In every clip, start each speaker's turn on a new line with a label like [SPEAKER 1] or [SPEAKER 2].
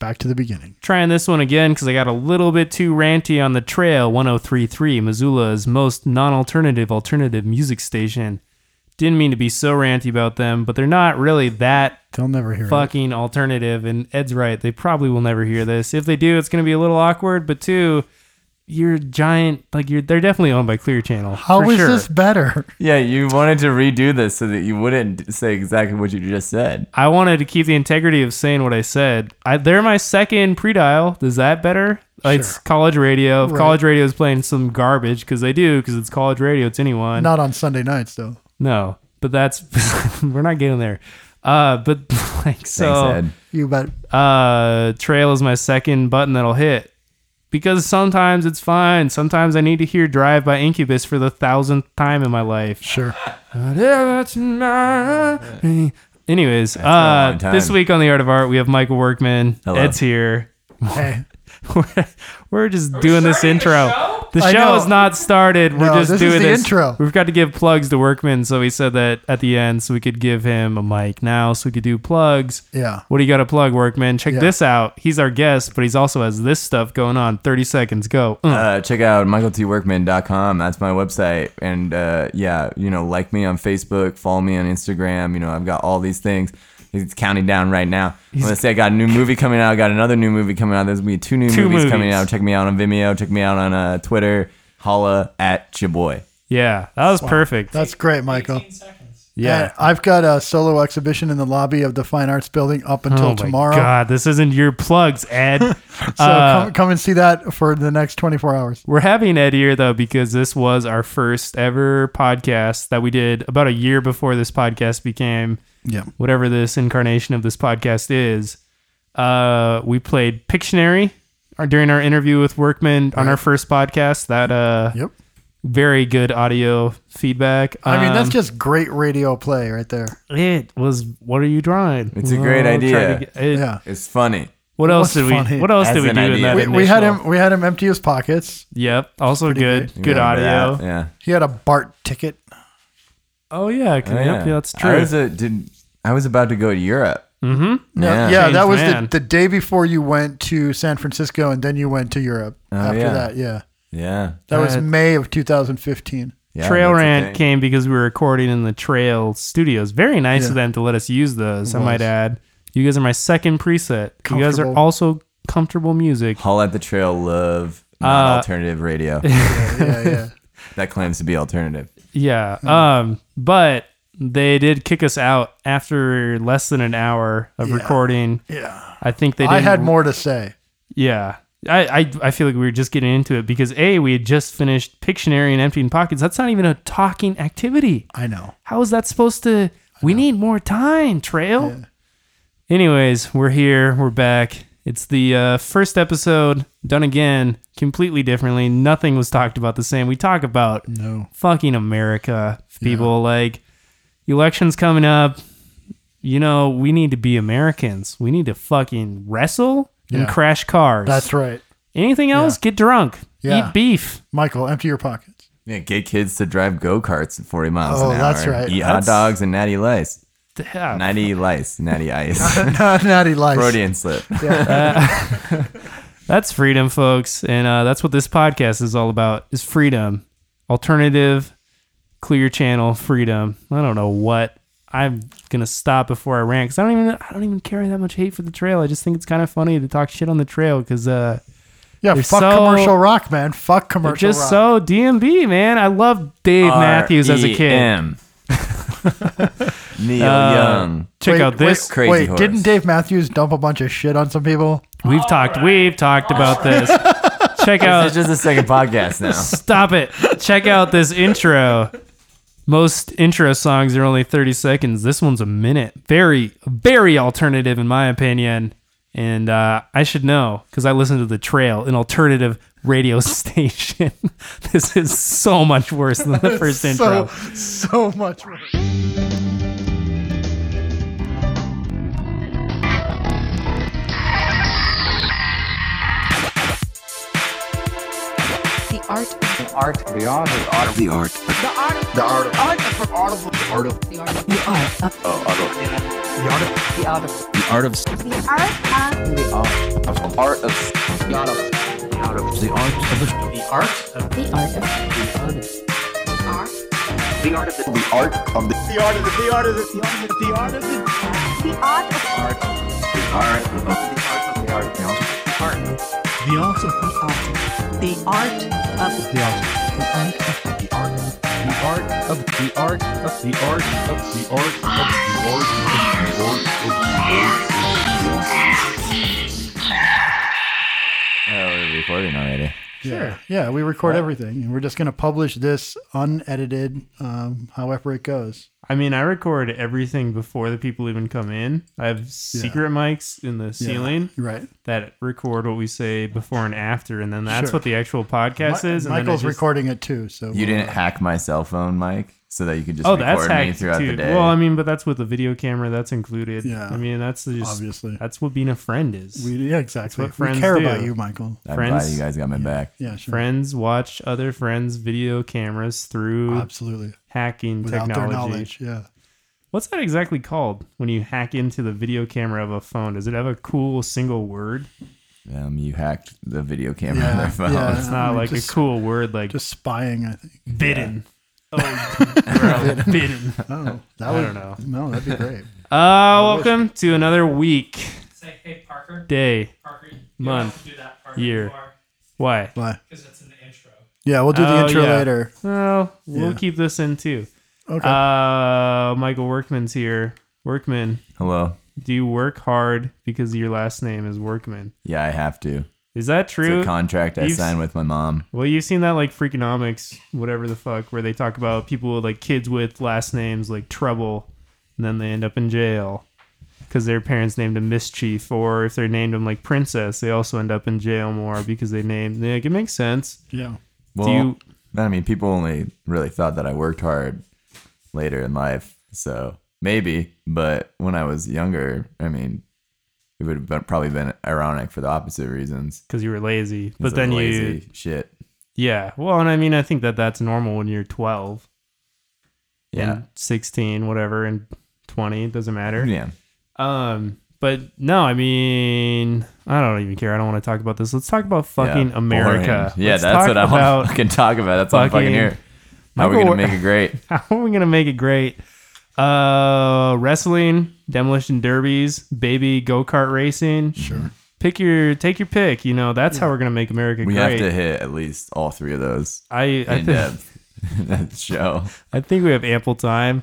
[SPEAKER 1] back to the beginning.
[SPEAKER 2] Trying this one again because I got a little bit too ranty on the trail. 1033, Missoula's most non alternative alternative music station. Didn't mean to be so ranty about them, but they're not really that
[SPEAKER 1] They'll never hear it.
[SPEAKER 2] fucking alternative. And Ed's right. They probably will never hear this. If they do, it's going to be a little awkward. But two, you're giant. Like you're, they're definitely owned by Clear Channel.
[SPEAKER 1] How
[SPEAKER 2] for
[SPEAKER 1] is
[SPEAKER 2] sure.
[SPEAKER 1] this better?
[SPEAKER 3] Yeah, you wanted to redo this so that you wouldn't say exactly what you just said.
[SPEAKER 2] I wanted to keep the integrity of saying what I said. I, they're my second pre-dial. Is that better? Uh, It's college radio. If
[SPEAKER 1] Right.
[SPEAKER 2] college radio is playing some garbage, because they do, because it's college radio. It's anyone.
[SPEAKER 1] Not on Sunday nights though.
[SPEAKER 2] No, but that's we're not getting there. Uh, but like so,
[SPEAKER 3] Thanks, Ed.
[SPEAKER 1] You bet.
[SPEAKER 2] uh, trail is my second button that'll hit because sometimes it's fine. Sometimes I need to hear "Drive" by Incubus for the thousandth time in my life.
[SPEAKER 1] Sure.
[SPEAKER 2] Whatever tonight. Anyways,
[SPEAKER 3] been a
[SPEAKER 2] uh,
[SPEAKER 3] long time.
[SPEAKER 2] this week on the Art of Art, we have Michael Workman.
[SPEAKER 3] Hello.
[SPEAKER 2] Ed's here.
[SPEAKER 1] Hey,
[SPEAKER 2] We're, we're just doing this intro. The
[SPEAKER 1] I
[SPEAKER 2] show
[SPEAKER 1] know.
[SPEAKER 2] is not started. We're
[SPEAKER 1] No,
[SPEAKER 2] just
[SPEAKER 1] this is
[SPEAKER 2] doing
[SPEAKER 1] the
[SPEAKER 2] this.
[SPEAKER 1] intro.
[SPEAKER 2] We've got to give plugs to Workman, so he said that at the end, so we could give him a mic now, so we could do plugs.
[SPEAKER 1] yeah.
[SPEAKER 2] What do you got to plug, Workman? Check
[SPEAKER 1] Yeah.
[SPEAKER 2] this out. He's our guest, but he's also has this stuff going on. Thirty seconds, go. Uh.
[SPEAKER 3] Uh, check out michaeltworkman.com. That's my website. And uh, yeah, you know, like me on Facebook, follow me on Instagram. You know, I've got all these things. It's counting down right now. I'm gonna say I got a new movie coming out. I got another new movie coming out. There's gonna be two new
[SPEAKER 2] Two
[SPEAKER 3] movies, coming
[SPEAKER 2] movies.
[SPEAKER 3] out. Check me out on Vimeo. Check me out on uh, Twitter. Holla at your boy.
[SPEAKER 2] Yeah, that was perfect.
[SPEAKER 1] That's great, Michael.
[SPEAKER 2] yeah.
[SPEAKER 1] And I've got a solo exhibition in the lobby of the Fine Arts Building up until
[SPEAKER 2] oh my
[SPEAKER 1] tomorrow.
[SPEAKER 2] God, this isn't your plugs, Ed.
[SPEAKER 1] So
[SPEAKER 2] Uh,
[SPEAKER 1] come, come and see that for the next 24 hours.
[SPEAKER 2] We're having Ed here though because this was our first ever podcast that we did about a year before this podcast became
[SPEAKER 1] Yeah.
[SPEAKER 2] whatever this incarnation of this podcast is. Uh, we played Pictionary our, during our interview with Workman on our first podcast. That uh,
[SPEAKER 1] Yep.
[SPEAKER 2] very good audio feedback.
[SPEAKER 1] I mean, that's
[SPEAKER 2] Um,
[SPEAKER 1] just great radio play right there.
[SPEAKER 2] it. Was what are you drawing?
[SPEAKER 3] It's a great
[SPEAKER 2] Well,
[SPEAKER 3] idea.
[SPEAKER 2] try to get- it-
[SPEAKER 1] Yeah.
[SPEAKER 3] It's funny.
[SPEAKER 2] What else
[SPEAKER 1] was
[SPEAKER 2] did we?
[SPEAKER 1] funny.
[SPEAKER 2] What else
[SPEAKER 3] As
[SPEAKER 2] did we
[SPEAKER 3] an
[SPEAKER 2] do in
[SPEAKER 3] idea.
[SPEAKER 2] that?
[SPEAKER 1] We, we had
[SPEAKER 2] initial-
[SPEAKER 1] him we had him empty his pockets.
[SPEAKER 2] Yep. Also good.
[SPEAKER 3] You
[SPEAKER 2] Good
[SPEAKER 3] remember
[SPEAKER 2] audio.
[SPEAKER 3] that? Yeah.
[SPEAKER 1] He had a BART ticket.
[SPEAKER 2] Oh yeah.
[SPEAKER 3] Oh,
[SPEAKER 2] yep, yeah. That's true.
[SPEAKER 3] I was a, did, I was about to go to Europe. Mm-hmm.
[SPEAKER 1] Yeah,
[SPEAKER 3] Yeah.
[SPEAKER 1] that
[SPEAKER 2] Changed
[SPEAKER 1] was
[SPEAKER 2] man.
[SPEAKER 1] the, the day before you went to San Francisco and then you went to Europe after
[SPEAKER 3] yeah.
[SPEAKER 1] that. Yeah.
[SPEAKER 3] Yeah.
[SPEAKER 1] That was
[SPEAKER 2] That-
[SPEAKER 1] May of 2015.
[SPEAKER 3] Yeah,
[SPEAKER 2] trail
[SPEAKER 3] that's a
[SPEAKER 2] rant
[SPEAKER 3] thing.
[SPEAKER 2] came because we were recording in the trail studios. Very nice
[SPEAKER 1] Yeah.
[SPEAKER 2] of them to let us use those. I might
[SPEAKER 1] was.
[SPEAKER 2] add. You guys are my second preset. You guys are
[SPEAKER 1] Comfortable.
[SPEAKER 2] also comfortable music.
[SPEAKER 3] Haul at the Trail love
[SPEAKER 2] Uh,
[SPEAKER 3] not alternative radio
[SPEAKER 1] Yeah, yeah.
[SPEAKER 3] that claims to be alternative.
[SPEAKER 2] Yeah. Um, but they did kick us out after less than an hour of recording.
[SPEAKER 1] yeah.
[SPEAKER 2] I think they did
[SPEAKER 1] I had more to say.
[SPEAKER 2] Yeah. I, I, I feel like we were just getting into it because A, we had just finished Pictionary and Emptying Pockets. That's not even a talking activity.
[SPEAKER 1] I know.
[SPEAKER 2] How is that supposed to? We need more time, Trail. Anyways, we're here. We're back. It's the uh, first episode done again, completely differently. Nothing was talked about the same. We talk about
[SPEAKER 1] No.
[SPEAKER 2] fucking America, people. Like, elections coming up. You know, we need to be Americans. We need to fucking wrestle
[SPEAKER 1] Yeah.
[SPEAKER 2] and crash cars.
[SPEAKER 1] That's right.
[SPEAKER 2] Anything else? Get drunk.
[SPEAKER 1] Yeah.
[SPEAKER 2] Eat beef.
[SPEAKER 1] Michael, empty your pockets.
[SPEAKER 3] Yeah, get kids to drive go karts at 40 miles
[SPEAKER 1] Oh,
[SPEAKER 3] an hour.
[SPEAKER 1] that's Oh.
[SPEAKER 3] and
[SPEAKER 1] right.
[SPEAKER 3] Eat
[SPEAKER 2] That's-
[SPEAKER 3] hot dogs and natty lice.
[SPEAKER 2] Yeah.
[SPEAKER 3] Natty lice, natty ice.
[SPEAKER 1] Natty lice.
[SPEAKER 3] Freudian slip.
[SPEAKER 2] That's freedom, folks, and uh, that's what this podcast is all about: is freedom, alternative, clear channel freedom. I don't know what I'm gonna stop before I rant because I don't even I don't even carry that much hate for the trail. I just think it's kind of funny to talk shit on the trail because uh,
[SPEAKER 1] Yeah,
[SPEAKER 2] They're
[SPEAKER 1] fuck
[SPEAKER 2] so-
[SPEAKER 1] commercial rock, man. Fuck
[SPEAKER 2] they're
[SPEAKER 1] commercial rock.
[SPEAKER 2] just
[SPEAKER 1] E
[SPEAKER 2] so DMB, man. I love Dave Matthews as a kid.
[SPEAKER 3] R.E.M.. E Neil
[SPEAKER 2] Uh,
[SPEAKER 3] Young.
[SPEAKER 2] Check
[SPEAKER 1] Wait,
[SPEAKER 2] out this.
[SPEAKER 1] Wait,
[SPEAKER 3] Crazy
[SPEAKER 1] wait,
[SPEAKER 3] Horse.
[SPEAKER 1] didn't Dave Matthews dump a bunch of shit on some people?
[SPEAKER 2] We've talked. We've talked about this. Check out
[SPEAKER 3] It's just the second podcast now.
[SPEAKER 2] Stop it. Check out this intro. Most intro songs are only 30 seconds. This one's a minute. Very, very alternative, in my opinion. And uh, I should know because I listen to The Trail, an alternative radio station. this is so much worse than the first intro.
[SPEAKER 1] So, so much. worse.
[SPEAKER 4] the art of
[SPEAKER 5] the art.
[SPEAKER 4] the art the art of
[SPEAKER 5] The art of
[SPEAKER 4] the art of
[SPEAKER 5] art of the art of the art of the
[SPEAKER 6] The art of
[SPEAKER 4] The art of the art of
[SPEAKER 5] the art
[SPEAKER 4] art.
[SPEAKER 5] of the the art of the the art of the the art of the the art of the the art of the art of the art of the art
[SPEAKER 6] the art of the art.
[SPEAKER 7] The art of
[SPEAKER 6] The art. The art. The art of the art of the art of the art of the art of the art of the art.
[SPEAKER 3] Oh, we're recording already.
[SPEAKER 1] Sure. Yeah, we record everything, and we're just gonna publish this unedited, um, however it goes.
[SPEAKER 2] I mean, I record everything before the people even come in. I have secret mics in the
[SPEAKER 1] Yeah.
[SPEAKER 2] ceiling
[SPEAKER 1] Right.
[SPEAKER 2] that record what we say before and after, and then that's
[SPEAKER 1] Sure.
[SPEAKER 2] what the actual podcast
[SPEAKER 1] Mi-
[SPEAKER 2] is. And
[SPEAKER 1] Michael's
[SPEAKER 2] then I just-
[SPEAKER 1] recording it too, so
[SPEAKER 3] You didn't hack my cell phone, Mike, so that you could just
[SPEAKER 2] Oh, that's
[SPEAKER 3] record me
[SPEAKER 2] hacked
[SPEAKER 3] throughout
[SPEAKER 2] too.
[SPEAKER 3] the day.
[SPEAKER 2] Well, I mean, but that's with the video camera. That's included.
[SPEAKER 1] Yeah.
[SPEAKER 2] I mean, that's just
[SPEAKER 1] Obviously.
[SPEAKER 2] that's what being a friend is.
[SPEAKER 1] We, yeah, exactly.
[SPEAKER 2] what friends
[SPEAKER 1] we care
[SPEAKER 2] do.
[SPEAKER 1] about you, Michael.
[SPEAKER 3] I'm glad
[SPEAKER 2] friends-
[SPEAKER 3] you guys got my back.
[SPEAKER 1] Yeah, sure.
[SPEAKER 2] friends watch other friends' video cameras through
[SPEAKER 1] Absolutely.
[SPEAKER 2] hacking
[SPEAKER 1] Without
[SPEAKER 2] technology.
[SPEAKER 1] their knowledge, yeah.
[SPEAKER 2] What's that exactly called when you hack into the video camera of a phone? Does it have a cool single word?
[SPEAKER 3] Um, you hacked the video camera
[SPEAKER 1] Yeah,
[SPEAKER 3] on their phone.
[SPEAKER 1] yeah.
[SPEAKER 2] It's not
[SPEAKER 1] Um,
[SPEAKER 2] like
[SPEAKER 1] just-
[SPEAKER 2] a cool word like
[SPEAKER 1] Just spying, I think.
[SPEAKER 2] bidden. Oh, bro, bidden.
[SPEAKER 1] Oh, that
[SPEAKER 2] I
[SPEAKER 1] would,
[SPEAKER 2] don't know.
[SPEAKER 1] No, that'd be great.
[SPEAKER 2] Uh, welcome to another week,
[SPEAKER 6] Say, hey Parker.
[SPEAKER 2] day,
[SPEAKER 6] Parker. You
[SPEAKER 2] Month.
[SPEAKER 6] don't have to do that part
[SPEAKER 2] Year.
[SPEAKER 6] anymore,
[SPEAKER 2] why?
[SPEAKER 1] Bye.
[SPEAKER 6] 'cause it's in the intro.
[SPEAKER 1] Yeah, we'll do the
[SPEAKER 2] Oh,
[SPEAKER 1] intro
[SPEAKER 2] yeah.
[SPEAKER 1] later.
[SPEAKER 2] Well, we'll
[SPEAKER 1] Yeah.
[SPEAKER 2] keep this in too.
[SPEAKER 1] Okay.
[SPEAKER 2] Uh, Michael Workman's here. Workman,
[SPEAKER 3] Hello.
[SPEAKER 2] do you work hard because your last name is Workman?
[SPEAKER 3] Yeah, I have to.
[SPEAKER 2] Is that
[SPEAKER 3] It's
[SPEAKER 2] true?
[SPEAKER 3] a contract I
[SPEAKER 2] You've-
[SPEAKER 3] signed with my mom.
[SPEAKER 2] well, you've seen that like Freakonomics, whatever the fuck, where they talk about people like kids with last names like Trouble, and then they end up in jail because their parents named them Mischief, or if they named them like Princess, they also end up in jail more because they named. Like, it makes sense.
[SPEAKER 1] yeah.
[SPEAKER 3] Well,
[SPEAKER 2] you-
[SPEAKER 3] I mean, people only really thought that I worked hard later in life. So maybe, but when I was younger, I mean, it would have been, probably been ironic for the opposite reasons.
[SPEAKER 2] Because you were lazy, but
[SPEAKER 3] It's
[SPEAKER 2] then
[SPEAKER 3] like
[SPEAKER 2] you,
[SPEAKER 3] lazy shit.
[SPEAKER 2] yeah. Well, and I mean, I think that that's normal when you're 12.
[SPEAKER 3] Yeah.
[SPEAKER 2] and 16 whatever and 20 it doesn't matter
[SPEAKER 3] Yeah.
[SPEAKER 2] um but no i mean i don't even care i don't want to talk about this let's talk about fucking
[SPEAKER 3] Yeah.
[SPEAKER 2] america
[SPEAKER 3] Boring. Yeah,
[SPEAKER 2] Let's
[SPEAKER 3] that's
[SPEAKER 2] talk
[SPEAKER 3] what I
[SPEAKER 2] about
[SPEAKER 3] want to fucking talk about. That's what I'm fucking
[SPEAKER 2] fucking-
[SPEAKER 3] here. How are we
[SPEAKER 2] Michael
[SPEAKER 3] gonna
[SPEAKER 2] Wa-
[SPEAKER 3] make it great?
[SPEAKER 2] how are we gonna make it great uh wrestling demolition derbies baby go-kart racing sure pick your take your pick you know that's how we're gonna make america
[SPEAKER 3] We
[SPEAKER 2] great
[SPEAKER 3] have to hit at least all three of those
[SPEAKER 2] i i
[SPEAKER 3] in
[SPEAKER 2] think
[SPEAKER 3] depth. in that show.
[SPEAKER 2] I think we have ample time.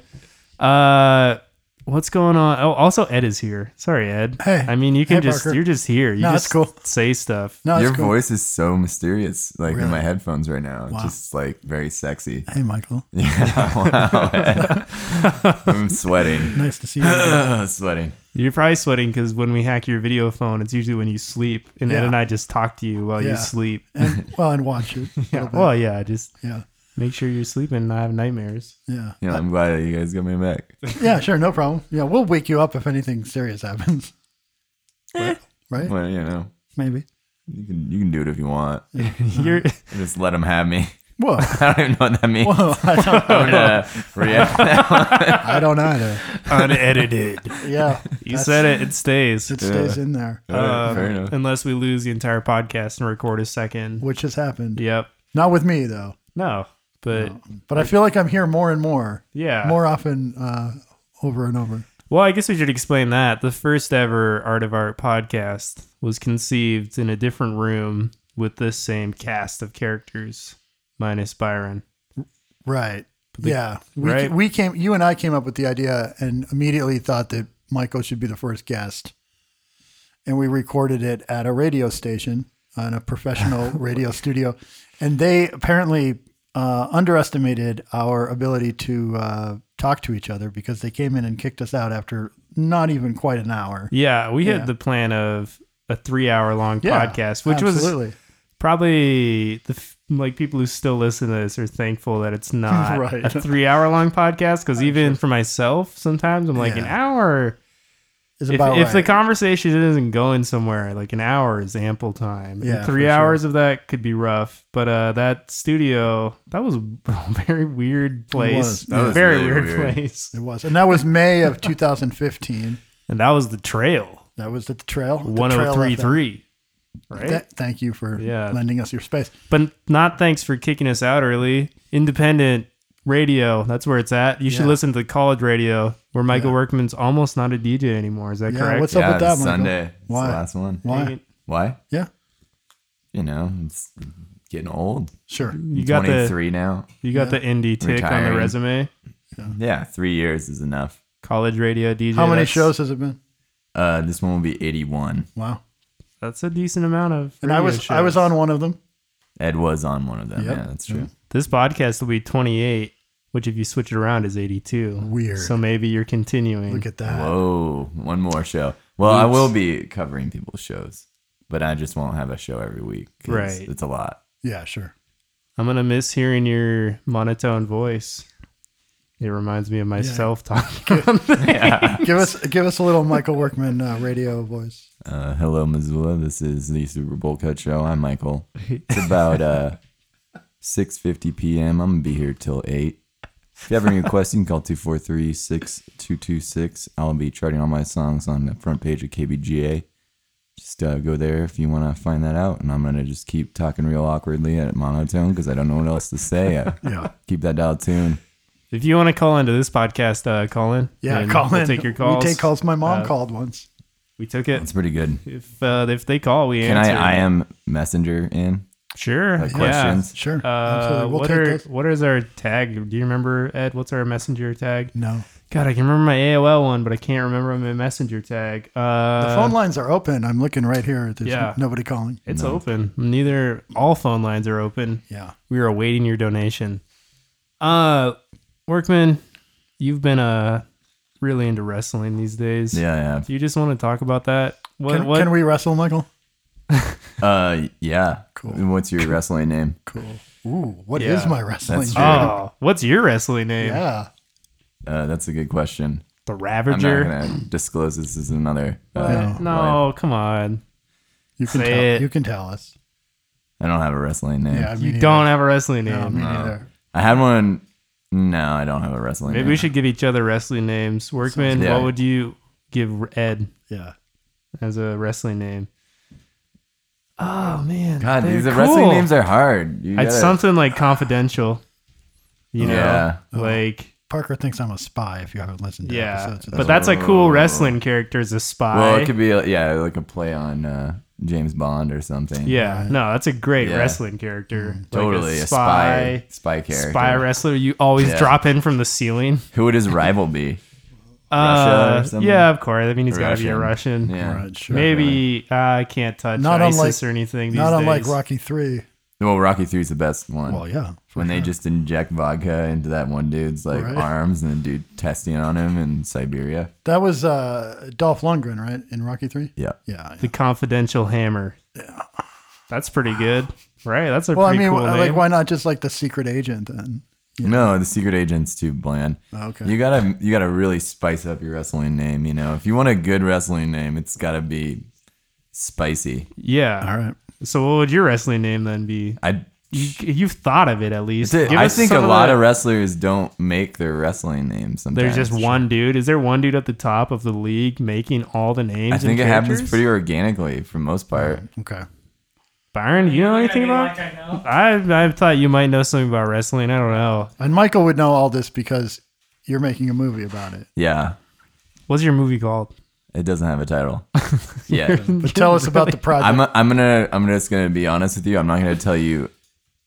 [SPEAKER 2] Uh, what's going on? Oh, also Ed is here. Sorry, Ed.
[SPEAKER 1] Hey.
[SPEAKER 2] I mean, you can
[SPEAKER 1] Hey,
[SPEAKER 2] just
[SPEAKER 1] Parker.
[SPEAKER 2] you're just here. You
[SPEAKER 1] No, that's
[SPEAKER 2] just
[SPEAKER 1] cool.
[SPEAKER 2] say stuff.
[SPEAKER 1] No,
[SPEAKER 3] Your
[SPEAKER 1] it's cool.
[SPEAKER 3] voice is so mysterious, like in
[SPEAKER 1] Really?
[SPEAKER 3] my headphones right now. It's
[SPEAKER 1] Wow.
[SPEAKER 3] Just like very sexy.
[SPEAKER 1] Hey, Michael.
[SPEAKER 3] Yeah, wow. I'm sweating.
[SPEAKER 1] Nice to see you.
[SPEAKER 3] sweating.
[SPEAKER 2] You're probably sweating because when we hack your video phone, it's usually when you sleep, and Ed
[SPEAKER 1] Yeah.
[SPEAKER 2] and I just talk to you while
[SPEAKER 1] Yeah.
[SPEAKER 2] you sleep.
[SPEAKER 1] and, well, and watch you.
[SPEAKER 2] Yeah. Well, yeah, just
[SPEAKER 1] Yeah.
[SPEAKER 2] make sure you're sleeping and not have nightmares.
[SPEAKER 1] Yeah.
[SPEAKER 3] You know, I'm glad that you guys got me back.
[SPEAKER 1] Yeah, sure. No problem. Yeah, we'll wake you up if anything serious happens.
[SPEAKER 2] Eh.
[SPEAKER 1] Right?
[SPEAKER 3] Well, you know,
[SPEAKER 1] Maybe.
[SPEAKER 3] you can you can do it if you want.
[SPEAKER 1] Uh-huh.
[SPEAKER 2] You're
[SPEAKER 3] Just let them have me.
[SPEAKER 1] Whoa.
[SPEAKER 3] I don't even know what that means.
[SPEAKER 1] Whoa. I don't,
[SPEAKER 3] I'm gonna react.
[SPEAKER 1] I don't either.
[SPEAKER 2] unedited.
[SPEAKER 1] Yeah.
[SPEAKER 2] You said it. It stays.
[SPEAKER 1] It stays in there,
[SPEAKER 3] Alright,
[SPEAKER 2] Uh,
[SPEAKER 3] fair enough.
[SPEAKER 2] unless we lose the entire podcast and record a second.
[SPEAKER 1] which has happened.
[SPEAKER 2] Yep.
[SPEAKER 1] Not with me, though.
[SPEAKER 2] No. But
[SPEAKER 1] But I feel like I'm here more and more,
[SPEAKER 2] yeah.
[SPEAKER 1] more often uh, over and over.
[SPEAKER 2] Well, I guess we should explain that. The first ever Art of Art podcast was conceived in a different room with this same cast of characters, minus Byron.
[SPEAKER 1] Right. yeah. We,
[SPEAKER 2] right?
[SPEAKER 1] we came, you and I came up with the idea and immediately thought that Michael should be the first guest. And we recorded it at a radio station on a professional radio studio. And they apparently uh, underestimated our ability to uh, talk to each other because they came in and kicked us out after not even quite an hour.
[SPEAKER 2] Yeah, we
[SPEAKER 1] Yeah.
[SPEAKER 2] had the plan of a three hour long podcast, which was
[SPEAKER 1] absolutely.
[SPEAKER 2] probably the f- like people who still listen to this are thankful that it's not
[SPEAKER 1] Right.
[SPEAKER 2] a three hour long podcast because even for myself sometimes i'm like an
[SPEAKER 1] Yeah.
[SPEAKER 2] hour
[SPEAKER 1] is
[SPEAKER 2] if,
[SPEAKER 1] about
[SPEAKER 2] if the
[SPEAKER 1] right.
[SPEAKER 2] conversation isn't going somewhere like an hour is ample time And
[SPEAKER 1] Yeah,
[SPEAKER 2] three
[SPEAKER 1] for sure.
[SPEAKER 2] hours of that could be rough but uh that studio that was a very weird place
[SPEAKER 1] was.
[SPEAKER 3] That was
[SPEAKER 2] very
[SPEAKER 3] really
[SPEAKER 2] weird,
[SPEAKER 3] weird.
[SPEAKER 2] place
[SPEAKER 1] it was, and that was May of 2015.
[SPEAKER 2] and that was the trail
[SPEAKER 1] That was at the trail. The trail left that.
[SPEAKER 2] 1033 right?
[SPEAKER 1] Th- thank you for
[SPEAKER 2] Yeah.
[SPEAKER 1] lending us your space.
[SPEAKER 2] but not thanks for kicking us out early. Independent radio, that's where it's at. You should
[SPEAKER 1] Yeah.
[SPEAKER 2] listen to college radio, where Michael Workman's almost not a DJ anymore. Is that
[SPEAKER 1] Yeah,
[SPEAKER 2] correct?
[SPEAKER 1] what's up
[SPEAKER 3] yeah,
[SPEAKER 1] with that,
[SPEAKER 3] it's Sunday.
[SPEAKER 1] Michael?
[SPEAKER 3] It's the
[SPEAKER 1] Why?
[SPEAKER 3] last one.
[SPEAKER 1] Why?
[SPEAKER 3] Why?
[SPEAKER 1] Yeah,
[SPEAKER 3] You know, it's getting old.
[SPEAKER 1] sure.
[SPEAKER 2] You got the
[SPEAKER 3] 23 now.
[SPEAKER 2] you got the indie tick on
[SPEAKER 3] Retiring.
[SPEAKER 2] the resume.
[SPEAKER 3] Yeah, three years is enough.
[SPEAKER 2] College radio DJ.
[SPEAKER 1] How many
[SPEAKER 2] that's-
[SPEAKER 1] shows has it been?
[SPEAKER 3] Uh, this one will be 81.
[SPEAKER 1] Wow.
[SPEAKER 2] That's a decent amount of.
[SPEAKER 1] And I
[SPEAKER 2] radio
[SPEAKER 1] was I
[SPEAKER 2] shows.
[SPEAKER 1] was on one of them.
[SPEAKER 3] Ed was on one of them.
[SPEAKER 1] Yep.
[SPEAKER 3] Yeah, that's true.
[SPEAKER 2] This podcast will be 28, which if you switch it around is 82.
[SPEAKER 1] Weird.
[SPEAKER 2] So maybe you're continuing.
[SPEAKER 1] Look at that.
[SPEAKER 3] Whoa, one more show. Well, I will be covering people's shows, but I just won't have a show every week. 'cause
[SPEAKER 2] Right.
[SPEAKER 3] It's a lot.
[SPEAKER 1] Yeah, sure.
[SPEAKER 2] I'm gonna miss hearing your monotone voice. It reminds me of myself talking.
[SPEAKER 1] Give us give us a little Michael Workman uh, radio voice.
[SPEAKER 3] Uh, hello, Missoula. This is the Super Bowl Cut Show. I'm Michael. It's about uh, 6.50 p.m. I'm going to be here till 8. If you have any requests, you can call 243-6226. I'll be charting all my songs on the front page of KBGA. Just uh, go there if you want to find that out. And I'm going to just keep talking real awkwardly at monotone because I don't know what else to say. I
[SPEAKER 1] Yeah.
[SPEAKER 3] Keep that dial tuned.
[SPEAKER 2] if you want to call into this podcast, uh, call in.
[SPEAKER 1] Yeah,
[SPEAKER 2] and
[SPEAKER 1] call
[SPEAKER 2] we'll
[SPEAKER 1] in.
[SPEAKER 2] Take your calls.
[SPEAKER 1] We take calls. My mom
[SPEAKER 2] Uh,
[SPEAKER 1] called once.
[SPEAKER 2] We took it.
[SPEAKER 3] It's pretty good.
[SPEAKER 2] If uh, if they call, we
[SPEAKER 3] Can
[SPEAKER 2] answer.
[SPEAKER 3] I I am messenger in?
[SPEAKER 2] sure.
[SPEAKER 3] Uh, questions?
[SPEAKER 1] Sure.
[SPEAKER 2] Yeah. Uh,
[SPEAKER 1] Absolutely. We'll
[SPEAKER 2] what
[SPEAKER 1] take
[SPEAKER 2] are
[SPEAKER 1] those.
[SPEAKER 2] what is our tag? Do you remember Ed? What's our messenger tag?
[SPEAKER 1] No.
[SPEAKER 2] God, I can remember my AOL one, but I can't remember my messenger tag. Uh,
[SPEAKER 1] The phone lines are open. I'm looking right here. There's
[SPEAKER 2] yeah.
[SPEAKER 1] nobody calling.
[SPEAKER 2] It's open. Neither all phone lines are open.
[SPEAKER 1] Yeah.
[SPEAKER 2] We are awaiting your donation. Uh, Workman, you've been uh really into wrestling these days.
[SPEAKER 3] Yeah,
[SPEAKER 2] Do you just want to talk about that? What?
[SPEAKER 1] Can,
[SPEAKER 2] what?
[SPEAKER 1] can we wrestle, Michael?
[SPEAKER 3] yeah. Uh, yeah.
[SPEAKER 1] Cool.
[SPEAKER 3] What's your wrestling name?
[SPEAKER 1] Cool. Ooh, what is
[SPEAKER 2] Yeah.
[SPEAKER 1] my wrestling?
[SPEAKER 3] That's
[SPEAKER 1] name?
[SPEAKER 3] true.
[SPEAKER 2] oh, what's your wrestling name?
[SPEAKER 1] Yeah.
[SPEAKER 3] Uh, that's a good question.
[SPEAKER 2] The
[SPEAKER 3] I'm not
[SPEAKER 2] Ravager.
[SPEAKER 3] gonna disclose this is another. Uh,
[SPEAKER 2] What? no, come on.
[SPEAKER 1] You can
[SPEAKER 2] Say
[SPEAKER 1] tell,
[SPEAKER 2] it.
[SPEAKER 1] you can tell us.
[SPEAKER 3] I don't have a wrestling name.
[SPEAKER 1] Yeah.
[SPEAKER 2] You don't have a wrestling name.
[SPEAKER 1] No, me neither.
[SPEAKER 3] I had one. No, I don't have a wrestling.
[SPEAKER 2] Maybe
[SPEAKER 3] name.
[SPEAKER 2] we should give each other wrestling names. Workman,
[SPEAKER 3] Yeah.
[SPEAKER 2] what would you give Ed
[SPEAKER 1] Yeah.
[SPEAKER 2] as a wrestling name? Oh man,
[SPEAKER 3] God,
[SPEAKER 2] they're
[SPEAKER 3] these wrestling
[SPEAKER 2] cool.
[SPEAKER 3] names are hard. You
[SPEAKER 2] It's
[SPEAKER 3] gotta-
[SPEAKER 2] something like confidential. You know,
[SPEAKER 3] Yeah.
[SPEAKER 2] like
[SPEAKER 1] Parker thinks I'm a spy. If you haven't listened to
[SPEAKER 2] yeah,
[SPEAKER 1] Oh. episodes, of
[SPEAKER 2] but
[SPEAKER 1] that.
[SPEAKER 2] that's a cool wrestling character as a spy.
[SPEAKER 3] Oh. Well, it could be yeah, like a play on uh, James Bond or something.
[SPEAKER 2] yeah, no, that's a great
[SPEAKER 3] Yeah.
[SPEAKER 2] wrestling
[SPEAKER 1] Mm.
[SPEAKER 2] character. Like
[SPEAKER 3] totally.
[SPEAKER 2] a
[SPEAKER 3] a
[SPEAKER 2] spy,
[SPEAKER 3] spy, spy character.
[SPEAKER 2] spy wrestler. You always
[SPEAKER 3] Yeah.
[SPEAKER 2] drop in from the ceiling.
[SPEAKER 3] Who would his rival be? Russia or
[SPEAKER 2] Uh,
[SPEAKER 3] something?
[SPEAKER 2] yeah, of course. I mean, he's got to be a Russian.
[SPEAKER 3] Russian. Yeah.
[SPEAKER 1] Right, sure.
[SPEAKER 2] Maybe uh, I can't touch
[SPEAKER 1] Not
[SPEAKER 2] ISIS
[SPEAKER 1] unlike-
[SPEAKER 2] or anything. These
[SPEAKER 1] not unlike
[SPEAKER 2] days.
[SPEAKER 1] Rocky Three.
[SPEAKER 3] Well, Rocky Three's the best one.
[SPEAKER 1] Well, yeah. for
[SPEAKER 3] when they
[SPEAKER 1] sure.
[SPEAKER 3] just inject vodka into that one dude's like
[SPEAKER 1] Right.
[SPEAKER 3] arms and the dude testing on him in Siberia.
[SPEAKER 1] that was uh, Dolph Lundgren, right? In Rocky Three.
[SPEAKER 3] Yeah.
[SPEAKER 1] Yeah.
[SPEAKER 2] the confidential hammer. That's pretty good, right? That's a
[SPEAKER 1] Well, I
[SPEAKER 2] pretty
[SPEAKER 1] mean, uh,
[SPEAKER 2] cool
[SPEAKER 1] like,
[SPEAKER 2] name.
[SPEAKER 1] why not just like the secret agent then?
[SPEAKER 3] No, the secret agent's too bland.
[SPEAKER 2] Oh,
[SPEAKER 1] Okay.
[SPEAKER 3] You gotta you gotta really spice up your wrestling name. You know, if you want a good wrestling name, it's gotta be spicy.
[SPEAKER 2] yeah.
[SPEAKER 1] All right.
[SPEAKER 2] So, what would your wrestling name then be?
[SPEAKER 3] I
[SPEAKER 2] You, you've thought of it at least. Give
[SPEAKER 3] I
[SPEAKER 2] us
[SPEAKER 3] think a
[SPEAKER 2] some
[SPEAKER 3] lot
[SPEAKER 2] the-
[SPEAKER 3] of wrestlers don't make their wrestling names. Sometimes
[SPEAKER 2] There's just one dude. Is there one dude at the top of the league making all the names?
[SPEAKER 3] I think it
[SPEAKER 2] and
[SPEAKER 3] happens
[SPEAKER 2] characters?
[SPEAKER 3] pretty organically for most part.
[SPEAKER 1] Okay.
[SPEAKER 2] Byron, you know anything about? I I thought you might know something about wrestling. I don't know.
[SPEAKER 1] And Michael would know all this because you're making a movie about it.
[SPEAKER 3] Yeah,
[SPEAKER 2] What's your movie called?
[SPEAKER 3] it doesn't have a title. yeah,
[SPEAKER 1] But tell us about the project.
[SPEAKER 3] I'm I'm gonna I'm just gonna be honest with you. I'm not gonna tell you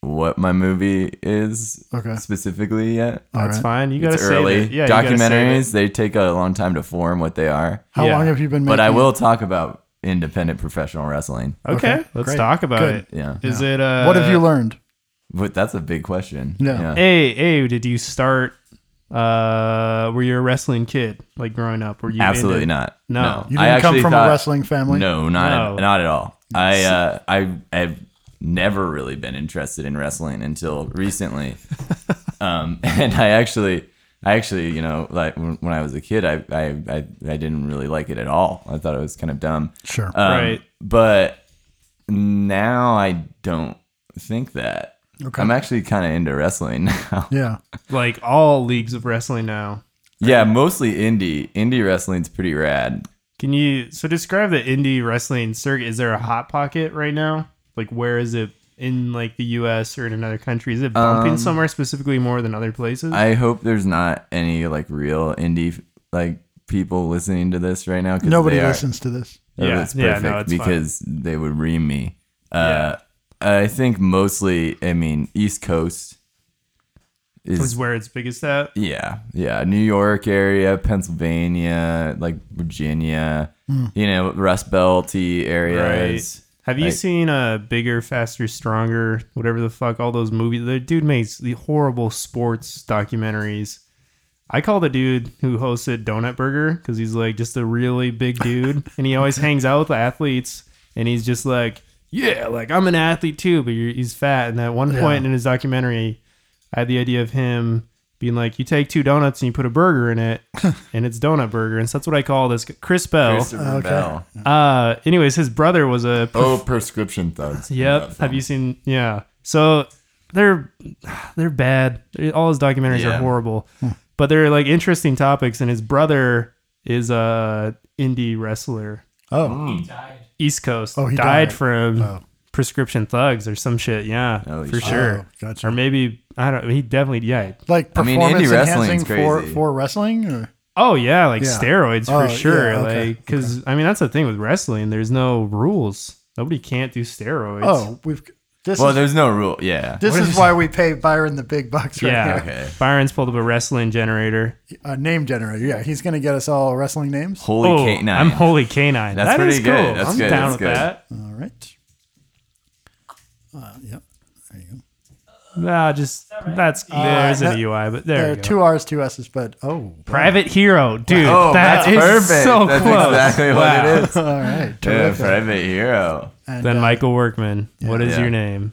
[SPEAKER 3] what my movie is
[SPEAKER 1] Okay.
[SPEAKER 3] specifically yet.
[SPEAKER 2] That's
[SPEAKER 1] right.
[SPEAKER 2] fine. You gotta
[SPEAKER 3] It's
[SPEAKER 2] save
[SPEAKER 3] early.
[SPEAKER 2] it. Yeah, you gotta save it.
[SPEAKER 3] Documentaries they take a long time to form what they are.
[SPEAKER 1] How
[SPEAKER 2] yeah.
[SPEAKER 1] long have you been making
[SPEAKER 3] But I
[SPEAKER 1] it?
[SPEAKER 3] will talk about independent professional wrestling.
[SPEAKER 2] Okay,
[SPEAKER 1] Okay,
[SPEAKER 2] let's
[SPEAKER 1] great.
[SPEAKER 2] talk about
[SPEAKER 1] Good.
[SPEAKER 2] it. Is
[SPEAKER 3] Yeah,
[SPEAKER 2] it? Uh,
[SPEAKER 1] What have you learned?
[SPEAKER 3] but that's a big question.
[SPEAKER 1] Yeah.
[SPEAKER 2] Hey, hey, did you start? Uh, were you a wrestling kid like growing up? Were you
[SPEAKER 3] Absolutely
[SPEAKER 2] into-
[SPEAKER 3] not.
[SPEAKER 2] No.
[SPEAKER 1] You didn't come
[SPEAKER 3] actually
[SPEAKER 1] from a
[SPEAKER 3] thought-
[SPEAKER 1] wrestling family?
[SPEAKER 3] No, not
[SPEAKER 2] No.
[SPEAKER 3] not at all. I uh, I have never really been interested in wrestling until recently, um, and I actually. I actually, you know, like when when I was a kid, I, I, I, I didn't really like it at all. I thought it was kind of dumb.
[SPEAKER 1] Sure.
[SPEAKER 3] Um,
[SPEAKER 2] Right.
[SPEAKER 3] But now I don't think that.
[SPEAKER 1] Okay.
[SPEAKER 3] I'm actually kind of into wrestling now.
[SPEAKER 1] yeah.
[SPEAKER 2] Like all leagues of wrestling now.
[SPEAKER 3] Yeah, mostly indie. Indie wrestling's pretty rad.
[SPEAKER 2] Can you so describe the indie wrestling circuit? Is there a hot pocket right now? Like where is it in like the U.S. or in another country? Is it bumping
[SPEAKER 3] Um,
[SPEAKER 2] somewhere specifically more than other places?
[SPEAKER 3] I hope there's not any like real indie like people listening to this right now. 'cause
[SPEAKER 1] Nobody
[SPEAKER 3] they are-
[SPEAKER 1] listens to this.
[SPEAKER 3] Oh,
[SPEAKER 2] Yeah,
[SPEAKER 3] that's
[SPEAKER 2] yeah, no,
[SPEAKER 3] perfect
[SPEAKER 2] it's fine.
[SPEAKER 3] because they would ream me. Uh, I think mostly, I mean, East Coast
[SPEAKER 2] is
[SPEAKER 3] is
[SPEAKER 2] where it's biggest at.
[SPEAKER 3] yeah, yeah, New York area, Pennsylvania, like Virginia,
[SPEAKER 1] Hmm.
[SPEAKER 3] you know, Rust Belty areas.
[SPEAKER 2] Have you
[SPEAKER 3] Like-
[SPEAKER 2] seen a bigger, faster, stronger, whatever the fuck? All those movies. The dude makes the horrible sports documentaries. I call the dude who hosted Donut Burger because he's like just a really big dude, and he always hangs out with the athletes, and he's just like, yeah, like I'm an athlete too, but you're, he's fat. And at one point in his documentary, I had the idea of him being like, you take two donuts and you put a burger in it, and it's Donut Burger, and so that's what I call this. Chris Bell.
[SPEAKER 3] Christopher Bell.
[SPEAKER 2] Uh, anyways, his brother was a
[SPEAKER 3] Oh, prescription thugs.
[SPEAKER 2] Yep. Have you seen? Yeah. So they're they're bad. All his documentaries are
[SPEAKER 3] Yeah.
[SPEAKER 2] horrible,
[SPEAKER 1] Hmm.
[SPEAKER 2] but they're like interesting topics. And his brother is a indie wrestler,
[SPEAKER 1] Oh,
[SPEAKER 3] Mm,
[SPEAKER 2] East Coast.
[SPEAKER 1] Oh, he died.
[SPEAKER 2] from
[SPEAKER 1] Oh.
[SPEAKER 2] prescription thugs or some shit. Yeah,
[SPEAKER 3] Oh,
[SPEAKER 2] for
[SPEAKER 3] shit.
[SPEAKER 2] sure.
[SPEAKER 1] Oh, gotcha.
[SPEAKER 2] Or maybe I don't. He definitely yeah.
[SPEAKER 1] like
[SPEAKER 3] I mean, indie
[SPEAKER 1] performance enhancing
[SPEAKER 3] wrestling's
[SPEAKER 1] for
[SPEAKER 3] crazy.
[SPEAKER 1] for wrestling. Or?
[SPEAKER 2] Oh yeah, like
[SPEAKER 1] Yeah.
[SPEAKER 2] steroids
[SPEAKER 1] Oh,
[SPEAKER 2] for sure.
[SPEAKER 1] yeah, okay,
[SPEAKER 2] Like because I mean that's the thing with wrestling. There's no rules. Nobody can't do steroids.
[SPEAKER 1] Oh, we've this
[SPEAKER 3] Well,
[SPEAKER 1] is
[SPEAKER 3] there's no rule. Yeah.
[SPEAKER 1] this is why we pay Byron the big bucks right
[SPEAKER 2] yeah.
[SPEAKER 1] here.
[SPEAKER 3] Okay.
[SPEAKER 2] Byron's pulled up a wrestling generator.
[SPEAKER 1] A name generator. Yeah, he's gonna get us all wrestling names.
[SPEAKER 3] Holy
[SPEAKER 2] oh,
[SPEAKER 3] canine.
[SPEAKER 2] I'm holy canine.
[SPEAKER 3] That's
[SPEAKER 2] That
[SPEAKER 3] pretty
[SPEAKER 2] is
[SPEAKER 3] good.
[SPEAKER 2] cool.
[SPEAKER 3] That's
[SPEAKER 2] I'm
[SPEAKER 3] good.
[SPEAKER 2] down
[SPEAKER 3] That's
[SPEAKER 2] with
[SPEAKER 3] good.
[SPEAKER 2] that.
[SPEAKER 1] All right. Uh, yep. There you go.
[SPEAKER 2] Nah, just that's there's
[SPEAKER 1] Uh,
[SPEAKER 2] a UI, but
[SPEAKER 1] There
[SPEAKER 2] there
[SPEAKER 1] are
[SPEAKER 2] you go.
[SPEAKER 1] two R's, two S's, but oh,
[SPEAKER 2] Private Hero, dude.
[SPEAKER 3] Oh,
[SPEAKER 2] that
[SPEAKER 3] that's
[SPEAKER 2] is
[SPEAKER 3] perfect.
[SPEAKER 2] so
[SPEAKER 3] that's
[SPEAKER 2] close.
[SPEAKER 3] exactly
[SPEAKER 2] wow.
[SPEAKER 3] what it is.
[SPEAKER 1] all right.
[SPEAKER 3] Yeah,
[SPEAKER 1] Terrific.
[SPEAKER 3] private hero.
[SPEAKER 1] And,
[SPEAKER 2] Then
[SPEAKER 1] uh,
[SPEAKER 2] Michael Workman. what is
[SPEAKER 3] Yeah.
[SPEAKER 2] your name?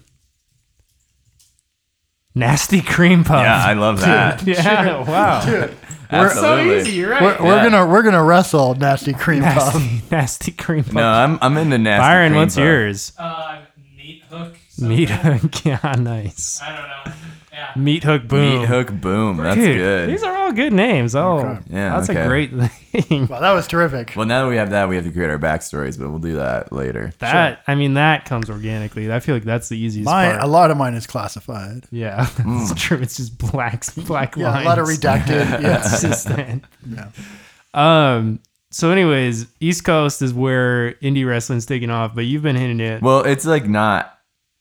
[SPEAKER 2] Nasty cream puff.
[SPEAKER 3] Yeah, I love that.
[SPEAKER 2] Yeah, wow.
[SPEAKER 3] Absolutely.
[SPEAKER 2] So easy, you're right.
[SPEAKER 1] We're, we're
[SPEAKER 3] Yeah.
[SPEAKER 1] gonna we're gonna wrestle nasty cream puff.
[SPEAKER 2] nasty, nasty cream puff.
[SPEAKER 3] No, I'm I'm into nasty.
[SPEAKER 2] Byron,
[SPEAKER 3] cream
[SPEAKER 2] what's
[SPEAKER 3] puff.
[SPEAKER 2] yours?
[SPEAKER 8] Uh, meat hook.
[SPEAKER 2] Meat hook. Yeah, nice.
[SPEAKER 8] I don't know. Yeah.
[SPEAKER 2] Meat hook boom.
[SPEAKER 3] Meat hook boom. That's
[SPEAKER 2] Dude,
[SPEAKER 3] good.
[SPEAKER 2] These are all good names. Oh,
[SPEAKER 3] Yeah,
[SPEAKER 2] that's
[SPEAKER 3] okay.
[SPEAKER 2] a great thing.
[SPEAKER 1] Well, that was terrific.
[SPEAKER 3] well, now that we have that, we have to create our backstories, but we'll do that later.
[SPEAKER 2] That I mean, that comes organically. I feel like that's the easiest
[SPEAKER 1] Mine,
[SPEAKER 2] part.
[SPEAKER 1] a lot of mine is classified.
[SPEAKER 2] yeah,
[SPEAKER 3] Mm.
[SPEAKER 2] it's true. It's just black, black
[SPEAKER 1] Yeah,
[SPEAKER 2] lines.
[SPEAKER 1] a lot of redacted. yes.
[SPEAKER 2] Consistent. Um. So, anyways, East Coast is where indie wrestling's taking off, but you've been hitting it.
[SPEAKER 3] Well, it's like not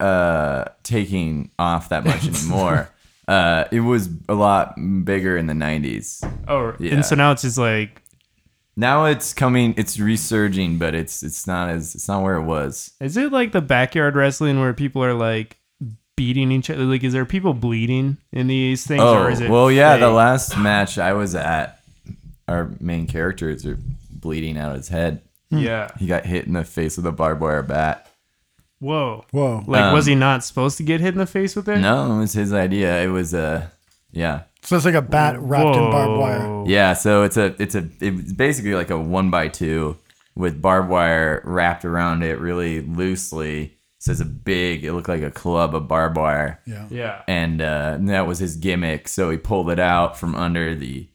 [SPEAKER 3] uh taking off that much anymore. uh it was a lot bigger in the 90s.
[SPEAKER 2] oh,
[SPEAKER 3] yeah.
[SPEAKER 2] and so now it's just like
[SPEAKER 3] Now it's coming it's resurging, but it's it's not as it's not where it was.
[SPEAKER 2] Is it like the backyard wrestling where people are like beating each other? Like, is there people bleeding in these things? or is it
[SPEAKER 3] Oh, well, yeah. The
[SPEAKER 2] fake?
[SPEAKER 3] last match I was at, our main characters are bleeding out his head.
[SPEAKER 2] yeah.
[SPEAKER 3] He got hit in the face with a barbed wire bat.
[SPEAKER 2] Whoa.
[SPEAKER 1] Whoa.
[SPEAKER 2] Like, was
[SPEAKER 3] Um,
[SPEAKER 2] he not supposed to get hit in the face with it?
[SPEAKER 3] No, it was his idea. It was a, yeah,
[SPEAKER 1] So it's like a bat wrapped in barbed wire.
[SPEAKER 2] Whoa.
[SPEAKER 3] yeah. So it's a, it's a, it's basically like a one by two with barbed wire wrapped around it really loosely. So it's a big. It looked like a club of barbed wire.
[SPEAKER 1] Yeah.
[SPEAKER 2] Yeah.
[SPEAKER 3] and uh, and that was his gimmick. So he pulled it out from under the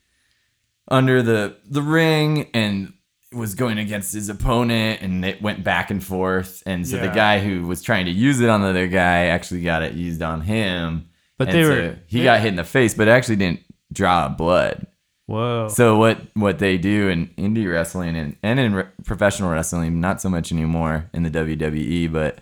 [SPEAKER 3] under the the ring and was going against his opponent, and it went back and forth. And so
[SPEAKER 2] Yeah.
[SPEAKER 3] the guy who was trying to use it on the other guy actually got it used on him.
[SPEAKER 2] But
[SPEAKER 3] And
[SPEAKER 2] they
[SPEAKER 3] so
[SPEAKER 2] were-
[SPEAKER 3] he
[SPEAKER 2] they-
[SPEAKER 3] got hit in the face, but it actually didn't draw blood.
[SPEAKER 2] Whoa.
[SPEAKER 3] So what what they do in indie wrestling and and in re- professional wrestling, not so much anymore in the WWE, but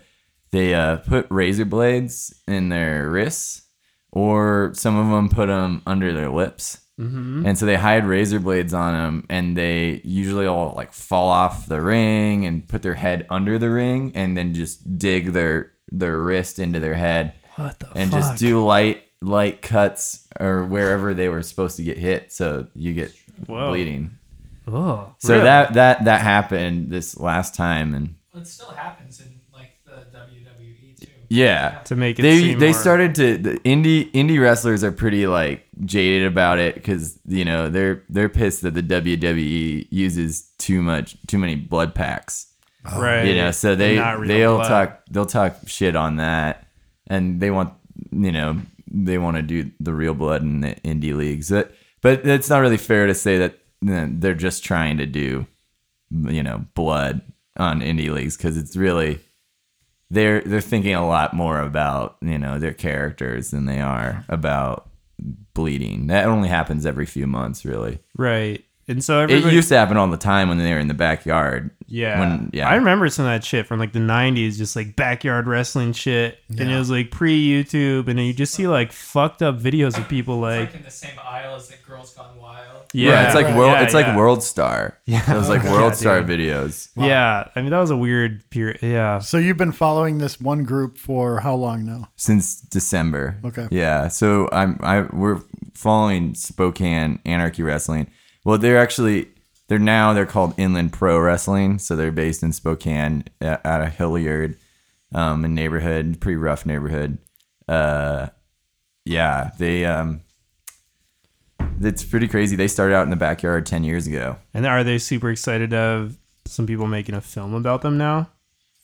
[SPEAKER 3] they uh, put razor blades in their wrists, or some of them put them under their lips, mm-hmm. and so they hide razor blades on them, and they usually all like fall off the ring and put their head under the ring, and then just dig their their wrist into their head,
[SPEAKER 2] what the
[SPEAKER 3] and just do light light cuts or wherever they were supposed to get hit so you get
[SPEAKER 2] Whoa.
[SPEAKER 3] bleeding
[SPEAKER 2] Oh,
[SPEAKER 3] so
[SPEAKER 2] really?
[SPEAKER 3] that that that happened this last time and
[SPEAKER 8] Well, it still happens in like the WWE too.
[SPEAKER 3] yeah
[SPEAKER 2] to make it
[SPEAKER 3] they
[SPEAKER 2] seem
[SPEAKER 3] they
[SPEAKER 2] more-
[SPEAKER 3] started to the indie indie wrestlers are pretty like jaded about it because you know they're they're pissed that the WWE uses too much too many blood packs
[SPEAKER 1] Oh.
[SPEAKER 2] right.
[SPEAKER 3] you know so they
[SPEAKER 2] Not real
[SPEAKER 3] they'll
[SPEAKER 2] blood.
[SPEAKER 3] talk they'll talk shit on that and they want you know they want to do the real blood in the indie leagues but but it's not really fair to say that you know, they're just trying to do you know blood on indie leagues because it's really they're they're thinking a lot more about you know their characters than they are about bleeding. That only happens every few months, really.
[SPEAKER 2] Right. And so
[SPEAKER 3] It
[SPEAKER 2] everybody,
[SPEAKER 3] used to happen all the time when they were in the backyard.
[SPEAKER 2] yeah.
[SPEAKER 3] when- yeah.
[SPEAKER 2] I remember some of that shit from like the '90s, just like backyard wrestling shit, and it was like pre-YouTube, and you just see like fucked up videos of people like,
[SPEAKER 8] Like in the same aisle as like Girls Gone Wild.
[SPEAKER 2] yeah,
[SPEAKER 3] Right, it's like world.
[SPEAKER 2] yeah,
[SPEAKER 3] it's like
[SPEAKER 2] yeah.
[SPEAKER 3] World Star. Yeah, it was like World Star videos.
[SPEAKER 2] Yeah, I mean that was a weird period. Yeah,
[SPEAKER 1] So you've been following this one group for how long now?
[SPEAKER 3] since December.
[SPEAKER 1] Okay.
[SPEAKER 3] Yeah. So I'm I we're following Spokane Anarchy Wrestling. Well, they're actually they're now they're called Inland Pro Wrestling. So they're based in Spokane uh, out of Hilliard, um, a neighborhood, pretty rough neighborhood. Uh, yeah. They um, it's pretty crazy. They started out in the backyard ten years ago.
[SPEAKER 2] and are they super excited of some people making a film about them now?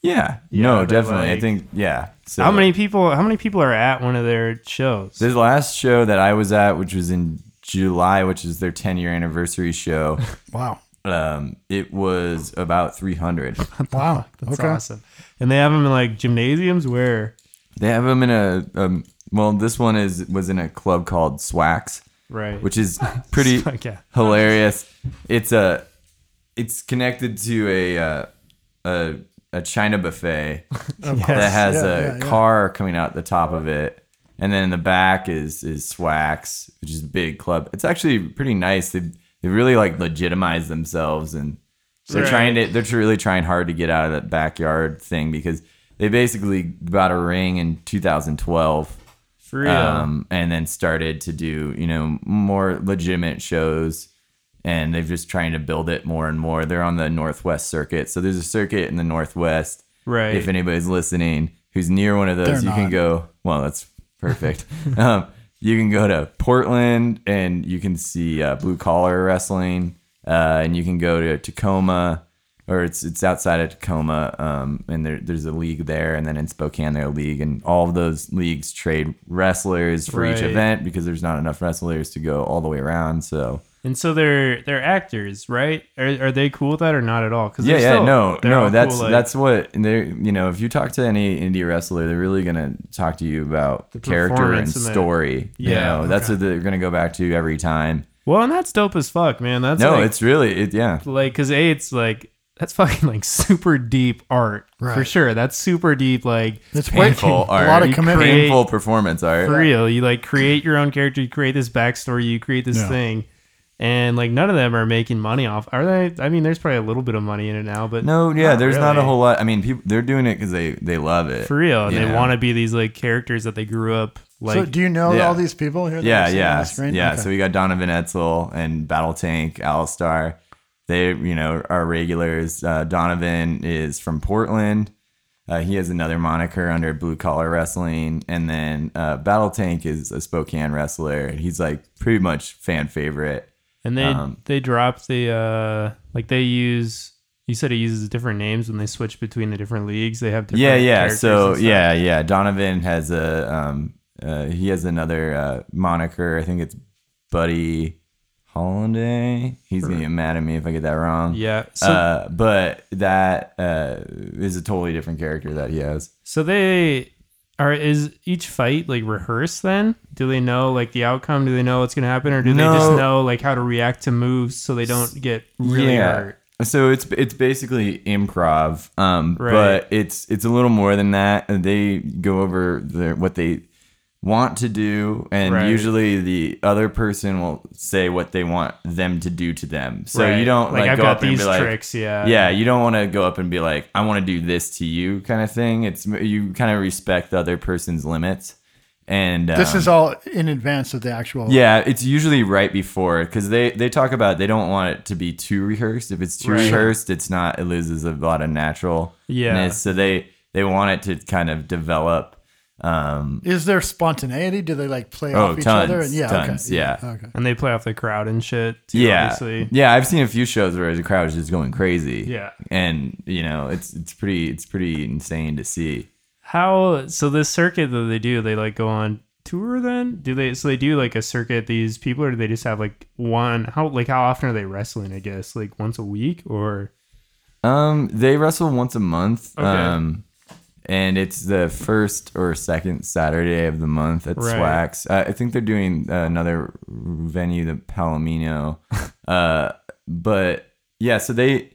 [SPEAKER 3] Yeah.
[SPEAKER 2] they're
[SPEAKER 3] no, definitely.
[SPEAKER 2] like-
[SPEAKER 3] I think yeah. So
[SPEAKER 2] How many people? How many people are at one of their shows?
[SPEAKER 3] The last show that I was at, which was in July, which is their 10 year anniversary show,
[SPEAKER 1] Wow.
[SPEAKER 3] um, it was about 300.
[SPEAKER 1] Wow.
[SPEAKER 2] That's
[SPEAKER 1] okay.
[SPEAKER 2] awesome. And they have them in like gymnasiums where,
[SPEAKER 3] They have them in a, um, well, this one is was in a club called Swax,
[SPEAKER 2] right?
[SPEAKER 3] which is pretty
[SPEAKER 2] Okay.
[SPEAKER 3] hilarious. It's a, it's connected to a, uh, a, a China buffet that has
[SPEAKER 1] Yeah,
[SPEAKER 3] a
[SPEAKER 1] yeah, yeah.
[SPEAKER 3] car coming out the top of it. And then in the back is is Swax, which is a big club. It's actually pretty nice. They they really like legitimize themselves and they're
[SPEAKER 2] Right.
[SPEAKER 3] trying to they're really trying hard to get out of that backyard thing because they basically got a ring in 2012
[SPEAKER 2] For real.
[SPEAKER 3] um, and then started to do you know more legitimate shows and they've just trying to build it more and more they're on the northwest circuit so there's a circuit in the northwest
[SPEAKER 2] Right.
[SPEAKER 3] if anybody's listening who's near one of those
[SPEAKER 1] They're
[SPEAKER 3] you can
[SPEAKER 1] not.
[SPEAKER 3] go well that's perfect um, you can go to portland and you can see uh, blue collar wrestling uh, and you can go to tacoma or it's it's outside of Tacoma, um, and there, there's a league there, and then in Spokane there's a league, and all of those leagues trade wrestlers for each
[SPEAKER 2] Right.
[SPEAKER 3] event because there's not enough wrestlers to go all the way around. So
[SPEAKER 2] and so they're they're actors, right? Are, are they cool with that or not at all? Because
[SPEAKER 3] yeah, yeah, no, no, that's that's what they you know if you talk to any indie wrestler, they're really gonna talk to you about character and
[SPEAKER 2] performance and the-
[SPEAKER 3] story. you
[SPEAKER 2] Yeah,
[SPEAKER 3] know, that's what they're gonna go back to every time.
[SPEAKER 2] well, and that's dope as fuck, man. That's
[SPEAKER 3] no,
[SPEAKER 2] like,
[SPEAKER 3] it's really it, yeah.
[SPEAKER 2] like because a it's like that's fucking like super deep art for
[SPEAKER 1] Right.
[SPEAKER 2] sure. That's super deep, like
[SPEAKER 1] It's
[SPEAKER 3] Painful
[SPEAKER 1] painful. A lot
[SPEAKER 3] art.
[SPEAKER 1] of commitment.
[SPEAKER 2] create-
[SPEAKER 3] Painful performance art.
[SPEAKER 2] for real. You like create your own character, you create this backstory, you create this
[SPEAKER 1] Yeah.
[SPEAKER 2] thing, and like none of them are making money off. Are they? I mean, there's probably a little bit of money in it now, but
[SPEAKER 3] No, yeah, there's not a
[SPEAKER 2] really.
[SPEAKER 3] whole lot. I mean, people they're doing it because they they love it
[SPEAKER 2] for real. And
[SPEAKER 3] you
[SPEAKER 2] they
[SPEAKER 3] know?
[SPEAKER 2] want to be these like characters that they grew up like.
[SPEAKER 1] so do you know
[SPEAKER 3] Yeah.
[SPEAKER 1] all these people here? that
[SPEAKER 3] Yeah,
[SPEAKER 1] you see On
[SPEAKER 3] yeah,
[SPEAKER 1] the screen?
[SPEAKER 3] yeah.
[SPEAKER 1] Okay.
[SPEAKER 3] So we got Donovan Etzel and Battle Tank Alistar. They, you know, are regulars. Uh, Donovan is from Portland. Uh, he has another moniker under Blue Collar Wrestling, and then uh, Battle Tank is a Spokane wrestler. and He's like pretty much fan favorite.
[SPEAKER 2] and they
[SPEAKER 3] um,
[SPEAKER 2] they drop the uh like they use. You said it uses different names when they switch between the different leagues. They have different
[SPEAKER 3] yeah yeah
[SPEAKER 2] characters
[SPEAKER 3] so
[SPEAKER 2] and stuff.
[SPEAKER 3] yeah yeah donovan has a um uh, he has another uh, moniker i think it's buddy hollanday he's gonna get mad at me if i get that wrong
[SPEAKER 2] yeah. So
[SPEAKER 3] uh, but that uh, is a totally different character that he has
[SPEAKER 2] So they are is each fight like rehearsed then? Do they know like the outcome? Do they know what's gonna happen or do they just
[SPEAKER 3] No.
[SPEAKER 2] know like how to react to moves so they don't get really hurt?
[SPEAKER 3] So it's it's basically improv, um,
[SPEAKER 2] Right.
[SPEAKER 3] but it's it's a little more than that. And They go over their, what they want to do, and
[SPEAKER 2] Right.
[SPEAKER 3] usually the other person will say what they want them to do to them. So
[SPEAKER 2] Right.
[SPEAKER 3] you don't
[SPEAKER 2] Like,
[SPEAKER 3] like,
[SPEAKER 2] I've
[SPEAKER 3] go
[SPEAKER 2] got
[SPEAKER 3] up and
[SPEAKER 2] these
[SPEAKER 3] be like,
[SPEAKER 2] tricks, uh, yeah.
[SPEAKER 3] yeah. You don't want to go up and be like, I want to do this to you, kind of thing. It's you kind of respect the other person's limits, and
[SPEAKER 1] this
[SPEAKER 3] um,
[SPEAKER 1] is all in advance of the actual.
[SPEAKER 3] yeah, it's usually right before because they they talk about they don't want it to be too rehearsed. If it's too
[SPEAKER 2] Right.
[SPEAKER 3] rehearsed, it's not it loses a lot of natural.
[SPEAKER 2] Yeah.
[SPEAKER 3] So they they want it to kind of develop. Um,
[SPEAKER 1] Is there spontaneity? Do they like play
[SPEAKER 3] Oh,
[SPEAKER 1] off each
[SPEAKER 3] tons,
[SPEAKER 1] other? And yeah,
[SPEAKER 3] tons,
[SPEAKER 1] okay.
[SPEAKER 3] yeah.
[SPEAKER 1] Okay.
[SPEAKER 2] And they play off the crowd and shit too,
[SPEAKER 3] yeah,
[SPEAKER 2] obviously.
[SPEAKER 3] yeah. I've seen a few shows where the crowd is just going crazy.
[SPEAKER 2] Yeah.
[SPEAKER 3] and you know it's it's pretty it's pretty insane to see.
[SPEAKER 2] How so this circuit that they do, they like go on tour then? Do they so they do like a circuit these people or do they just have like one how like how often are they wrestling, I guess? Like once a week or
[SPEAKER 3] Um, they wrestle once a month.
[SPEAKER 2] Okay.
[SPEAKER 3] Um, and it's the first or second Saturday of the month at
[SPEAKER 2] Right.
[SPEAKER 3] Swax. Uh, I think they're doing uh, another venue, the Palomino. uh, but yeah, so they,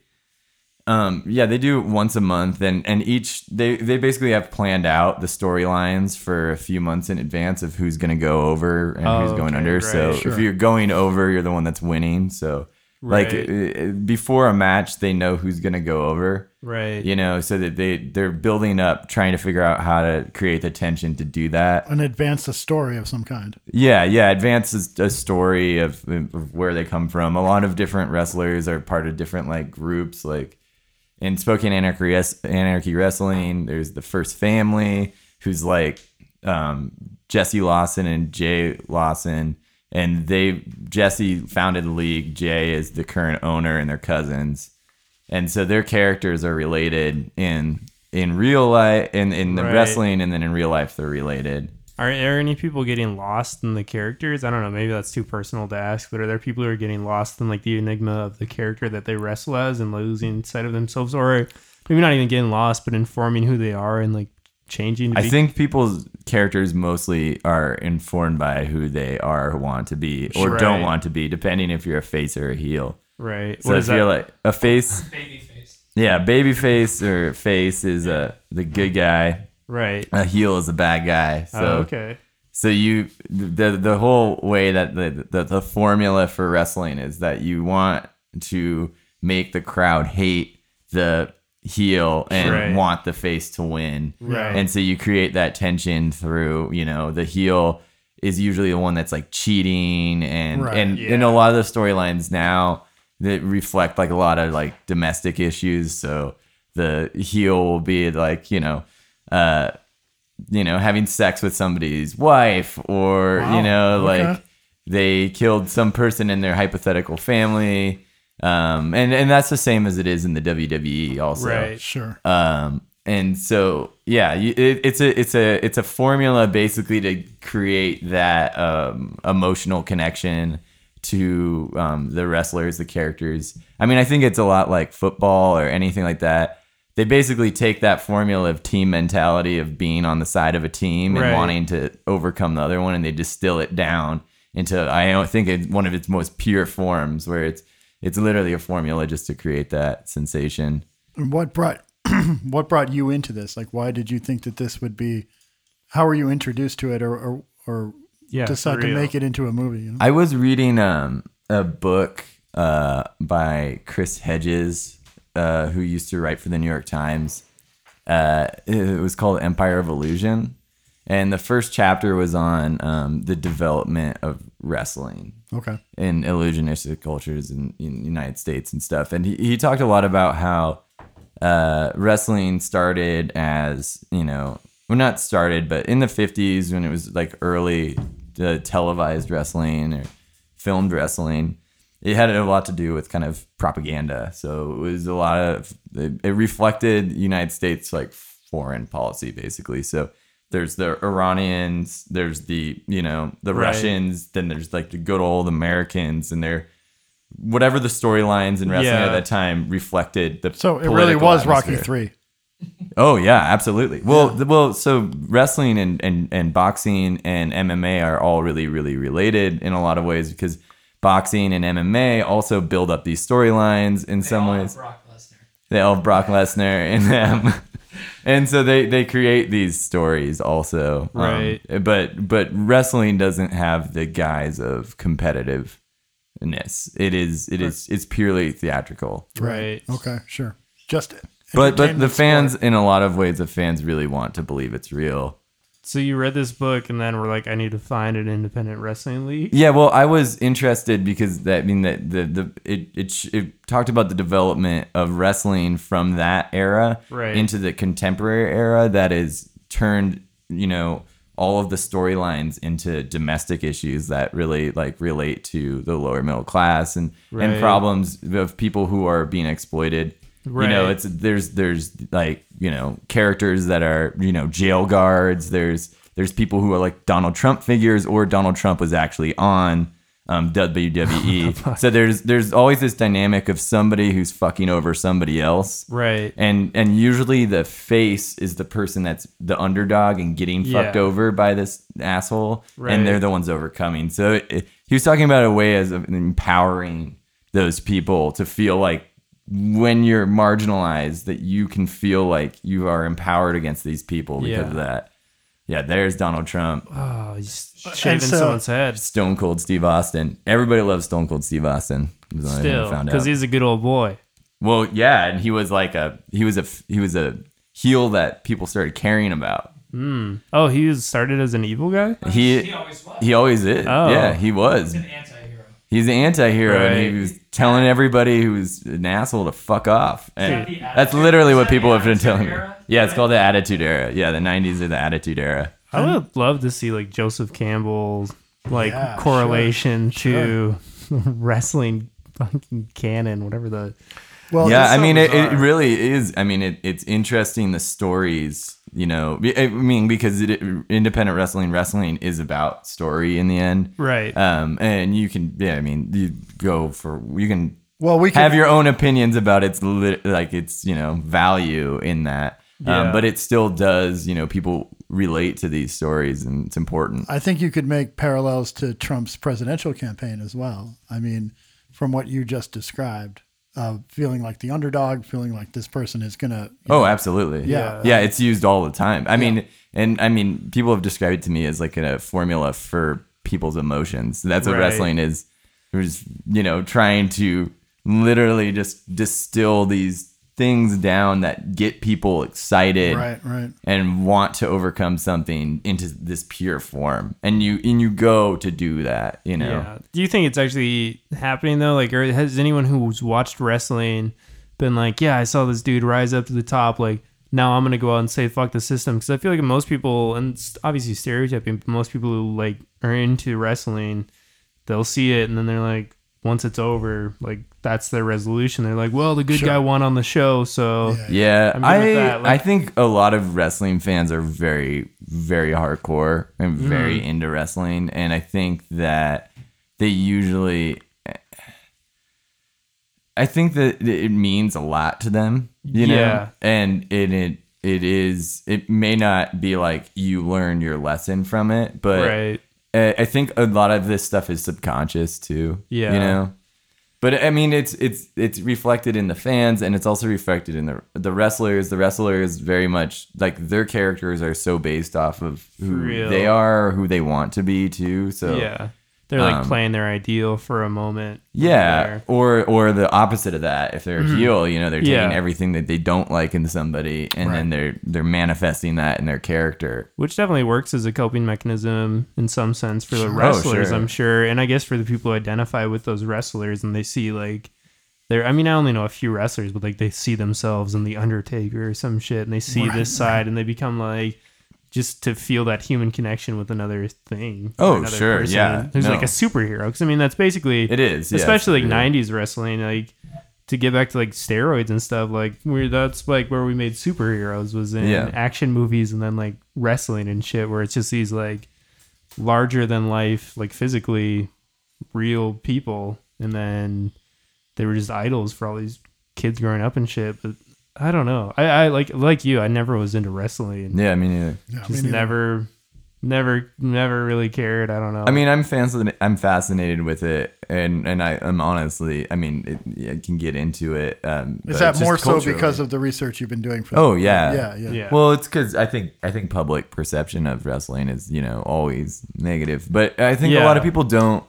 [SPEAKER 3] um, yeah, they do it once a month, and and each they they basically have planned out the storylines for a few months in advance of who's gonna go over and who's
[SPEAKER 2] Oh,
[SPEAKER 3] going
[SPEAKER 2] okay,
[SPEAKER 3] under.
[SPEAKER 2] right,
[SPEAKER 3] so if you're going over, you're the one that's winning. So like
[SPEAKER 2] Right.
[SPEAKER 3] uh, before a match, they know who's gonna go over
[SPEAKER 2] Right.
[SPEAKER 3] you know so that they they're building up trying to figure out how to create the tension to do that
[SPEAKER 1] and advance a story of some kind.
[SPEAKER 3] yeah yeah advance is a story of, of where they come from a lot of different wrestlers are part of different like groups like in Spokane Anarchy, Res- Anarchy Wrestling, there's the First Family, who's like um, Jesse Lawson and Jay Lawson, and they Jesse founded the league. Jay is the current owner, and they're cousins, and so their characters are related in in real life, in in the
[SPEAKER 2] Right.
[SPEAKER 3] wrestling, and then in real life they're related.
[SPEAKER 2] Are, are any people getting lost in the characters? I don't know. Maybe that's too personal to ask, but are there people who are getting lost in like the enigma of the character that they wrestle as and losing sight of themselves, or maybe not even getting lost, but informing who they are and like changing? To
[SPEAKER 3] I
[SPEAKER 2] be-
[SPEAKER 3] think people's characters mostly are informed by who they are, want to be, or don't
[SPEAKER 2] Right.
[SPEAKER 3] want to be, depending if you're a face or a heel.
[SPEAKER 2] right.
[SPEAKER 3] So
[SPEAKER 2] what
[SPEAKER 3] if
[SPEAKER 2] is that?
[SPEAKER 3] you're like a face,
[SPEAKER 8] Baby face.
[SPEAKER 3] yeah, baby face or face is a the good guy,
[SPEAKER 2] right.
[SPEAKER 3] a heel is a bad guy. So
[SPEAKER 2] Oh, okay.
[SPEAKER 3] so you the the whole way that the, the the formula for wrestling is that you want to make the crowd hate the heel and
[SPEAKER 2] Right.
[SPEAKER 3] want the face to win.
[SPEAKER 2] Right.
[SPEAKER 3] And so you create that tension through, you know, the heel is usually the one that's like cheating and
[SPEAKER 1] Right.
[SPEAKER 3] and and a lot of the storylines now that reflect like a lot of like domestic issues. So the heel will be like, you know, uh you know, having sex with somebody's wife or,
[SPEAKER 1] Wow.
[SPEAKER 3] you know,
[SPEAKER 1] Okay.
[SPEAKER 3] like they killed some person in their hypothetical family. Um, and, and that's the same as it is in the WWE also.
[SPEAKER 2] Right.
[SPEAKER 1] Sure.
[SPEAKER 3] Um, and so, yeah, you, it, it's a, it's a, it's a formula basically to create that, um, emotional connection to, um, the wrestlers, the characters. I mean, I think it's a lot like football or anything like that. They basically take that formula of team mentality of being on the side of a team and
[SPEAKER 2] Right.
[SPEAKER 3] wanting to overcome the other one, and they distill it down into I think it's one of its most pure forms, where it's it's literally a formula just to create that sensation.
[SPEAKER 1] And what brought what brought you into this? Like, why did you think that this would be? How were you introduced to it, or or, or
[SPEAKER 2] Yeah.
[SPEAKER 1] decide
[SPEAKER 2] for
[SPEAKER 1] to
[SPEAKER 2] real.
[SPEAKER 1] make it into a movie? You know?
[SPEAKER 3] I was reading um, a book uh, by Chris Hedges, uh, who used to write for the New York Times. Uh, it was called Empire of Illusion. And the first chapter was on um, the development of wrestling
[SPEAKER 1] Okay.
[SPEAKER 3] in illusionistic cultures in, in the United States and stuff. And he, he talked a lot about how uh, wrestling started as, you know, well, not started, but in the 50s when it was like early uh, televised wrestling or filmed wrestling, it had a lot to do with kind of propaganda. So it was a lot of, it, it reflected United States like foreign policy basically. So there's the Iranians, there's the, you know, the
[SPEAKER 2] Right.
[SPEAKER 3] Russians, then there's like the good old Americans and they're, Whatever the storylines in wrestling
[SPEAKER 2] Yeah.
[SPEAKER 3] at that time reflected the
[SPEAKER 1] So it really
[SPEAKER 3] political
[SPEAKER 1] was Rocky
[SPEAKER 3] atmosphere.
[SPEAKER 1] Three.
[SPEAKER 3] Oh yeah, absolutely. Well, th- well, so wrestling and, and and boxing and MMA are all really really related in a lot of ways because boxing and MMA also build up these storylines in
[SPEAKER 8] They
[SPEAKER 3] some
[SPEAKER 8] all have
[SPEAKER 3] ways.
[SPEAKER 8] Brock Lesnar.
[SPEAKER 3] They all have Brock Lesnar in them. And so they, they create these stories also, Um,
[SPEAKER 2] Right.
[SPEAKER 3] but but wrestling doesn't have the guise of competitiveness. It is it is it's purely theatrical
[SPEAKER 2] Right.
[SPEAKER 1] Okay. Sure. Just
[SPEAKER 3] but but the
[SPEAKER 1] entertainment
[SPEAKER 3] fans
[SPEAKER 1] sport.
[SPEAKER 3] in a lot of ways the fans really want to believe it's real
[SPEAKER 2] So you read this book and then we're like, I need to find an independent wrestling league.
[SPEAKER 3] yeah well i was interested because that i mean that the, the it, it sh- it talked about the development of wrestling from that era
[SPEAKER 2] Right.
[SPEAKER 3] into the contemporary era that is turned you know all of the storylines into domestic issues that really like relate to the lower middle class and and
[SPEAKER 2] Right.
[SPEAKER 3] problems of people who are being exploited you know
[SPEAKER 2] Right.
[SPEAKER 3] it's there's there's like you know characters that are you know jail guards there's there's people who are like donald trump figures or donald trump was actually on um, WWE. so there's there's always this dynamic of somebody who's fucking over somebody else,
[SPEAKER 2] Right.
[SPEAKER 3] and and usually the face is the person that's the underdog and getting
[SPEAKER 2] Yeah.
[SPEAKER 3] fucked over by this asshole
[SPEAKER 2] Right.
[SPEAKER 3] and they're the ones overcoming so it, he was talking about a way as of empowering those people to feel like when you're marginalized that you can feel like you are empowered against these people because
[SPEAKER 2] Yeah.
[SPEAKER 3] of that yeah there's donald trump
[SPEAKER 2] Oh, he's shaving
[SPEAKER 1] so-
[SPEAKER 2] someone's head.
[SPEAKER 3] stone cold steve austin everybody loves stone cold steve austin He was the only one who
[SPEAKER 2] Still,
[SPEAKER 3] found
[SPEAKER 2] because
[SPEAKER 3] out.
[SPEAKER 2] he's a good old boy.
[SPEAKER 3] Well, yeah, and he was like a he was a he was a heel that people started caring about.
[SPEAKER 2] Oh, he was started as an evil guy.
[SPEAKER 3] He
[SPEAKER 8] He always was.
[SPEAKER 3] he always is.
[SPEAKER 2] Oh.
[SPEAKER 3] Yeah, he was.
[SPEAKER 8] an anti-hero.
[SPEAKER 3] He's an anti-hero and
[SPEAKER 2] Right.
[SPEAKER 3] he was telling everybody who was an asshole to fuck off. And
[SPEAKER 8] Dude.
[SPEAKER 3] that's literally what
[SPEAKER 8] Is that
[SPEAKER 3] people
[SPEAKER 8] the
[SPEAKER 3] have been
[SPEAKER 8] Attitude
[SPEAKER 3] telling me.
[SPEAKER 8] Era?
[SPEAKER 3] Yeah, it's called the attitude era. Yeah, the 90s are the attitude era.
[SPEAKER 2] I would love to see like Joseph Campbell's like
[SPEAKER 1] Yeah,
[SPEAKER 2] correlation to wrestling fucking canon, whatever the
[SPEAKER 1] Well,
[SPEAKER 3] yeah,
[SPEAKER 1] it's
[SPEAKER 3] I
[SPEAKER 1] so
[SPEAKER 3] mean, it, it
[SPEAKER 1] bizarre.
[SPEAKER 3] really is. I mean, it, it's interesting the stories, you know. be- I mean, because it, independent wrestling, wrestling is about story in the end,
[SPEAKER 2] Right.
[SPEAKER 3] Um, and you can, yeah, I mean, you go for you can
[SPEAKER 1] well, we can,
[SPEAKER 3] have your own opinions about its lit, like its you know value in that,
[SPEAKER 2] Yeah.
[SPEAKER 3] um, but it still does, you know, people relate to these stories and it's important.
[SPEAKER 1] I think you could make parallels to Trump's presidential campaign as well. I mean, from what you just described, uh, feeling like the underdog, feeling like this person is going to.
[SPEAKER 3] Oh, absolutely.
[SPEAKER 1] Yeah.
[SPEAKER 3] Yeah, it's used all the time. I mean, and I mean, people have described it to me as like a formula for people's emotions. That's what
[SPEAKER 2] Right.
[SPEAKER 3] wrestling is. There's, you know, trying to literally just distill these things down that get people excited
[SPEAKER 1] Right, right.
[SPEAKER 3] and want to overcome something into this pure form. And you and you go to do that, you know.
[SPEAKER 2] Yeah. Do you think it's actually happening though? Like, or has anyone who's watched wrestling been like, yeah, I saw this dude rise up to the top. Like, now I'm gonna go out and say fuck the system because I feel like most people, and it's obviously stereotyping, but most people who like are into wrestling, they'll see it and then they're like, once it's over, like that's their resolution. They're like, well, the good guy won on the show,
[SPEAKER 3] Oh,
[SPEAKER 2] so
[SPEAKER 3] Yeah,
[SPEAKER 2] I'm good
[SPEAKER 3] I
[SPEAKER 2] with that, like-
[SPEAKER 3] I think a lot of wrestling fans are very very hardcore and
[SPEAKER 2] Mm-hmm.
[SPEAKER 3] very into wrestling, and I think that they usually. I think that it means a lot to them, you know,
[SPEAKER 2] Yeah.
[SPEAKER 3] and it it it is. It may not be like you learn your lesson from it, but
[SPEAKER 2] right.
[SPEAKER 3] I I think a lot of this stuff is subconscious too.
[SPEAKER 2] Yeah.
[SPEAKER 3] You know. But I mean, it's it's it's reflected in the fans, and it's also reflected in the the wrestlers. The wrestlers very much like their characters are so based off of who
[SPEAKER 2] Real.
[SPEAKER 3] they are, who they want to be too. So
[SPEAKER 2] Yeah. They're like
[SPEAKER 3] um,
[SPEAKER 2] playing their ideal for a moment.
[SPEAKER 3] yeah,
[SPEAKER 2] There.
[SPEAKER 3] or or the opposite of that. If they're a heel, you know, they're taking
[SPEAKER 2] Mm-hmm. Yeah.
[SPEAKER 3] everything that they don't like in somebody, and then they're they're manifesting that in their character.
[SPEAKER 2] which definitely works as a coping mechanism in some sense for the wrestlers,
[SPEAKER 3] sure.
[SPEAKER 2] I'm sure, and I guess for the people who identify with those wrestlers and they see like they're I mean, I only know a few wrestlers, but like they see themselves in the Undertaker or some shit, and they see this side, and they become like just to feel that human connection with another thing. or
[SPEAKER 3] Oh,
[SPEAKER 2] another
[SPEAKER 3] sure, yeah,
[SPEAKER 2] who's
[SPEAKER 3] no.
[SPEAKER 2] like a superhero? Because I mean, that's basically
[SPEAKER 3] It is, yeah, it's
[SPEAKER 2] especially
[SPEAKER 3] superhero.
[SPEAKER 2] like '90s wrestling, like. To get back to like steroids and stuff, like we that's like where we made superheroes was in
[SPEAKER 3] Yeah.
[SPEAKER 2] action movies and then like wrestling and shit where it's just these like larger than life like physically real people and then they were just idols for all these kids growing up and shit but i don't know i, I like like you i never was into wrestling
[SPEAKER 3] Yeah, I mean, yeah.
[SPEAKER 1] Yeah,
[SPEAKER 2] just
[SPEAKER 1] me neither.
[SPEAKER 2] never never never really cared i don't know
[SPEAKER 1] Um,
[SPEAKER 3] I mean, I'm fascinated. I'm fascinated with it, and and I, I'm honestly, I mean, it, I can get into it. Um,
[SPEAKER 1] Is that more so because of the research you've been doing for
[SPEAKER 3] Oh
[SPEAKER 1] the-
[SPEAKER 3] yeah,
[SPEAKER 1] Yeah, yeah.
[SPEAKER 2] yeah
[SPEAKER 3] Well, it's because I think I think public perception of wrestling is you know always negative, but I think a lot of
[SPEAKER 2] Yeah.
[SPEAKER 3] people don't.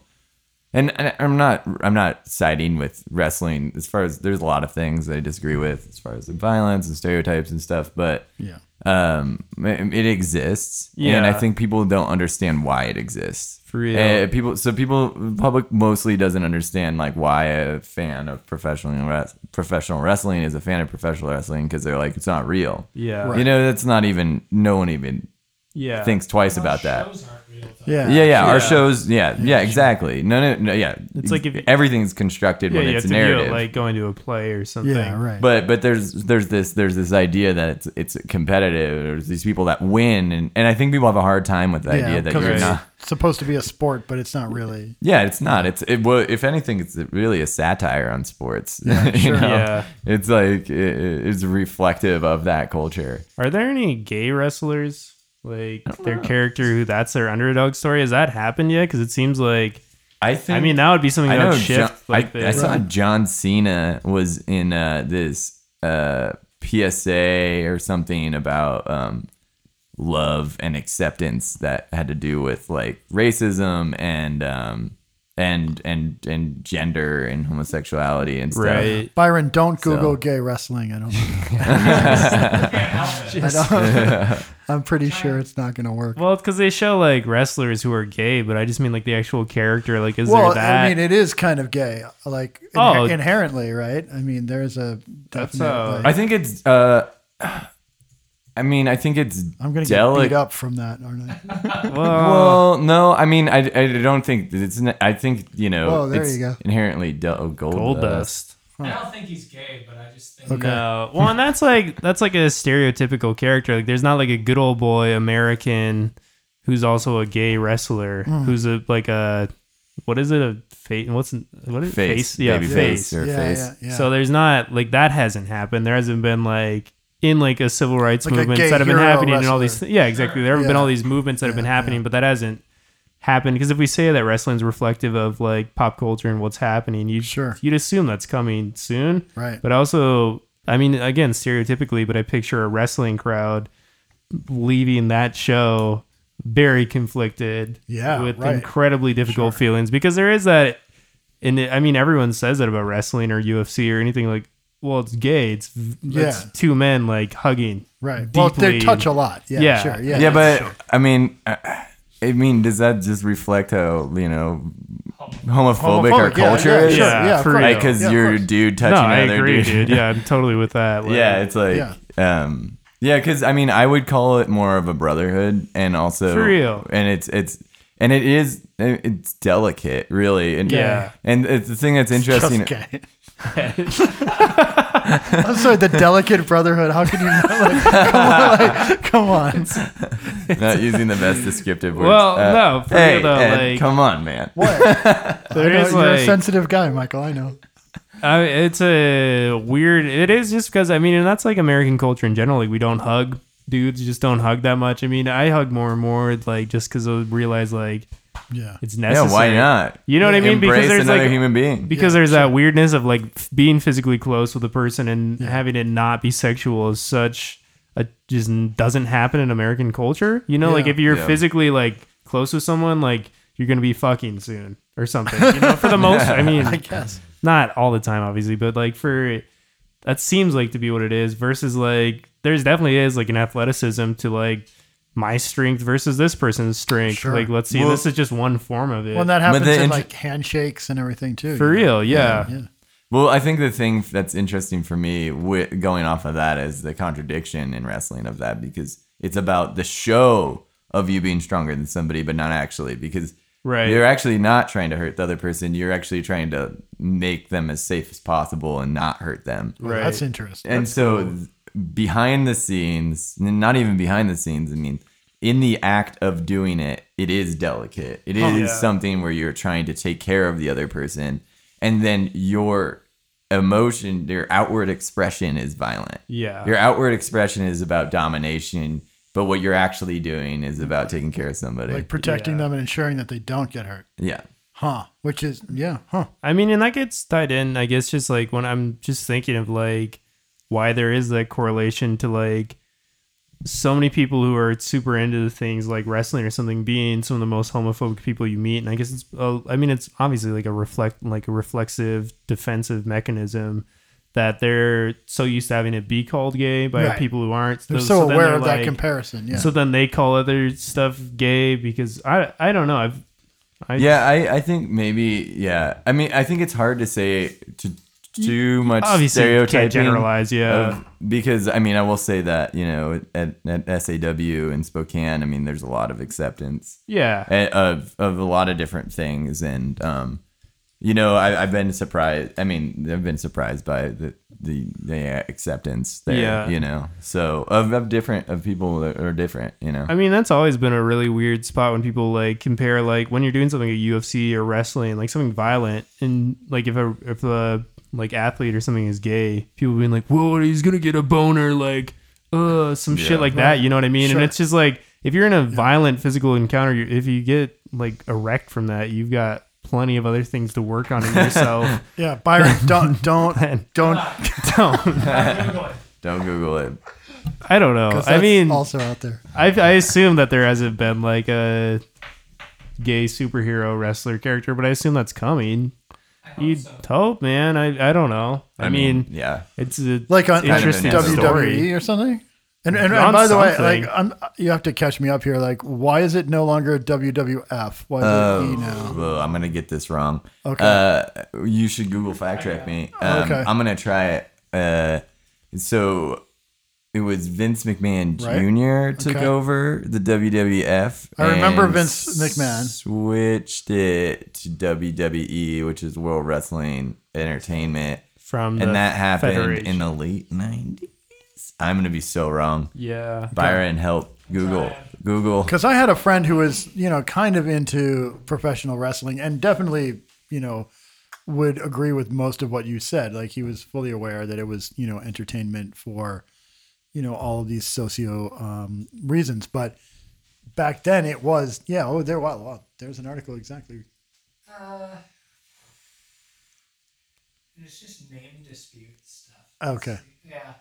[SPEAKER 3] And, and I'm not I'm not siding with wrestling as far as there's a lot of things that I disagree with as far as the violence and stereotypes and stuff, but
[SPEAKER 1] Yeah.
[SPEAKER 3] um it it exists and i
[SPEAKER 2] Yeah.
[SPEAKER 3] think people don't understand why it exists
[SPEAKER 2] For real.
[SPEAKER 3] Uh, people so people public mostly doesn't understand like why a fan of professional res- professional wrestling is a fan of professional wrestling because they're like it's not real
[SPEAKER 2] yeah
[SPEAKER 3] you know that's not even no one even
[SPEAKER 2] yeah.
[SPEAKER 3] thinks twice about that.
[SPEAKER 8] Shows aren't real though.
[SPEAKER 1] Yeah.
[SPEAKER 3] Yeah, yeah,
[SPEAKER 2] Yeah.
[SPEAKER 3] Our shows, yeah, yeah, exactly. No, no, no yeah.
[SPEAKER 2] It's like if-
[SPEAKER 3] everything's constructed
[SPEAKER 2] yeah,
[SPEAKER 3] when
[SPEAKER 2] you
[SPEAKER 3] it's
[SPEAKER 2] have
[SPEAKER 3] a
[SPEAKER 2] to
[SPEAKER 3] narrative.
[SPEAKER 2] view it like going to a play or something.
[SPEAKER 1] Yeah, right.
[SPEAKER 3] but but there's there's this there's this idea that it's it's competitive. There's these people that win, and, and I think people have a hard time with the idea that
[SPEAKER 1] 'cause
[SPEAKER 3] you're
[SPEAKER 1] it's
[SPEAKER 3] not.
[SPEAKER 1] supposed to be a sport, but it's not really.
[SPEAKER 3] Yeah, it's not. It's it. Well, if anything, it's really a satire on sports. you know?
[SPEAKER 2] Yeah.
[SPEAKER 3] It's like it, it- it's reflective of that culture.
[SPEAKER 2] Are there any gay wrestlers? Like their character who that's their underdog story? Has that happened yet? Because it seems like
[SPEAKER 3] I think.
[SPEAKER 2] I mean that would be something that would shift.
[SPEAKER 3] John-
[SPEAKER 2] like
[SPEAKER 3] I,
[SPEAKER 2] the-
[SPEAKER 3] I saw John Cena was in uh, this uh, PSA or something about um, love and acceptance that had to do with like racism and um, and and and gender and homosexuality and stuff.
[SPEAKER 2] right.
[SPEAKER 1] Byron, don't Google
[SPEAKER 3] So-
[SPEAKER 1] gay wrestling. I don't.
[SPEAKER 8] Yeah, Alvin.
[SPEAKER 1] I'm pretty sure it's not going to work.
[SPEAKER 2] Well, because they show like wrestlers who are gay, but I just mean like the actual character. Like, is
[SPEAKER 1] Well,
[SPEAKER 2] there that?
[SPEAKER 1] I mean, it is kind of gay, like inher-
[SPEAKER 2] Oh.
[SPEAKER 1] inherently, right? I mean, there's a
[SPEAKER 2] That's
[SPEAKER 1] definite.
[SPEAKER 2] a-
[SPEAKER 1] like-
[SPEAKER 3] I think it's. Uh, I mean, I think it's.
[SPEAKER 1] I'm going to get
[SPEAKER 3] delicate.
[SPEAKER 1] beat up from that, aren't I?
[SPEAKER 3] Well, no, I mean, I, I don't think it's. n- I think you know.
[SPEAKER 1] Whoa, there
[SPEAKER 3] it's
[SPEAKER 1] you go.
[SPEAKER 3] Inherently, del- oh, gold,
[SPEAKER 2] gold
[SPEAKER 3] dust.
[SPEAKER 2] dust.
[SPEAKER 8] I don't think he's gay, but I just think
[SPEAKER 2] No. Well, and that's like that's like a stereotypical character. Like, there's not like a good old boy American who's also a gay wrestler
[SPEAKER 1] Hmm.
[SPEAKER 2] who's a like a what is it a face? What's what is
[SPEAKER 3] Face,
[SPEAKER 2] Yeah,
[SPEAKER 3] baby
[SPEAKER 2] face.
[SPEAKER 3] face, or
[SPEAKER 1] yeah,
[SPEAKER 3] face.
[SPEAKER 1] yeah, yeah.
[SPEAKER 2] So there's not like that hasn't happened. There hasn't been like in like a civil rights
[SPEAKER 1] Like a
[SPEAKER 2] movements
[SPEAKER 1] gay
[SPEAKER 2] that have been
[SPEAKER 1] hero
[SPEAKER 2] happening and all these
[SPEAKER 1] wrestler.
[SPEAKER 2] thi- yeah exactly there have been
[SPEAKER 1] Yeah.
[SPEAKER 2] all these movements that have been happening but that hasn't happened because if we say that wrestling's reflective of like pop culture and what's happening you
[SPEAKER 1] Sure.
[SPEAKER 2] you'd assume that's coming soon
[SPEAKER 1] Right.
[SPEAKER 2] but also I mean again stereotypically but I picture a wrestling crowd leaving that show very conflicted
[SPEAKER 1] Yeah,
[SPEAKER 2] with
[SPEAKER 1] right.
[SPEAKER 2] incredibly difficult feelings because there is that and it, I mean everyone says that about wrestling or UFC or anything like well it's gay it's, it's
[SPEAKER 1] Yeah.
[SPEAKER 2] two men like hugging
[SPEAKER 1] right. Well, they
[SPEAKER 2] deeply-
[SPEAKER 1] touch a lot. Yeah,
[SPEAKER 2] Yeah.
[SPEAKER 1] sure. Yeah,
[SPEAKER 3] yeah, but I mean, uh, I mean, does that just reflect how you know homophobic,
[SPEAKER 1] Homophobic,
[SPEAKER 3] our
[SPEAKER 1] yeah,
[SPEAKER 3] culture
[SPEAKER 1] yeah,
[SPEAKER 3] is?
[SPEAKER 1] sure,
[SPEAKER 2] Yeah,
[SPEAKER 1] yeah, of
[SPEAKER 2] for
[SPEAKER 1] course.
[SPEAKER 2] real.
[SPEAKER 3] Like, because
[SPEAKER 1] Yeah, of
[SPEAKER 3] you're a
[SPEAKER 1] course.
[SPEAKER 3] dude
[SPEAKER 2] no
[SPEAKER 3] touching
[SPEAKER 2] I
[SPEAKER 3] another
[SPEAKER 2] agree
[SPEAKER 3] dude.
[SPEAKER 2] dude yeah I'm totally with that like,
[SPEAKER 3] yeah, it's like, um, yeah, because I mean, I would call it more of a brotherhood, and also
[SPEAKER 2] For real.
[SPEAKER 3] and it's it's and it is it's delicate, really, and
[SPEAKER 2] Yeah.
[SPEAKER 3] and it's the thing that's interesting.
[SPEAKER 1] Just gay. I'm sorry, the delicate brotherhood. How can you not? Like, come on, like, come on.
[SPEAKER 3] not using the best descriptive words. uh,
[SPEAKER 2] Well, no, for real
[SPEAKER 3] hey,
[SPEAKER 2] though,
[SPEAKER 3] Ed,
[SPEAKER 2] like-
[SPEAKER 3] come on, man.
[SPEAKER 2] there
[SPEAKER 1] You're,
[SPEAKER 2] is,
[SPEAKER 1] you're a
[SPEAKER 2] like-
[SPEAKER 1] sensitive guy, Michael. I know.
[SPEAKER 2] I, it's a weird. It is just because I mean, and that's like American culture in general. Like we don't hug dudes, just don't hug that much. I mean, I hug more and more, like just because I realize like
[SPEAKER 1] Yeah.
[SPEAKER 2] it's
[SPEAKER 3] Yeah,
[SPEAKER 2] necessary.
[SPEAKER 3] why not?
[SPEAKER 2] You know what I mean?
[SPEAKER 3] Embrace
[SPEAKER 2] because there's
[SPEAKER 3] another
[SPEAKER 2] like
[SPEAKER 3] human being.
[SPEAKER 2] because there's that weirdness of like f- being physically close with a person and having it not be sexual is such a just n- doesn't happen in American culture. You know, like
[SPEAKER 1] Yeah.
[SPEAKER 2] if you're
[SPEAKER 3] Yeah.
[SPEAKER 2] physically like close with someone, like you're gonna be fucking soon or something. You know, for the most, I mean, I
[SPEAKER 1] guess.
[SPEAKER 2] not all the time, obviously, but like for that seems like to be what it is. Versus like there's definitely is like an athleticism to like. My strength versus this person's strength.
[SPEAKER 1] Sure.
[SPEAKER 2] Like, let's see.
[SPEAKER 3] Well-
[SPEAKER 2] this is just one form of it.
[SPEAKER 1] Well, and that happens
[SPEAKER 3] the
[SPEAKER 1] in
[SPEAKER 3] int-
[SPEAKER 1] like handshakes and everything too.
[SPEAKER 2] for
[SPEAKER 1] you know?
[SPEAKER 2] real, yeah.
[SPEAKER 1] Yeah.
[SPEAKER 3] Well, I think the thing that's interesting for me with going off of that is the contradiction in wrestling of that because it's about the show of you being stronger than somebody, but not actually because
[SPEAKER 2] Right.
[SPEAKER 3] you're actually not trying to hurt the other person. You're actually trying to make them as safe as possible and not hurt them.
[SPEAKER 2] Right.
[SPEAKER 1] That's interesting.
[SPEAKER 3] And so th- behind the scenes, n- not even behind the scenes, I mean, in the act of doing it, it is delicate.
[SPEAKER 2] Oh,
[SPEAKER 3] It is something where you're trying to take care of the other person. And then your emotion, your outward expression is violent.
[SPEAKER 2] Yeah.
[SPEAKER 3] Your outward expression is about domination, but what you're actually doing is about taking care of somebody.
[SPEAKER 1] Like protecting
[SPEAKER 2] Yeah.
[SPEAKER 1] them and ensuring that they don't get hurt.
[SPEAKER 3] yeah.
[SPEAKER 1] Huh. Which is yeah, huh.
[SPEAKER 2] I mean, and that gets tied in, I guess, just like when I'm just thinking of like why there is that correlation to like so many people who are super into the things like wrestling or something being some of the most homophobic people you meet. And I guess it's, uh, I mean, it's obviously like a reflect, like a reflexive defensive mechanism that they're so used to having it be called gay by
[SPEAKER 1] Right.
[SPEAKER 2] people who aren't.
[SPEAKER 1] They're so,
[SPEAKER 2] then
[SPEAKER 1] aware
[SPEAKER 2] they're
[SPEAKER 1] of that
[SPEAKER 2] like-
[SPEAKER 1] comparison. Yeah.
[SPEAKER 2] So then they call other stuff gay because I, I don't know. I've, I,
[SPEAKER 3] yeah I, I think maybe yeah i mean i think it's hard to say to too much
[SPEAKER 2] Obviously, you
[SPEAKER 3] stereotyping.
[SPEAKER 2] can't generalize. Yeah,
[SPEAKER 3] of- because I mean, I will say that you know, at, at SAW in Spokane, I mean, there's a lot of acceptance
[SPEAKER 2] yeah.
[SPEAKER 3] eh, of of a lot of different things, and um, you know, I, I've been surprised. I mean, I've been surprised by the the, the acceptance there.
[SPEAKER 2] Yeah.
[SPEAKER 3] You know, so of, of different of people that are different. You know,
[SPEAKER 2] I mean, that's always been a really weird spot when people like compare like when you're doing something like UFC or wrestling, like something violent, and like if a if a like athlete or something is gay, people being like, "Whoa, he's gonna get a boner," like, uh, some shit like that. You know what I mean?
[SPEAKER 1] Sure.
[SPEAKER 2] And it's just like if you're in a violent physical encounter, you if you get like erect from that, you've got plenty of other things to work on in yourself.
[SPEAKER 1] Yeah, Byron, don't don't
[SPEAKER 2] Man.
[SPEAKER 1] don't.
[SPEAKER 2] Don't.
[SPEAKER 3] don't Google it.
[SPEAKER 2] I don't know.
[SPEAKER 1] 'cause
[SPEAKER 2] I
[SPEAKER 1] that's
[SPEAKER 2] mean,
[SPEAKER 1] also out there.
[SPEAKER 2] I, I assume that there hasn't been like a gay superhero wrestler character, but I assume that's coming. You hope, man. I, I don't know. I, mean,
[SPEAKER 3] yeah,
[SPEAKER 2] it's a,
[SPEAKER 1] like on
[SPEAKER 2] Kind of an
[SPEAKER 1] interesting WWE
[SPEAKER 2] interesting story.
[SPEAKER 1] E or something. And, and,
[SPEAKER 2] On
[SPEAKER 1] and by the way,
[SPEAKER 2] something.
[SPEAKER 1] like I'm, you have to catch me up here. Like, why is it no longer WWF? Why is
[SPEAKER 2] Oh.
[SPEAKER 1] it E now?
[SPEAKER 3] Oh, Whoa, I'm gonna get this wrong.
[SPEAKER 1] Okay.
[SPEAKER 3] Uh, you should Google fact check me. Um,
[SPEAKER 1] Okay.
[SPEAKER 3] I'm gonna try it. Uh, so it was Vince McMahon
[SPEAKER 1] Right.
[SPEAKER 3] Jr. took
[SPEAKER 1] Okay.
[SPEAKER 3] over the WWF.
[SPEAKER 1] I remember
[SPEAKER 3] and
[SPEAKER 1] Vince McMahon.
[SPEAKER 3] switched it to WWE, which is World Wrestling Entertainment,
[SPEAKER 2] from the
[SPEAKER 3] and that happened
[SPEAKER 2] Federation.
[SPEAKER 3] in the late '90s. I'm gonna be so wrong.
[SPEAKER 2] yeah.
[SPEAKER 3] Byron, help Google. Google.
[SPEAKER 1] Because I had a friend who was, you know, kind of into professional wrestling and definitely, you know, would agree with most of what you said. Like he was fully aware that it was, you know, entertainment for, you know, all of these socio um, reasons. But back then it was, yeah. Oh, there. Wow, wow. There's an article exactly.
[SPEAKER 8] uh, It's just name dispute stuff.
[SPEAKER 1] Okay.
[SPEAKER 8] Yeah.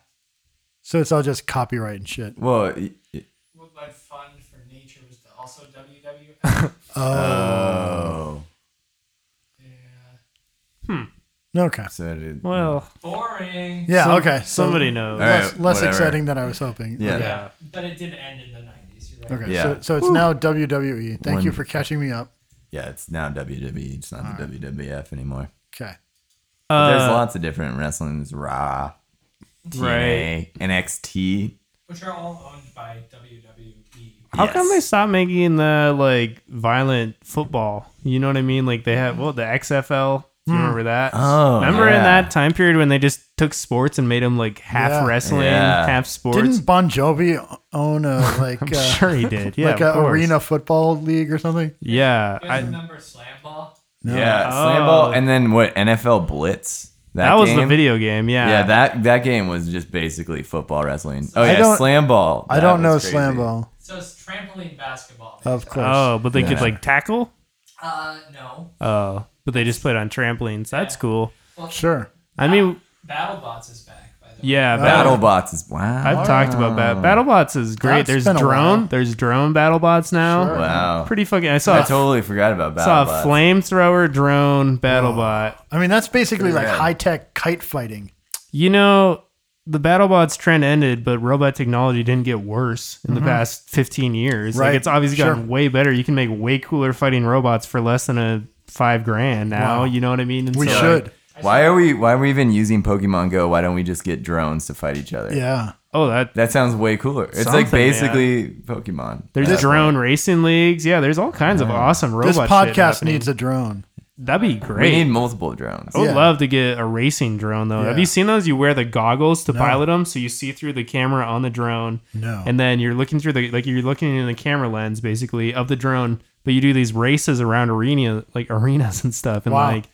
[SPEAKER 1] So it's all just copyright and shit.
[SPEAKER 3] Well, y- y-
[SPEAKER 8] Woodbud Fund for Nature was the- also E. WWF.
[SPEAKER 3] oh,
[SPEAKER 8] yeah.
[SPEAKER 1] Okay.
[SPEAKER 3] so it is.
[SPEAKER 2] Well,
[SPEAKER 8] Boring.
[SPEAKER 1] Yeah.
[SPEAKER 2] some-
[SPEAKER 1] okay. So
[SPEAKER 2] somebody knows.
[SPEAKER 3] All right,
[SPEAKER 1] less, less
[SPEAKER 3] whatever.
[SPEAKER 1] exciting than I was hoping.
[SPEAKER 3] Yeah.
[SPEAKER 2] Yeah.
[SPEAKER 8] But it did end in the 90s, you're right.
[SPEAKER 1] Okay.
[SPEAKER 3] Yeah.
[SPEAKER 1] So, so it's now WWE. Thank you
[SPEAKER 3] One-
[SPEAKER 1] for catching me up.
[SPEAKER 3] Yeah, it's now WWE. It's not the WWF anymore.
[SPEAKER 1] Okay.
[SPEAKER 3] But there's
[SPEAKER 2] Uh,
[SPEAKER 3] lots of different wrestlings. Raw, TNA, NXT.
[SPEAKER 8] Which are all owned by E, WWE.
[SPEAKER 2] How
[SPEAKER 3] Yes.
[SPEAKER 2] come they stopped making the like violent football? You know what I mean? Like they had well the XFL. Do you
[SPEAKER 1] Hmm.
[SPEAKER 2] remember that?
[SPEAKER 3] Oh,
[SPEAKER 2] remember in
[SPEAKER 3] yeah.
[SPEAKER 2] that time period when they just took sports and made them like half
[SPEAKER 1] Yeah.
[SPEAKER 2] wrestling,
[SPEAKER 3] Yeah.
[SPEAKER 2] half sports?
[SPEAKER 1] Didn't Bon Jovi own a like
[SPEAKER 2] I'm
[SPEAKER 1] uh,
[SPEAKER 2] sure he did. Yeah,
[SPEAKER 1] like
[SPEAKER 2] of
[SPEAKER 1] a
[SPEAKER 2] course.
[SPEAKER 1] arena football league or something?
[SPEAKER 2] Yeah,
[SPEAKER 8] You
[SPEAKER 2] I-
[SPEAKER 8] guys remember Slam Ball?
[SPEAKER 3] Yeah,
[SPEAKER 2] Oh.
[SPEAKER 3] Slam Ball, and then what? NFL Blitz.
[SPEAKER 2] that was the
[SPEAKER 3] game?
[SPEAKER 2] video game. Yeah,
[SPEAKER 3] Yeah, that that game was just basically football wrestling. Oh
[SPEAKER 1] I
[SPEAKER 3] yeah,
[SPEAKER 1] don't-
[SPEAKER 3] Slam Ball.
[SPEAKER 1] I
[SPEAKER 3] That
[SPEAKER 1] don't know
[SPEAKER 3] was crazy.
[SPEAKER 1] slam ball,
[SPEAKER 8] So it's trampoline basketball.
[SPEAKER 1] of course.
[SPEAKER 2] Oh, but they could
[SPEAKER 3] Yeah.
[SPEAKER 2] like tackle.
[SPEAKER 8] Uh, no.
[SPEAKER 2] Oh, but they just played on trampolines. That's cool.
[SPEAKER 8] Well,
[SPEAKER 1] Sure.
[SPEAKER 2] I mean,
[SPEAKER 8] BattleBots is back, by the way.
[SPEAKER 2] yeah,
[SPEAKER 1] Oh.
[SPEAKER 2] battle.
[SPEAKER 3] BattleBots is wow.
[SPEAKER 2] I've talked about that. BattleBots is great.
[SPEAKER 1] That's been
[SPEAKER 2] there's
[SPEAKER 1] a while.
[SPEAKER 2] drone. There's drone BattleBots now.
[SPEAKER 1] Sure.
[SPEAKER 3] Wow.
[SPEAKER 2] Pretty fucking. I saw
[SPEAKER 3] I
[SPEAKER 2] a
[SPEAKER 3] totally forgot about
[SPEAKER 2] saw a
[SPEAKER 3] BattleBots.
[SPEAKER 2] flamethrower drone battlebot.
[SPEAKER 1] I mean, that's basically like
[SPEAKER 3] rad.
[SPEAKER 1] high tech kite fighting.
[SPEAKER 2] You know, the BattleBots trend ended, but robot technology didn't get worse in the past 15 years.
[SPEAKER 1] Mm-hmm. Right.
[SPEAKER 2] Like it's obviously gotten
[SPEAKER 1] Sure.
[SPEAKER 2] way better. You can make way cooler fighting robots for less than a five grand now.
[SPEAKER 1] Wow.
[SPEAKER 2] You know what I mean? And
[SPEAKER 1] We
[SPEAKER 2] so, like,
[SPEAKER 1] should.
[SPEAKER 3] Why are we Why are we even using Pokemon Go? Why don't we just get drones to fight each other?
[SPEAKER 1] yeah.
[SPEAKER 2] oh, that
[SPEAKER 3] That sounds way cooler. It's like
[SPEAKER 2] Something, yeah.
[SPEAKER 3] basically Pokemon.
[SPEAKER 2] there's
[SPEAKER 3] That's
[SPEAKER 2] drone racing leagues. Yeah, there's all kinds of awesome robot.
[SPEAKER 1] This
[SPEAKER 2] shit
[SPEAKER 1] podcast
[SPEAKER 2] happening.
[SPEAKER 1] needs a drone.
[SPEAKER 2] That'd be
[SPEAKER 3] We
[SPEAKER 2] great. Oh,
[SPEAKER 3] need multiple drones.
[SPEAKER 2] I would
[SPEAKER 1] Yeah.
[SPEAKER 2] love to get a racing drone though. Have
[SPEAKER 1] Yeah.
[SPEAKER 2] you seen those? You wear the goggles to pilot them, so you see through the camera on the drone.
[SPEAKER 1] No.
[SPEAKER 2] And then you're looking through the like you're looking in the camera lens basically of the drone, but you do these races around arena like arenas and stuff, and
[SPEAKER 1] Wow.
[SPEAKER 2] like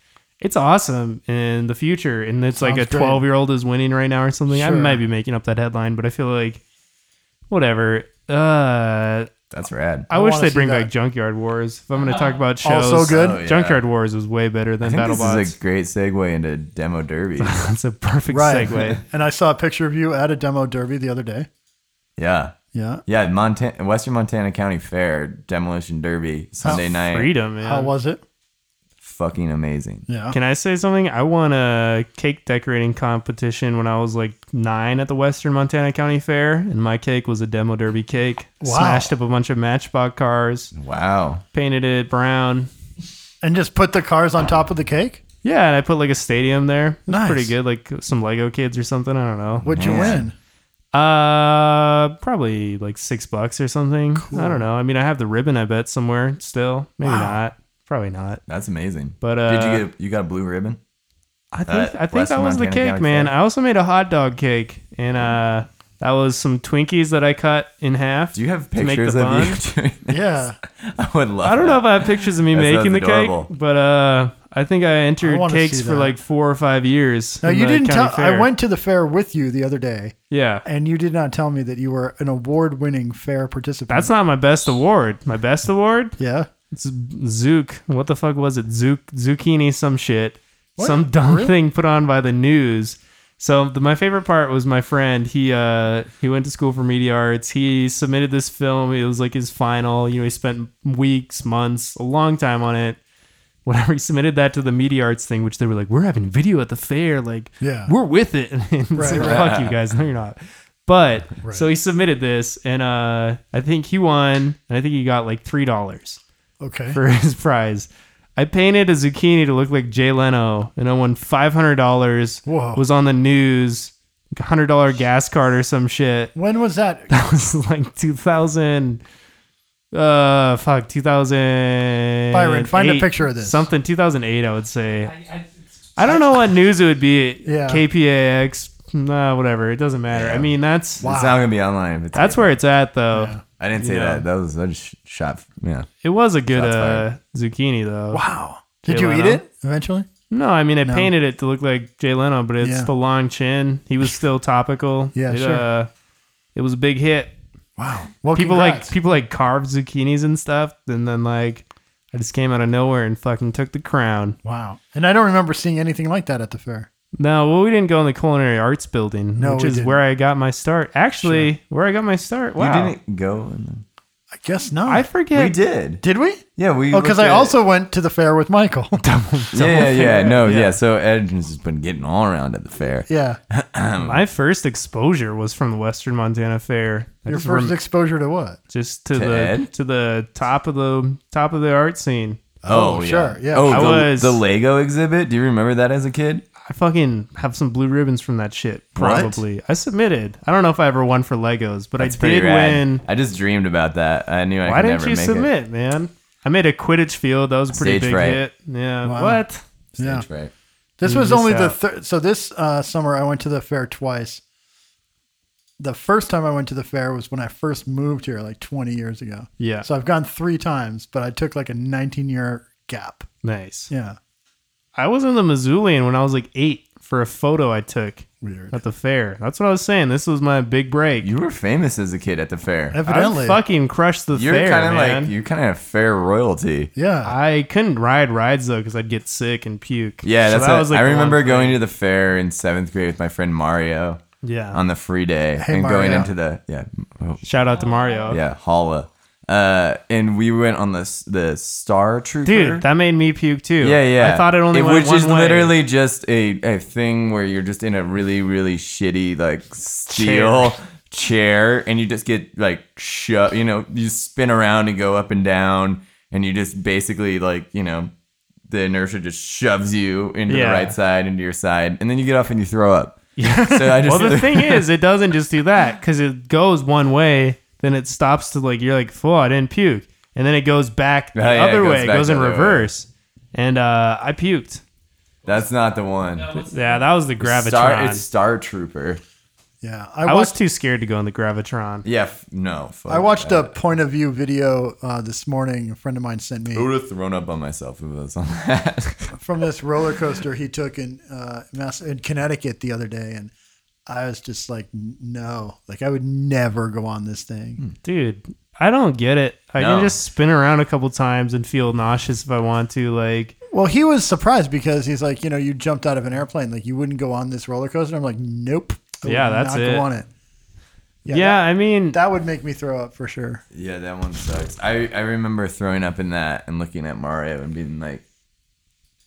[SPEAKER 2] it's awesome in the future. And it's like
[SPEAKER 1] Sounds
[SPEAKER 2] a
[SPEAKER 1] great.
[SPEAKER 2] twelve year old is winning right now or something. I
[SPEAKER 1] Sure.
[SPEAKER 2] might be making up that headline, but I feel like whatever. Uh,
[SPEAKER 3] That's rad.
[SPEAKER 2] I,
[SPEAKER 1] I
[SPEAKER 2] wish
[SPEAKER 1] wanna
[SPEAKER 2] they'd
[SPEAKER 1] see
[SPEAKER 2] bring
[SPEAKER 1] that.
[SPEAKER 2] back Junkyard Wars. If I'm going to talk about shows,
[SPEAKER 1] Also good?
[SPEAKER 3] Uh-huh. Oh, yeah.
[SPEAKER 2] Junkyard Wars was way better
[SPEAKER 3] I
[SPEAKER 2] than
[SPEAKER 3] think this
[SPEAKER 2] BattleBots.
[SPEAKER 3] is a great segue into demo derby.
[SPEAKER 2] That's a perfect
[SPEAKER 1] Right.
[SPEAKER 2] segue.
[SPEAKER 1] And I saw a picture of you at a demo derby the other day.
[SPEAKER 3] yeah,
[SPEAKER 1] Yeah.
[SPEAKER 3] yeah. Montana, Western Montana County Fair demolition derby Sunday night.
[SPEAKER 2] Freedom, man.
[SPEAKER 1] How was it?
[SPEAKER 3] Fucking amazing.
[SPEAKER 1] Yeah.
[SPEAKER 2] Can I say something? I won a cake decorating competition when I was like nine at the Western Montana County Fair, and my cake was a demo derby cake.
[SPEAKER 1] Wow.
[SPEAKER 2] Smashed up a bunch of matchbox cars,
[SPEAKER 3] Wow.
[SPEAKER 2] painted it brown.
[SPEAKER 1] and just put the cars on top of the cake?
[SPEAKER 2] Yeah, and I put like a stadium there. It's
[SPEAKER 1] Nice.
[SPEAKER 2] pretty good, like some Lego kids or something. I don't know.
[SPEAKER 1] What'd you win?
[SPEAKER 3] Man.
[SPEAKER 2] Uh, probably like six bucks or something. I don't know. I mean, I have the ribbon. I bet somewhere still. Maybe not. Probably not.
[SPEAKER 3] That's amazing.
[SPEAKER 2] But,
[SPEAKER 3] did
[SPEAKER 2] uh,
[SPEAKER 3] you get a, you got a blue ribbon?
[SPEAKER 2] I think
[SPEAKER 3] Uh,
[SPEAKER 2] I think
[SPEAKER 3] West
[SPEAKER 2] that was the
[SPEAKER 3] Montana
[SPEAKER 2] cake,
[SPEAKER 3] County
[SPEAKER 2] man.
[SPEAKER 3] Fair.
[SPEAKER 2] I also made a hot dog cake, and uh, that was some Twinkies that I cut in half.
[SPEAKER 3] Do you have
[SPEAKER 2] to make the
[SPEAKER 3] pictures of
[SPEAKER 2] bun.
[SPEAKER 3] you? Doing this?
[SPEAKER 1] Yeah.
[SPEAKER 3] I would love.
[SPEAKER 2] I don't know if
[SPEAKER 3] that.
[SPEAKER 2] I have pictures of me
[SPEAKER 3] That
[SPEAKER 2] making the
[SPEAKER 3] sounds adorable.
[SPEAKER 2] cake, but uh, I think I entered
[SPEAKER 1] I wanna
[SPEAKER 2] cakes
[SPEAKER 1] see
[SPEAKER 2] for
[SPEAKER 1] that.
[SPEAKER 2] like four or five years.
[SPEAKER 1] Now
[SPEAKER 2] in
[SPEAKER 1] you
[SPEAKER 2] the
[SPEAKER 1] didn't
[SPEAKER 2] county
[SPEAKER 1] tell. I
[SPEAKER 2] fair.
[SPEAKER 1] went to the fair with you the other day,
[SPEAKER 2] Yeah,
[SPEAKER 1] and you did not tell me that you were an award-winning fair participant.
[SPEAKER 2] that's not my best award. My best award,
[SPEAKER 1] yeah.
[SPEAKER 2] it's Zook. What the fuck was it? Zook zucchini, some shit, some dumb
[SPEAKER 1] Really?
[SPEAKER 2] thing put on by the news. So the, my favorite part was my friend. He uh he went to school for media arts. He submitted this film. It was like his final. You know, he spent weeks, months, a long time on it. whenever he submitted that to the media arts thing, which they were like, we're having video at the fair, like,
[SPEAKER 1] Yeah.
[SPEAKER 2] we're with it. And it's
[SPEAKER 1] Right,
[SPEAKER 2] like,
[SPEAKER 1] right.
[SPEAKER 2] fuck you guys, no, you're not. But so he submitted this, and uh, I think he won, and I think he got like three dollars
[SPEAKER 1] Okay.
[SPEAKER 2] for his prize. I painted a zucchini to look like Jay Leno, and I won five hundred dollars.
[SPEAKER 1] Whoa.
[SPEAKER 2] Was on the news, hundred dollar gas card or some shit.
[SPEAKER 1] when was that?
[SPEAKER 2] That was like two thousand. Uh, fuck, two thousand.
[SPEAKER 1] Byron, find a picture of this.
[SPEAKER 2] Something two thousand eight, I would say. I don't know what news it would be.
[SPEAKER 1] Yeah.
[SPEAKER 2] KPAX, nah, whatever. It doesn't matter. I mean, that's
[SPEAKER 3] It's not gonna be online. But
[SPEAKER 2] that's where it's at, though.
[SPEAKER 3] I didn't say
[SPEAKER 2] Yeah.
[SPEAKER 3] that. That was I just shot. Yeah.
[SPEAKER 2] It was a good
[SPEAKER 3] Shots fired.
[SPEAKER 2] uh, zucchini, though.
[SPEAKER 1] Wow. Did
[SPEAKER 2] Jay
[SPEAKER 1] you eat
[SPEAKER 2] Leno?
[SPEAKER 1] it eventually?
[SPEAKER 2] No, I mean, I painted it to look like Jay Leno, but it's
[SPEAKER 1] Yeah.
[SPEAKER 2] the long chin. He was still topical.
[SPEAKER 1] Yeah,
[SPEAKER 2] it,
[SPEAKER 1] sure.
[SPEAKER 2] Uh, it was a big hit.
[SPEAKER 1] Wow. Well,
[SPEAKER 2] people
[SPEAKER 1] congrats.
[SPEAKER 2] like people like carved zucchinis and stuff and then like i just came out of nowhere and fucking took the crown
[SPEAKER 1] Wow. And I don't remember seeing anything like that at the fair.
[SPEAKER 2] no well we didn't go in the culinary arts building
[SPEAKER 1] No,
[SPEAKER 2] which
[SPEAKER 1] we
[SPEAKER 2] is
[SPEAKER 1] didn't.
[SPEAKER 2] where i got my start actually where i got my start wow
[SPEAKER 3] You didn't go. In
[SPEAKER 1] I guess not.
[SPEAKER 2] i forget
[SPEAKER 3] We did.
[SPEAKER 1] did we?
[SPEAKER 3] Yeah, we.
[SPEAKER 1] Oh, because
[SPEAKER 3] looked
[SPEAKER 1] I
[SPEAKER 3] at-
[SPEAKER 1] also went to the fair with Michael.
[SPEAKER 3] Yeah, yeah, no, yeah. So Edmonds has been getting all around at the fair.
[SPEAKER 1] yeah.
[SPEAKER 2] my first exposure was from the western montana fair I
[SPEAKER 1] Your
[SPEAKER 2] just
[SPEAKER 1] first
[SPEAKER 2] rem-
[SPEAKER 1] exposure to what?
[SPEAKER 2] just to,
[SPEAKER 3] To
[SPEAKER 2] the
[SPEAKER 3] Ed?
[SPEAKER 2] to the top of the top of the art scene
[SPEAKER 1] Oh, sure, yeah.
[SPEAKER 3] Oh,
[SPEAKER 2] I
[SPEAKER 3] the,
[SPEAKER 2] was-
[SPEAKER 3] the Lego exhibit. Do you remember that as a kid?
[SPEAKER 2] I fucking have some blue ribbons from that shit.
[SPEAKER 3] What?
[SPEAKER 2] Probably. I submitted. I don't know if I ever won for Legos, but I did
[SPEAKER 3] rad.
[SPEAKER 2] win.
[SPEAKER 3] I just dreamed about that. I knew I
[SPEAKER 2] Why
[SPEAKER 3] could
[SPEAKER 2] didn't
[SPEAKER 3] never
[SPEAKER 2] you
[SPEAKER 3] make
[SPEAKER 2] submit, man? I made a Quidditch field. That was a pretty
[SPEAKER 3] Stage
[SPEAKER 2] big
[SPEAKER 3] fright.
[SPEAKER 2] hit. Yeah.
[SPEAKER 1] Wow.
[SPEAKER 2] What?
[SPEAKER 3] it.
[SPEAKER 1] Yeah.
[SPEAKER 3] That's right.
[SPEAKER 1] This
[SPEAKER 2] You
[SPEAKER 1] was
[SPEAKER 2] miss
[SPEAKER 1] only the
[SPEAKER 2] out.
[SPEAKER 1] third. So this uh, summer, I went to the fair twice. The first time I went to the fair was when I first moved here, like 20 years ago.
[SPEAKER 2] Yeah.
[SPEAKER 1] So I've gone three times, but I took like a 19 year gap.
[SPEAKER 2] Nice.
[SPEAKER 1] Yeah.
[SPEAKER 2] I was in the Missoulian when I was like eight for a photo I took
[SPEAKER 1] Weird.
[SPEAKER 2] at the fair. That's what I was saying. This was my big break.
[SPEAKER 3] You were famous as a kid at the fair.
[SPEAKER 1] Evidently.
[SPEAKER 2] I fucking crushed the
[SPEAKER 3] You're
[SPEAKER 2] fair,
[SPEAKER 3] kind of
[SPEAKER 2] man.
[SPEAKER 3] like you kind of fair royalty.
[SPEAKER 1] yeah.
[SPEAKER 2] I couldn't ride rides though because I'd get sick and puke.
[SPEAKER 3] Yeah,
[SPEAKER 2] So
[SPEAKER 3] that's.
[SPEAKER 2] that
[SPEAKER 3] what,
[SPEAKER 2] was, like,
[SPEAKER 3] I
[SPEAKER 2] the one
[SPEAKER 3] remember
[SPEAKER 2] thing.
[SPEAKER 3] going to the fair in seventh grade with my friend Mario
[SPEAKER 2] Yeah.
[SPEAKER 3] on the free day
[SPEAKER 1] Hey,
[SPEAKER 3] and going
[SPEAKER 1] Mario.
[SPEAKER 3] into the yeah oh,
[SPEAKER 2] Shout out to Mario.
[SPEAKER 3] yeah holla. Uh, and we went on the s- the Star Trooper.
[SPEAKER 2] Dude, that made me puke too.
[SPEAKER 3] Yeah, yeah.
[SPEAKER 2] I thought it only
[SPEAKER 3] It-
[SPEAKER 2] went
[SPEAKER 3] which
[SPEAKER 2] one
[SPEAKER 3] is
[SPEAKER 2] way.
[SPEAKER 3] literally just a, a thing where you're just in a really really shitty like steel chair, and you just get like shoved. You know, you spin around and go up and down, and you just basically like you know the inertia just shoves you into
[SPEAKER 2] Yeah.
[SPEAKER 3] the right side into your side, and then you get off and you throw up. Yeah. So I just
[SPEAKER 2] Well, the thing is, it doesn't just do that because it goes one way, then it stops to like you're like, "Fuck, I didn't puke," and then it goes back the
[SPEAKER 3] Oh, yeah, it
[SPEAKER 2] other
[SPEAKER 3] goes
[SPEAKER 2] way. It
[SPEAKER 3] back
[SPEAKER 2] goes
[SPEAKER 3] the
[SPEAKER 2] in
[SPEAKER 3] other way.
[SPEAKER 2] reverse, and uh, I puked.
[SPEAKER 3] that's not the one.
[SPEAKER 2] Yeah, that was the gravitron.
[SPEAKER 3] Star, it's Star Trooper.
[SPEAKER 1] Yeah.
[SPEAKER 2] I
[SPEAKER 1] watched-
[SPEAKER 2] was too scared to go in the gravitron.
[SPEAKER 3] Yeah, f- no. Fuck
[SPEAKER 1] I watched
[SPEAKER 3] that.
[SPEAKER 1] a point of view video uh, this morning. A friend of mine sent
[SPEAKER 3] I
[SPEAKER 1] me
[SPEAKER 3] would have thrown up on myself if it was on that.
[SPEAKER 1] from this roller coaster he took in uh, Mass in Connecticut the other day, and I was just like, no, like I would never go on this thing.
[SPEAKER 2] Dude, I don't get it. I
[SPEAKER 3] No.
[SPEAKER 2] can just spin around a couple times and feel nauseous if I want to. Like,
[SPEAKER 1] Well, he was surprised because he's like, you know, you jumped out of an airplane, like you wouldn't go on this roller coaster. I'm like, nope, I would
[SPEAKER 2] Yeah, that's
[SPEAKER 1] not
[SPEAKER 2] it.
[SPEAKER 1] Go on it.
[SPEAKER 2] yeah,
[SPEAKER 1] that-
[SPEAKER 2] I mean,
[SPEAKER 1] that would make me throw up for sure.
[SPEAKER 3] Yeah, that one sucks. I, I remember throwing up in that and looking at Mario and being like,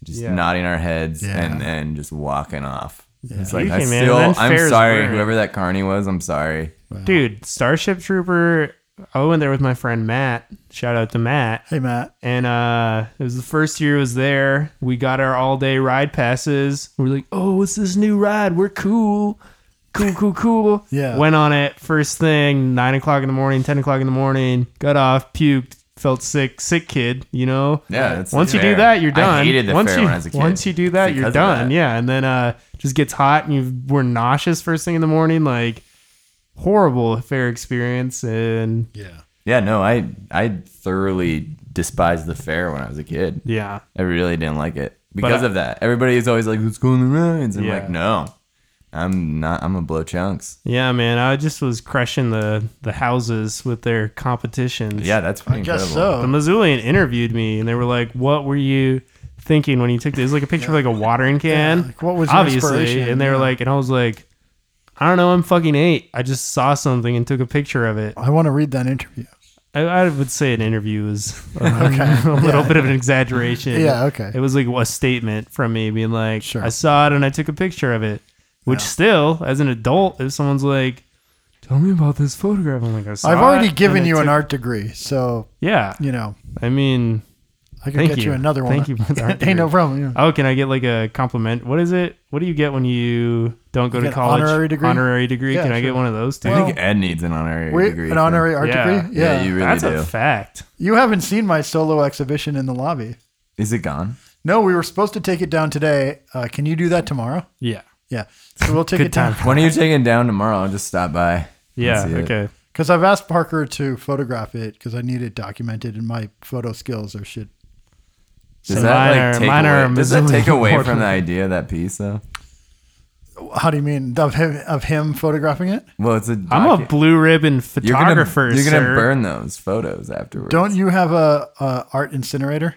[SPEAKER 3] just
[SPEAKER 2] Yeah.
[SPEAKER 3] nodding our heads
[SPEAKER 1] Yeah.
[SPEAKER 3] and then just walking off. It's like,
[SPEAKER 2] You
[SPEAKER 3] I
[SPEAKER 2] can, man.
[SPEAKER 3] still,
[SPEAKER 2] Then fair
[SPEAKER 3] I'm
[SPEAKER 2] is
[SPEAKER 3] sorry.
[SPEAKER 2] fair.
[SPEAKER 3] Whoever that carny was, I'm sorry.
[SPEAKER 2] dude starship trooper I went there with my friend Matt. Shout out to Matt.
[SPEAKER 1] Hey, Matt.
[SPEAKER 2] and uh it was the first year I was there we got our all day ride passes we were like oh what's this new ride we're cool cool cool cool
[SPEAKER 1] Yeah.
[SPEAKER 2] went on it first thing nine o'clock in the morning ten o'clock in the morning got off puked felt sick sick kid you know
[SPEAKER 3] Yeah, that's
[SPEAKER 2] once you do
[SPEAKER 3] fair.
[SPEAKER 2] that you're
[SPEAKER 3] I
[SPEAKER 2] done
[SPEAKER 3] hated the
[SPEAKER 2] once
[SPEAKER 3] fair
[SPEAKER 2] you
[SPEAKER 3] when I was a kid.
[SPEAKER 2] once you do that
[SPEAKER 3] It's
[SPEAKER 2] you're
[SPEAKER 3] because of
[SPEAKER 2] done
[SPEAKER 3] that.
[SPEAKER 2] yeah and then uh just gets hot and you were nauseous first thing in the morning like horrible fair experience and
[SPEAKER 1] Yeah.
[SPEAKER 3] Yeah, no, I I thoroughly despised the fair when I was a kid.
[SPEAKER 2] yeah
[SPEAKER 3] I really didn't like it because
[SPEAKER 2] I-
[SPEAKER 3] of that. Everybody is always like, "Let's go on the rides." I'm
[SPEAKER 2] Yeah.
[SPEAKER 3] like, "No, I'm not. I'm gonna blow chunks."
[SPEAKER 2] Yeah, man, I just was crushing the the houses with their competitions.
[SPEAKER 3] Yeah, that's pretty
[SPEAKER 1] I
[SPEAKER 3] incredible.
[SPEAKER 1] guess
[SPEAKER 2] the
[SPEAKER 1] so.
[SPEAKER 2] Missoulian interviewed me, and they were like, "What were you thinking when you took this?" It was like a picture of like a watering can.
[SPEAKER 1] Yeah, like, what was your
[SPEAKER 2] obviously?
[SPEAKER 1] inspiration?
[SPEAKER 2] And they were
[SPEAKER 1] Yeah.
[SPEAKER 2] like, and I was like, "I don't know. I'm fucking eight. I just saw something and took a picture of it."
[SPEAKER 1] I want to read that interview.
[SPEAKER 2] I, I would say an interview is a little bit of an exaggeration.
[SPEAKER 1] Yeah, okay.
[SPEAKER 2] It was like a statement from me being like,
[SPEAKER 1] Sure.
[SPEAKER 2] I saw it and I took a picture of it. Which still, as an adult, if someone's like, tell me about this photograph, I'm like, I saw
[SPEAKER 1] I've
[SPEAKER 2] it
[SPEAKER 1] already
[SPEAKER 2] and
[SPEAKER 1] given
[SPEAKER 2] I
[SPEAKER 1] you an
[SPEAKER 2] took-"
[SPEAKER 1] art degree, so
[SPEAKER 2] Yeah.
[SPEAKER 1] you know
[SPEAKER 2] I mean,
[SPEAKER 1] I could
[SPEAKER 2] Thank
[SPEAKER 1] get you.
[SPEAKER 2] you.
[SPEAKER 1] another one.
[SPEAKER 2] Thank you for the art
[SPEAKER 1] Ain't no
[SPEAKER 2] degree.
[SPEAKER 1] problem. Yeah.
[SPEAKER 2] oh, can I get like a compliment? What is it? What do you get when you don't go
[SPEAKER 1] You
[SPEAKER 2] to
[SPEAKER 1] get an
[SPEAKER 2] college?
[SPEAKER 1] honorary degree?
[SPEAKER 2] Honorary degree.
[SPEAKER 1] Yeah,
[SPEAKER 2] can I
[SPEAKER 1] sure.
[SPEAKER 2] get one of those too?
[SPEAKER 3] I think Ed needs an honorary
[SPEAKER 1] Wait,
[SPEAKER 3] degree.
[SPEAKER 1] an
[SPEAKER 3] for-
[SPEAKER 1] honorary art
[SPEAKER 2] Yeah.
[SPEAKER 1] degree?
[SPEAKER 3] Yeah,
[SPEAKER 1] Yeah.
[SPEAKER 3] you
[SPEAKER 1] you,
[SPEAKER 3] really
[SPEAKER 2] That's
[SPEAKER 3] do.
[SPEAKER 2] a fact.
[SPEAKER 1] haven't seen my solo exhibition in the lobby.
[SPEAKER 3] is it gone?
[SPEAKER 1] No, we were supposed to take it down today. Uh, can you do that tomorrow?
[SPEAKER 2] Yeah.
[SPEAKER 1] Yeah. So we'll take
[SPEAKER 2] Good
[SPEAKER 1] it down.
[SPEAKER 2] time.
[SPEAKER 3] When are you taking it down tomorrow? I'll just stop by.
[SPEAKER 2] Yeah.
[SPEAKER 3] see it.
[SPEAKER 2] Okay.
[SPEAKER 1] Because I've asked Parker to photograph it because I need it documented and my photo skills are shit.
[SPEAKER 3] Does
[SPEAKER 2] So
[SPEAKER 3] that
[SPEAKER 2] mine are-
[SPEAKER 3] like take
[SPEAKER 2] mine are
[SPEAKER 3] away, does that
[SPEAKER 2] Missouri
[SPEAKER 3] take away
[SPEAKER 2] Mortal.
[SPEAKER 3] from the idea of that piece though?
[SPEAKER 1] How do you mean? Of him, of him photographing it?
[SPEAKER 3] Well, it's a.
[SPEAKER 2] I'm a
[SPEAKER 3] docu-
[SPEAKER 2] blue ribbon
[SPEAKER 3] You're gonna,
[SPEAKER 2] photographer.
[SPEAKER 3] you're gonna
[SPEAKER 2] sir.
[SPEAKER 3] burn those photos afterwards.
[SPEAKER 1] Don't you have a, a art incinerator?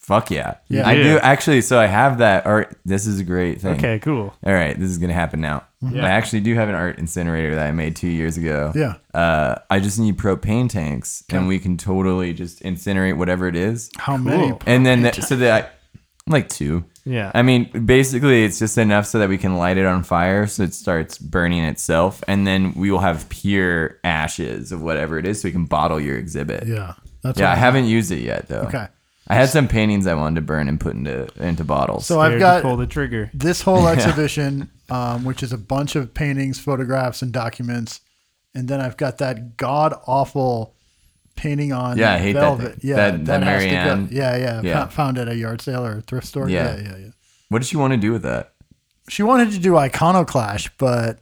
[SPEAKER 3] Fuck yeah.
[SPEAKER 1] Yeah.
[SPEAKER 3] I
[SPEAKER 2] Yeah.
[SPEAKER 3] do actually. So I have that art. This is a great thing.
[SPEAKER 2] Okay. Cool.
[SPEAKER 3] All right, this is gonna happen now. I actually do have an art incinerator that I made two years ago.
[SPEAKER 1] Yeah.
[SPEAKER 3] Uh, I just need propane tanks, and we can totally just incinerate whatever it is.
[SPEAKER 1] How many?
[SPEAKER 3] And then that so that I, like two.
[SPEAKER 2] Yeah.
[SPEAKER 3] I mean, basically, it's just enough so that we can light it on fire, so it starts burning itself, and then we will have pure ashes of whatever it is, so we can bottle your exhibit.
[SPEAKER 1] Yeah. That's
[SPEAKER 3] Yeah, I
[SPEAKER 1] what
[SPEAKER 3] haven't used it yet though.
[SPEAKER 1] Okay.
[SPEAKER 3] I had some paintings I wanted to burn and put into into bottles.
[SPEAKER 1] So
[SPEAKER 2] There
[SPEAKER 1] I've
[SPEAKER 2] to
[SPEAKER 1] got
[SPEAKER 2] pull the trigger.
[SPEAKER 1] this whole exhibition, um, which is a bunch of paintings, photographs, and documents, and then I've got that god awful painting on
[SPEAKER 3] Yeah, I hate that
[SPEAKER 1] velvet.
[SPEAKER 3] thing.
[SPEAKER 1] Yeah,
[SPEAKER 3] That- that
[SPEAKER 1] has to
[SPEAKER 3] Mary
[SPEAKER 1] go-
[SPEAKER 3] Ann.
[SPEAKER 1] Yeah, yeah,
[SPEAKER 3] Yeah.
[SPEAKER 1] yeah. Found at a yard sale or a thrift store.
[SPEAKER 3] Yeah.
[SPEAKER 1] Yeah. yeah, yeah,
[SPEAKER 3] what did you want to do with that?
[SPEAKER 1] She wanted to do iconoclash, but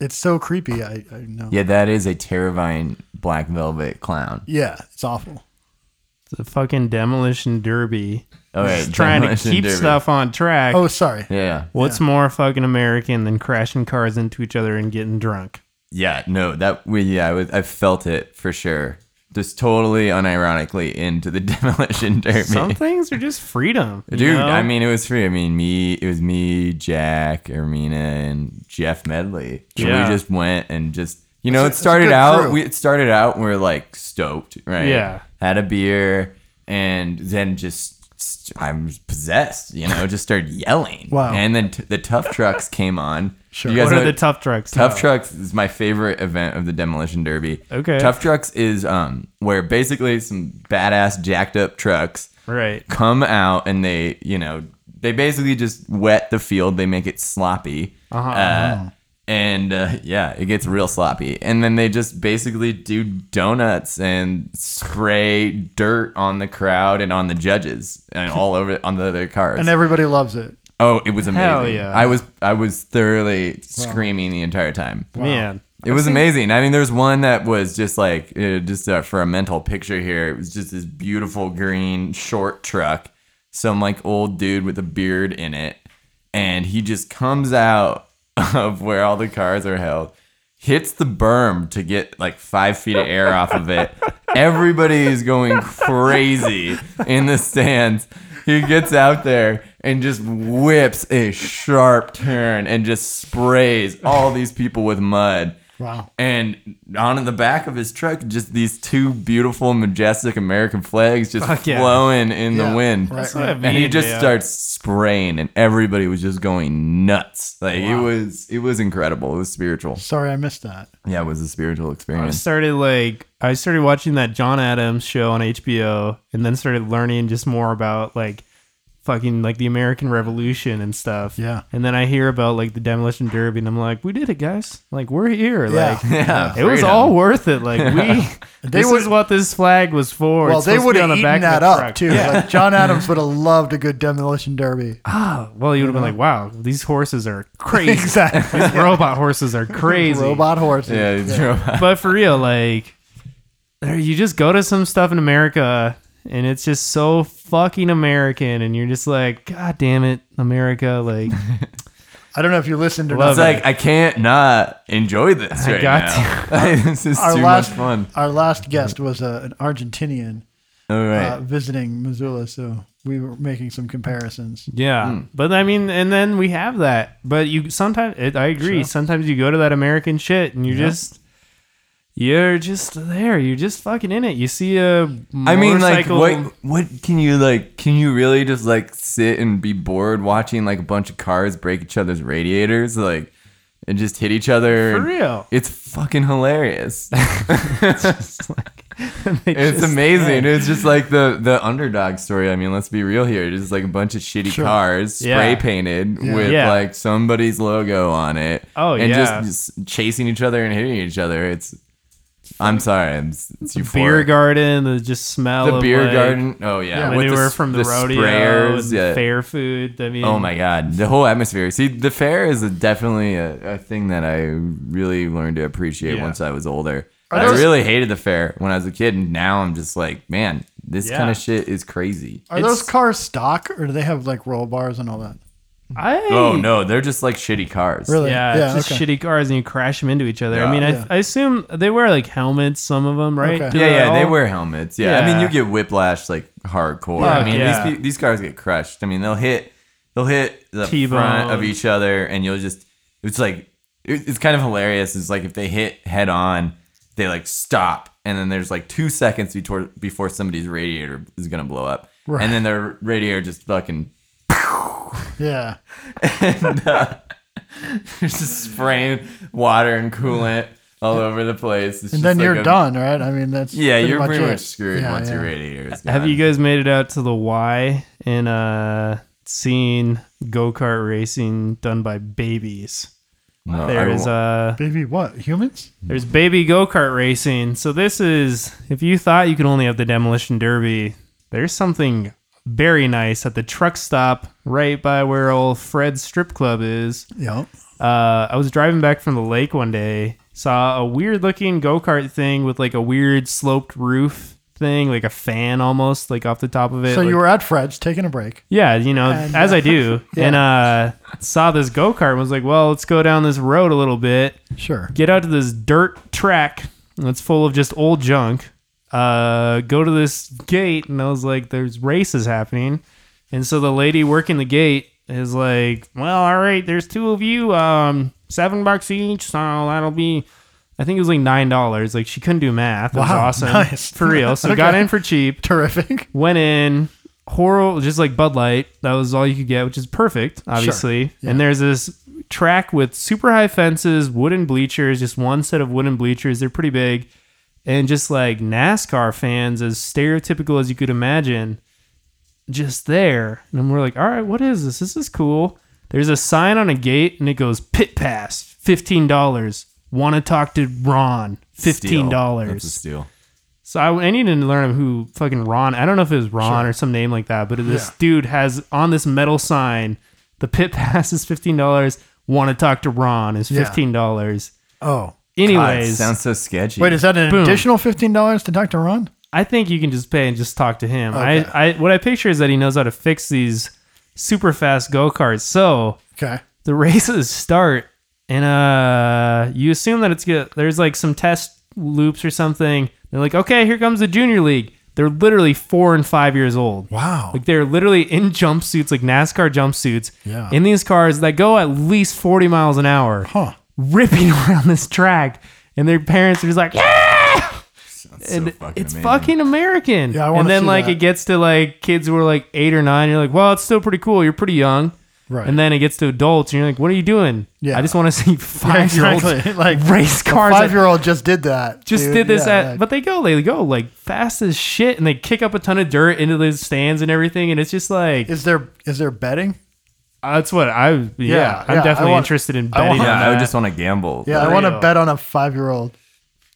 [SPEAKER 1] it's so creepy. I, I know.
[SPEAKER 3] Yeah, that is a terrifying black velvet clown.
[SPEAKER 1] yeah, it's awful.
[SPEAKER 2] It's a fucking demolition derby.
[SPEAKER 3] All right,
[SPEAKER 2] Just trying to
[SPEAKER 3] Demolition
[SPEAKER 2] keep
[SPEAKER 3] Derby.
[SPEAKER 2] stuff on track.
[SPEAKER 1] Oh, sorry.
[SPEAKER 3] Yeah,
[SPEAKER 2] What's more fucking American than crashing cars into each other and getting drunk?
[SPEAKER 3] yeah, no, that we, yeah, I, was, I felt it for sure. Just totally unironically into the demolition derby.
[SPEAKER 2] Some things are just freedom. you
[SPEAKER 3] Dude,
[SPEAKER 2] know?
[SPEAKER 3] I mean, it was free. I mean, me, it was me, Jack, Ermina, and Jeff Medley. So
[SPEAKER 2] Yeah.
[SPEAKER 3] we just went and just, you know,
[SPEAKER 1] a-
[SPEAKER 3] it
[SPEAKER 1] it's a
[SPEAKER 3] started
[SPEAKER 1] good
[SPEAKER 3] out.
[SPEAKER 1] crew.
[SPEAKER 3] We, it started out. and we are like stoked, right?
[SPEAKER 2] Yeah.
[SPEAKER 3] Had a beer, and then just st- I'm possessed. You know, just started yelling.
[SPEAKER 1] Wow.
[SPEAKER 3] And then t- the tough trucks came on. Sure. You guys
[SPEAKER 2] what
[SPEAKER 3] know,
[SPEAKER 2] are the tough trucks? Oh,
[SPEAKER 3] Tough
[SPEAKER 2] now?
[SPEAKER 3] Trucks is my favorite event of the demolition derby.
[SPEAKER 2] Okay.
[SPEAKER 3] Tough Trucks is um where basically some badass jacked up trucks
[SPEAKER 2] Right.
[SPEAKER 3] come out and they, you know, they basically just wet the field. They make it sloppy. Uh-huh. and uh, yeah, it gets real sloppy. And then they just basically do donuts and spray dirt on the crowd and on the judges and all over on the, their cars.
[SPEAKER 1] And everybody loves it.
[SPEAKER 3] oh, it was amazing.
[SPEAKER 2] Hell yeah.
[SPEAKER 3] I was I was thoroughly screaming the entire time.
[SPEAKER 2] Man.
[SPEAKER 3] It was amazing. I mean, there's one that was just like, uh, just uh, for a mental picture here, it was just this beautiful green short truck, some like old dude with a beard in it. And he just comes out of where all the cars are held, hits the berm to get like five feet of air off of it. Everybody is going crazy in the stands. He gets out there and just whips a sharp turn and just sprays all these people with mud.
[SPEAKER 1] Wow.
[SPEAKER 3] and on the back of his truck, just these two beautiful, majestic American flags just
[SPEAKER 2] Fuck yeah.
[SPEAKER 3] flowing in
[SPEAKER 1] Yeah,
[SPEAKER 3] the wind.
[SPEAKER 1] right,
[SPEAKER 2] what I
[SPEAKER 1] right.
[SPEAKER 2] mean,
[SPEAKER 3] And he just
[SPEAKER 2] yeah.
[SPEAKER 3] starts spraying, and everybody was just going nuts. Like it was, it was incredible. It was spiritual.
[SPEAKER 1] Sorry, I missed that.
[SPEAKER 3] Yeah, it was a spiritual
[SPEAKER 2] I
[SPEAKER 3] experience.
[SPEAKER 2] started like I started watching that John Adams show on HBO, and then started learning just more about like fucking like the American Revolution and stuff.
[SPEAKER 1] Yeah.
[SPEAKER 2] And then I hear about like the demolition derby, and I'm like, we did it, guys! Like we're here.
[SPEAKER 1] Yeah.
[SPEAKER 2] Like
[SPEAKER 3] Yeah,
[SPEAKER 2] it was
[SPEAKER 3] freedom.
[SPEAKER 2] all worth it. Like we.
[SPEAKER 1] They
[SPEAKER 2] this
[SPEAKER 1] would-
[SPEAKER 2] is what this flag was for.
[SPEAKER 1] Well,
[SPEAKER 2] It's
[SPEAKER 1] they
[SPEAKER 2] supposed to
[SPEAKER 1] would
[SPEAKER 2] be
[SPEAKER 1] have
[SPEAKER 2] on the
[SPEAKER 1] eaten
[SPEAKER 2] back of
[SPEAKER 1] that
[SPEAKER 2] the
[SPEAKER 1] up
[SPEAKER 2] truck.
[SPEAKER 1] too. Like John Adams would have loved a good demolition derby.
[SPEAKER 2] Ah, well, you would have been like, wow, these horses are crazy.
[SPEAKER 1] Exactly.
[SPEAKER 2] These robot horses are crazy.
[SPEAKER 1] Robot horses.
[SPEAKER 3] Yeah, it's true.
[SPEAKER 2] but for real, like, there- you just go to some stuff in America and it's just so fucking American, and you're just like, God damn it, America! Like,
[SPEAKER 1] I don't know if you listened or
[SPEAKER 2] Love
[SPEAKER 1] not.
[SPEAKER 3] It's like I can't not enjoy this
[SPEAKER 2] I
[SPEAKER 3] right
[SPEAKER 2] got
[SPEAKER 3] now. this is
[SPEAKER 1] Our
[SPEAKER 3] too
[SPEAKER 1] last,
[SPEAKER 3] much fun.
[SPEAKER 1] Our last guest was uh, an Argentinian
[SPEAKER 3] All right.
[SPEAKER 1] uh, visiting Missoula, so we were making some comparisons.
[SPEAKER 2] yeah.
[SPEAKER 3] Hmm.
[SPEAKER 2] But I mean, and then we have that. But you sometimes, it, I agree. Sometimes you go to that American shit, and you just. You're just there. You're just fucking in it. You see a
[SPEAKER 3] I mean, like,
[SPEAKER 2] motorcycle-
[SPEAKER 3] what? What can you like? Can you really just like sit and be bored watching like a bunch of cars break each other's radiators, like, and just hit each other?
[SPEAKER 2] For real.
[SPEAKER 3] It's fucking hilarious.
[SPEAKER 2] They
[SPEAKER 3] It's
[SPEAKER 2] just-
[SPEAKER 3] amazing. It's just like the the underdog story. I mean, let's be real here. It's just like a bunch of shitty cars
[SPEAKER 2] Yeah.
[SPEAKER 3] spray painted with
[SPEAKER 2] Yeah.
[SPEAKER 3] like somebody's logo on it.
[SPEAKER 2] Oh,
[SPEAKER 3] and
[SPEAKER 2] yeah.
[SPEAKER 3] And just, just chasing each other and hitting each other. It's. I'm sorry. It's, it's euphoric.
[SPEAKER 2] beer garden, the just smell
[SPEAKER 3] the
[SPEAKER 2] of
[SPEAKER 3] beer
[SPEAKER 2] like,
[SPEAKER 3] garden. Oh yeah,
[SPEAKER 2] manure
[SPEAKER 3] With the s-
[SPEAKER 2] from the, rodeo,
[SPEAKER 3] sprayers,
[SPEAKER 2] and
[SPEAKER 3] yeah.
[SPEAKER 2] fair food. I mean,
[SPEAKER 3] Oh my god, the whole atmosphere. See, the fair is a, definitely a, a thing that I really learned to appreciate
[SPEAKER 2] Yeah.
[SPEAKER 3] once I was older.
[SPEAKER 1] Are
[SPEAKER 3] I
[SPEAKER 1] those-
[SPEAKER 3] really hated the fair when I was a kid, and now I'm just like, man, this
[SPEAKER 2] Yeah.
[SPEAKER 3] kind of shit is crazy.
[SPEAKER 1] Are
[SPEAKER 2] It's-
[SPEAKER 1] those cars stock, or do they have like roll bars and all that?
[SPEAKER 2] I,
[SPEAKER 3] Oh no, they're just like shitty cars.
[SPEAKER 1] Really?
[SPEAKER 2] yeah,
[SPEAKER 1] Yeah.
[SPEAKER 2] it's just
[SPEAKER 1] okay.
[SPEAKER 2] shitty cars, and you crash them into each other. I
[SPEAKER 3] Yeah.
[SPEAKER 2] mean, I,
[SPEAKER 1] Yeah.
[SPEAKER 2] I assume they wear like helmets, some of them, right?
[SPEAKER 1] Okay.
[SPEAKER 2] Do
[SPEAKER 3] Yeah, yeah, they
[SPEAKER 2] all-
[SPEAKER 3] wear helmets. Yeah. I
[SPEAKER 2] Yeah.
[SPEAKER 3] mean, you get whiplash like hardcore. I
[SPEAKER 2] Fuck
[SPEAKER 3] mean,
[SPEAKER 2] yeah.
[SPEAKER 3] these pe- these cars get crushed. I mean, they'll hit they'll hit the front
[SPEAKER 2] T-bone.
[SPEAKER 3] of each other, and you'll just it's like it- it's kind of hilarious. It's like if they hit head on, they like stop, and then there's like two seconds before before somebody's radiator is gonna blow up,
[SPEAKER 1] Right.
[SPEAKER 3] and then their radiator just fucking
[SPEAKER 1] Yeah.
[SPEAKER 3] just spraying water and coolant all over the place.
[SPEAKER 1] And
[SPEAKER 3] It's just
[SPEAKER 1] then
[SPEAKER 3] like
[SPEAKER 1] you're
[SPEAKER 3] a-
[SPEAKER 1] done, right? I mean, that's
[SPEAKER 3] Yeah,
[SPEAKER 1] pretty
[SPEAKER 3] you're
[SPEAKER 1] much
[SPEAKER 3] pretty
[SPEAKER 1] it.
[SPEAKER 3] much screwed
[SPEAKER 1] Yeah,
[SPEAKER 3] once
[SPEAKER 1] yeah.
[SPEAKER 3] your radiator is gone.
[SPEAKER 2] Have you guys made it out to the Y and uh, seen go kart racing done by babies?
[SPEAKER 3] No,
[SPEAKER 2] There
[SPEAKER 3] I
[SPEAKER 2] is
[SPEAKER 3] won't-
[SPEAKER 2] uh,
[SPEAKER 1] Baby, what humans?
[SPEAKER 2] There's baby go kart racing. So this is if you thought you could only have the demolition derby, there's something very nice at the truck stop right by where old Fred's strip club is.
[SPEAKER 1] Yeah.
[SPEAKER 2] Uh, I was driving back from the lake one day, saw a weird looking go kart thing with like a weird sloped roof thing, like a fan almost, like off the top of it.
[SPEAKER 1] So
[SPEAKER 2] like-
[SPEAKER 1] you were at Fred's taking a break.
[SPEAKER 2] yeah, you know,
[SPEAKER 1] And,
[SPEAKER 2] as
[SPEAKER 1] uh,
[SPEAKER 2] I do,
[SPEAKER 1] yeah.
[SPEAKER 2] and uh, saw this go kart. Was like, well, let's go down this road a little bit
[SPEAKER 1] Sure.
[SPEAKER 2] get out to this dirt track that's full of just old junk. Uh, go to this gate, and I was like, "There's races happening," and so the lady working the gate is like, "Well, all right, there's two of you, um, seven bucks each, so that'll be." I think it was like nine dollars. Like she couldn't do math. It was
[SPEAKER 1] Wow,
[SPEAKER 2] awesome.
[SPEAKER 1] nice.
[SPEAKER 2] For real. So got
[SPEAKER 1] Okay.
[SPEAKER 2] in for cheap
[SPEAKER 1] Terrific.
[SPEAKER 2] went in horrible just like bud light that was all you could get which is perfect obviously
[SPEAKER 1] Yeah.
[SPEAKER 2] and there's this track with super high fences wooden bleachers just one set of wooden bleachers they're pretty big and just like nascar fans as stereotypical as you could imagine just there and we're like all right what is this this is cool there's a sign on a gate and it goes pit pass $15 want to talk to ron
[SPEAKER 3] Steal.
[SPEAKER 2] $15
[SPEAKER 3] That's a steal.
[SPEAKER 2] so I, I needed to learn who fucking Ron. I don't know if it was Ron or some name like that, but this
[SPEAKER 1] Yeah.
[SPEAKER 2] dude has on this metal sign, the pit pass is fifteen dollars. Want to talk to Ron is
[SPEAKER 1] Yeah.
[SPEAKER 2] fifteen dollars.
[SPEAKER 1] Oh,
[SPEAKER 3] God, it
[SPEAKER 2] Anyways,
[SPEAKER 3] sounds so sketchy.
[SPEAKER 1] wait, is that an
[SPEAKER 2] Boom.
[SPEAKER 1] additional fifteen dollars to Dr. Ron?
[SPEAKER 2] I think you can just pay and just talk to him.
[SPEAKER 1] Okay.
[SPEAKER 2] I, I what I picture is that he knows how to fix these super fast go karts. So
[SPEAKER 1] Okay.
[SPEAKER 2] the races start and uh you assume that it's good there's like some test loops or something they're like okay here comes the junior league they're literally four and five years old
[SPEAKER 1] Wow.
[SPEAKER 2] like they're literally in jumpsuits like nascar jumpsuits
[SPEAKER 1] Yeah.
[SPEAKER 2] in these cars that go at least 40 miles an hour
[SPEAKER 1] Huh.
[SPEAKER 2] ripping around this track, and their parents are just like, yeah.
[SPEAKER 3] That's so
[SPEAKER 2] And
[SPEAKER 3] fucking
[SPEAKER 2] it's
[SPEAKER 3] amazing.
[SPEAKER 2] fucking American.
[SPEAKER 1] Yeah, I wanna
[SPEAKER 2] and then
[SPEAKER 1] see
[SPEAKER 2] like
[SPEAKER 1] that.
[SPEAKER 2] it gets to like kids who are like eight or nine. You're like, well, it's still pretty cool. You're pretty young.
[SPEAKER 1] Right.
[SPEAKER 2] And then it gets to adults, and you're like, "What are you doing?
[SPEAKER 1] Yeah.
[SPEAKER 2] I just want to see five year olds
[SPEAKER 1] exactly.
[SPEAKER 2] like race cars.
[SPEAKER 1] Five year old just did that.
[SPEAKER 2] just
[SPEAKER 1] dude.
[SPEAKER 2] did this
[SPEAKER 1] Yeah,
[SPEAKER 2] at,
[SPEAKER 1] like-
[SPEAKER 2] but they go, they go like fast as shit, and they kick up a ton of dirt into the stands and everything, and it's just like uh,
[SPEAKER 1] is there is there betting?
[SPEAKER 2] that's what I.
[SPEAKER 1] Yeah,
[SPEAKER 2] Yeah, I'm
[SPEAKER 1] yeah, I
[SPEAKER 2] definitely
[SPEAKER 1] want-
[SPEAKER 2] interested in
[SPEAKER 1] I
[SPEAKER 2] betting.
[SPEAKER 1] want-
[SPEAKER 2] on
[SPEAKER 3] Yeah, I
[SPEAKER 2] that.
[SPEAKER 3] would just want to gamble.
[SPEAKER 1] Yeah, I
[SPEAKER 2] For
[SPEAKER 1] want to
[SPEAKER 2] real.
[SPEAKER 1] bet on a five year old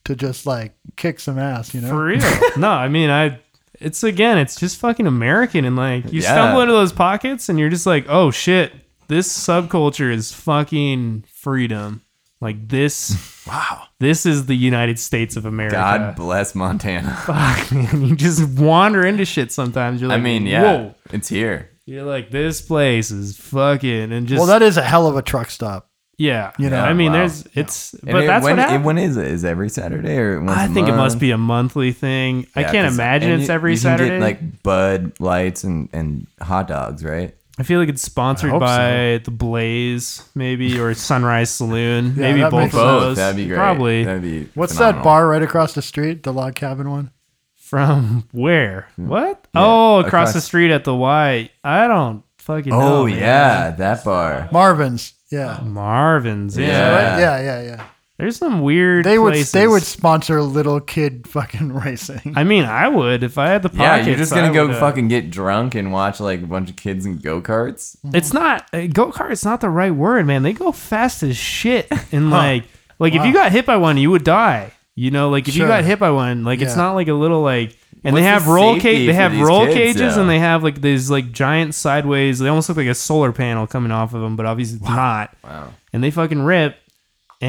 [SPEAKER 1] to just like kick some ass. You know,
[SPEAKER 2] For real. no, I mean, I. It's again, it's just fucking American, and like you
[SPEAKER 3] Yeah.
[SPEAKER 2] stumble into those pockets, and you're just like, oh shit, this subculture is fucking freedom. Like this,
[SPEAKER 3] Wow.
[SPEAKER 2] this is the United States of America.
[SPEAKER 3] God bless Montana.
[SPEAKER 2] Fuck, man, you just wander into shit sometimes. You're
[SPEAKER 3] I
[SPEAKER 2] like,
[SPEAKER 3] mean, yeah,
[SPEAKER 2] whoa.
[SPEAKER 3] it's here.
[SPEAKER 2] You're like, this place is fucking, and just
[SPEAKER 1] well, that is a hell of a truck stop.
[SPEAKER 2] yeah,
[SPEAKER 1] you know,
[SPEAKER 2] I mean,
[SPEAKER 3] wow.
[SPEAKER 2] there's it's,
[SPEAKER 3] And
[SPEAKER 2] but
[SPEAKER 3] it-
[SPEAKER 2] that's
[SPEAKER 3] when,
[SPEAKER 2] what
[SPEAKER 3] it-
[SPEAKER 2] happens.
[SPEAKER 3] when is it? Is it every Saturday or once
[SPEAKER 2] I
[SPEAKER 3] a
[SPEAKER 2] think it must
[SPEAKER 3] month?
[SPEAKER 2] be a monthly thing. I
[SPEAKER 3] Yeah,
[SPEAKER 2] can't
[SPEAKER 3] 'cause-
[SPEAKER 2] imagine
[SPEAKER 3] and
[SPEAKER 2] it's
[SPEAKER 3] you-
[SPEAKER 2] every
[SPEAKER 3] you can get,
[SPEAKER 2] Saturday.
[SPEAKER 3] like Bud lights and and hot dogs, right?
[SPEAKER 2] I feel like it's sponsored
[SPEAKER 1] I hope
[SPEAKER 2] by the Blaze, maybe, or Sunrise Saloon, maybe
[SPEAKER 1] that
[SPEAKER 2] both of
[SPEAKER 1] makes
[SPEAKER 2] those.
[SPEAKER 3] Both. That'd be great.
[SPEAKER 2] Probably
[SPEAKER 3] That'd be.
[SPEAKER 1] What's that
[SPEAKER 3] phenomenal.
[SPEAKER 1] bar right across the street? The log cabin one.
[SPEAKER 2] from where? What? oh, across,
[SPEAKER 3] Hmm. across-
[SPEAKER 2] the street at the Y. I don't fucking know.
[SPEAKER 3] Oh
[SPEAKER 2] man.
[SPEAKER 3] yeah, that bar.
[SPEAKER 1] Marvin's. Yeah.
[SPEAKER 2] Marvin's. Yeah.
[SPEAKER 3] Yeah.
[SPEAKER 1] Right? Yeah, yeah, yeah.
[SPEAKER 2] there's some weird.
[SPEAKER 1] They would
[SPEAKER 2] places.
[SPEAKER 1] they would sponsor little kid fucking racing.
[SPEAKER 2] I mean, I would if I had the
[SPEAKER 3] Yeah,
[SPEAKER 2] pockets.
[SPEAKER 3] you're just
[SPEAKER 2] I
[SPEAKER 3] gonna go
[SPEAKER 2] would, uh,
[SPEAKER 3] fucking get drunk and watch like a bunch of kids in go karts.
[SPEAKER 2] It's not go kart. It's not the right word, man. They go fast as shit, and like, like if you got hit by one, you would die. You know, like if
[SPEAKER 1] Sure.
[SPEAKER 2] you got hit by one, like it's
[SPEAKER 1] Yeah.
[SPEAKER 2] not like a little like. And
[SPEAKER 3] What's
[SPEAKER 2] they
[SPEAKER 3] the
[SPEAKER 2] have roll
[SPEAKER 3] safety
[SPEAKER 2] cage. They
[SPEAKER 3] for
[SPEAKER 2] have
[SPEAKER 3] these
[SPEAKER 2] roll
[SPEAKER 3] kids,
[SPEAKER 2] cages,
[SPEAKER 3] though?
[SPEAKER 2] and they have like these like giant sideways. They almost look like a solar panel coming off of them, but obviously it's not.
[SPEAKER 3] Wow.
[SPEAKER 2] And they fucking rip.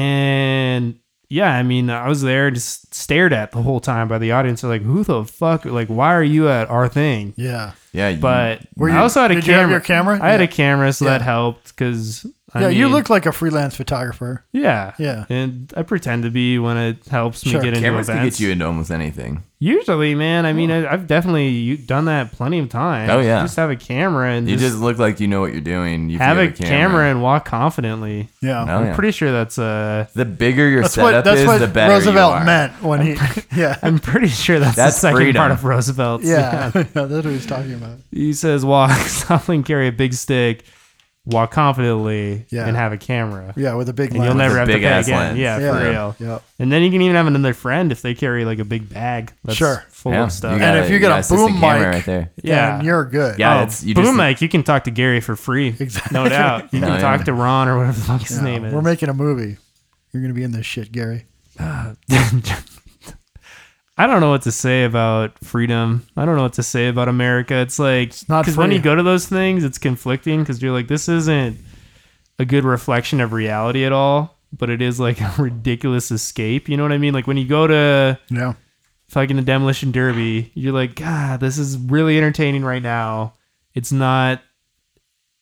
[SPEAKER 2] And yeah, I mean, I was there, just stared at the whole time by the audience. They're like, "Who the fuck? Like, why are you at our thing?"
[SPEAKER 1] yeah.
[SPEAKER 3] Yeah, you-
[SPEAKER 2] But
[SPEAKER 1] Were you-
[SPEAKER 2] I also had a
[SPEAKER 1] did you
[SPEAKER 2] camera.
[SPEAKER 1] have your camera?
[SPEAKER 2] I had
[SPEAKER 1] Yeah.
[SPEAKER 2] a camera, so that
[SPEAKER 1] Yeah.
[SPEAKER 2] helped because
[SPEAKER 1] yeah, you look like a freelance photographer.
[SPEAKER 2] yeah,
[SPEAKER 1] Yeah.
[SPEAKER 2] and I pretend to be when it helps me
[SPEAKER 1] Sure.
[SPEAKER 2] get into
[SPEAKER 3] cameras can
[SPEAKER 2] events.
[SPEAKER 3] get you into almost anything.
[SPEAKER 2] Usually, man, I mean, I, I've definitely you- done that plenty of times.
[SPEAKER 3] Oh, yeah.
[SPEAKER 2] just have a camera and
[SPEAKER 3] You
[SPEAKER 2] just,
[SPEAKER 3] just look like you know what you're doing. If
[SPEAKER 2] have
[SPEAKER 3] you
[SPEAKER 2] a camera and walk confidently.
[SPEAKER 1] Yeah.
[SPEAKER 3] No, Oh, yeah.
[SPEAKER 2] I'm pretty sure that's uh,
[SPEAKER 3] the bigger your
[SPEAKER 1] That's what
[SPEAKER 3] setup
[SPEAKER 1] that's
[SPEAKER 3] is,
[SPEAKER 1] what
[SPEAKER 3] the better
[SPEAKER 1] Roosevelt
[SPEAKER 3] you are.
[SPEAKER 1] meant when he Yeah.
[SPEAKER 2] I'm pretty sure that's,
[SPEAKER 3] That's
[SPEAKER 2] the second
[SPEAKER 3] freedom.
[SPEAKER 2] part of Roosevelt's.
[SPEAKER 1] Yeah. that's what he was talking about.
[SPEAKER 2] he says walk, stop and carry a big stick, walk confidently,
[SPEAKER 1] Yeah.
[SPEAKER 2] and have a camera.
[SPEAKER 1] Yeah, with a big
[SPEAKER 2] And you'll
[SPEAKER 1] lens.
[SPEAKER 2] never have to pay
[SPEAKER 3] big
[SPEAKER 2] again.
[SPEAKER 3] ass lens.
[SPEAKER 2] Yeah,
[SPEAKER 1] Yeah.
[SPEAKER 2] for real.
[SPEAKER 1] Yep.
[SPEAKER 2] And then you can even have another friend if they carry like a big bag that's
[SPEAKER 1] Sure.
[SPEAKER 2] full
[SPEAKER 3] Yeah,
[SPEAKER 2] of stuff.
[SPEAKER 3] you
[SPEAKER 1] And if you get a
[SPEAKER 3] assist the
[SPEAKER 1] boom
[SPEAKER 3] camera
[SPEAKER 1] mic-
[SPEAKER 3] right there,
[SPEAKER 2] yeah.
[SPEAKER 1] And you're good.
[SPEAKER 3] Yeah,
[SPEAKER 2] Oh,
[SPEAKER 3] it's- you
[SPEAKER 2] boom
[SPEAKER 3] just-
[SPEAKER 2] mic. You can talk to Gary for free.
[SPEAKER 1] Exactly.
[SPEAKER 2] No doubt. You
[SPEAKER 3] No,
[SPEAKER 2] can
[SPEAKER 3] yeah.
[SPEAKER 2] talk to Ron or whatever the fuck his
[SPEAKER 1] Yeah,
[SPEAKER 2] name is.
[SPEAKER 1] We're making a movie. You're gonna be in this shit, Gary.
[SPEAKER 2] I don't know what to say about freedom. I don't know what to say about America. It's like
[SPEAKER 1] not
[SPEAKER 2] because when
[SPEAKER 1] free.
[SPEAKER 2] you go to those things, it's conflicting because you're like, this isn't a good reflection of reality at all. But it is like a ridiculous escape. You know what I mean? Like when you go to
[SPEAKER 1] Yeah.
[SPEAKER 2] fucking the demolition derby you're like god this is really entertaining right now it's not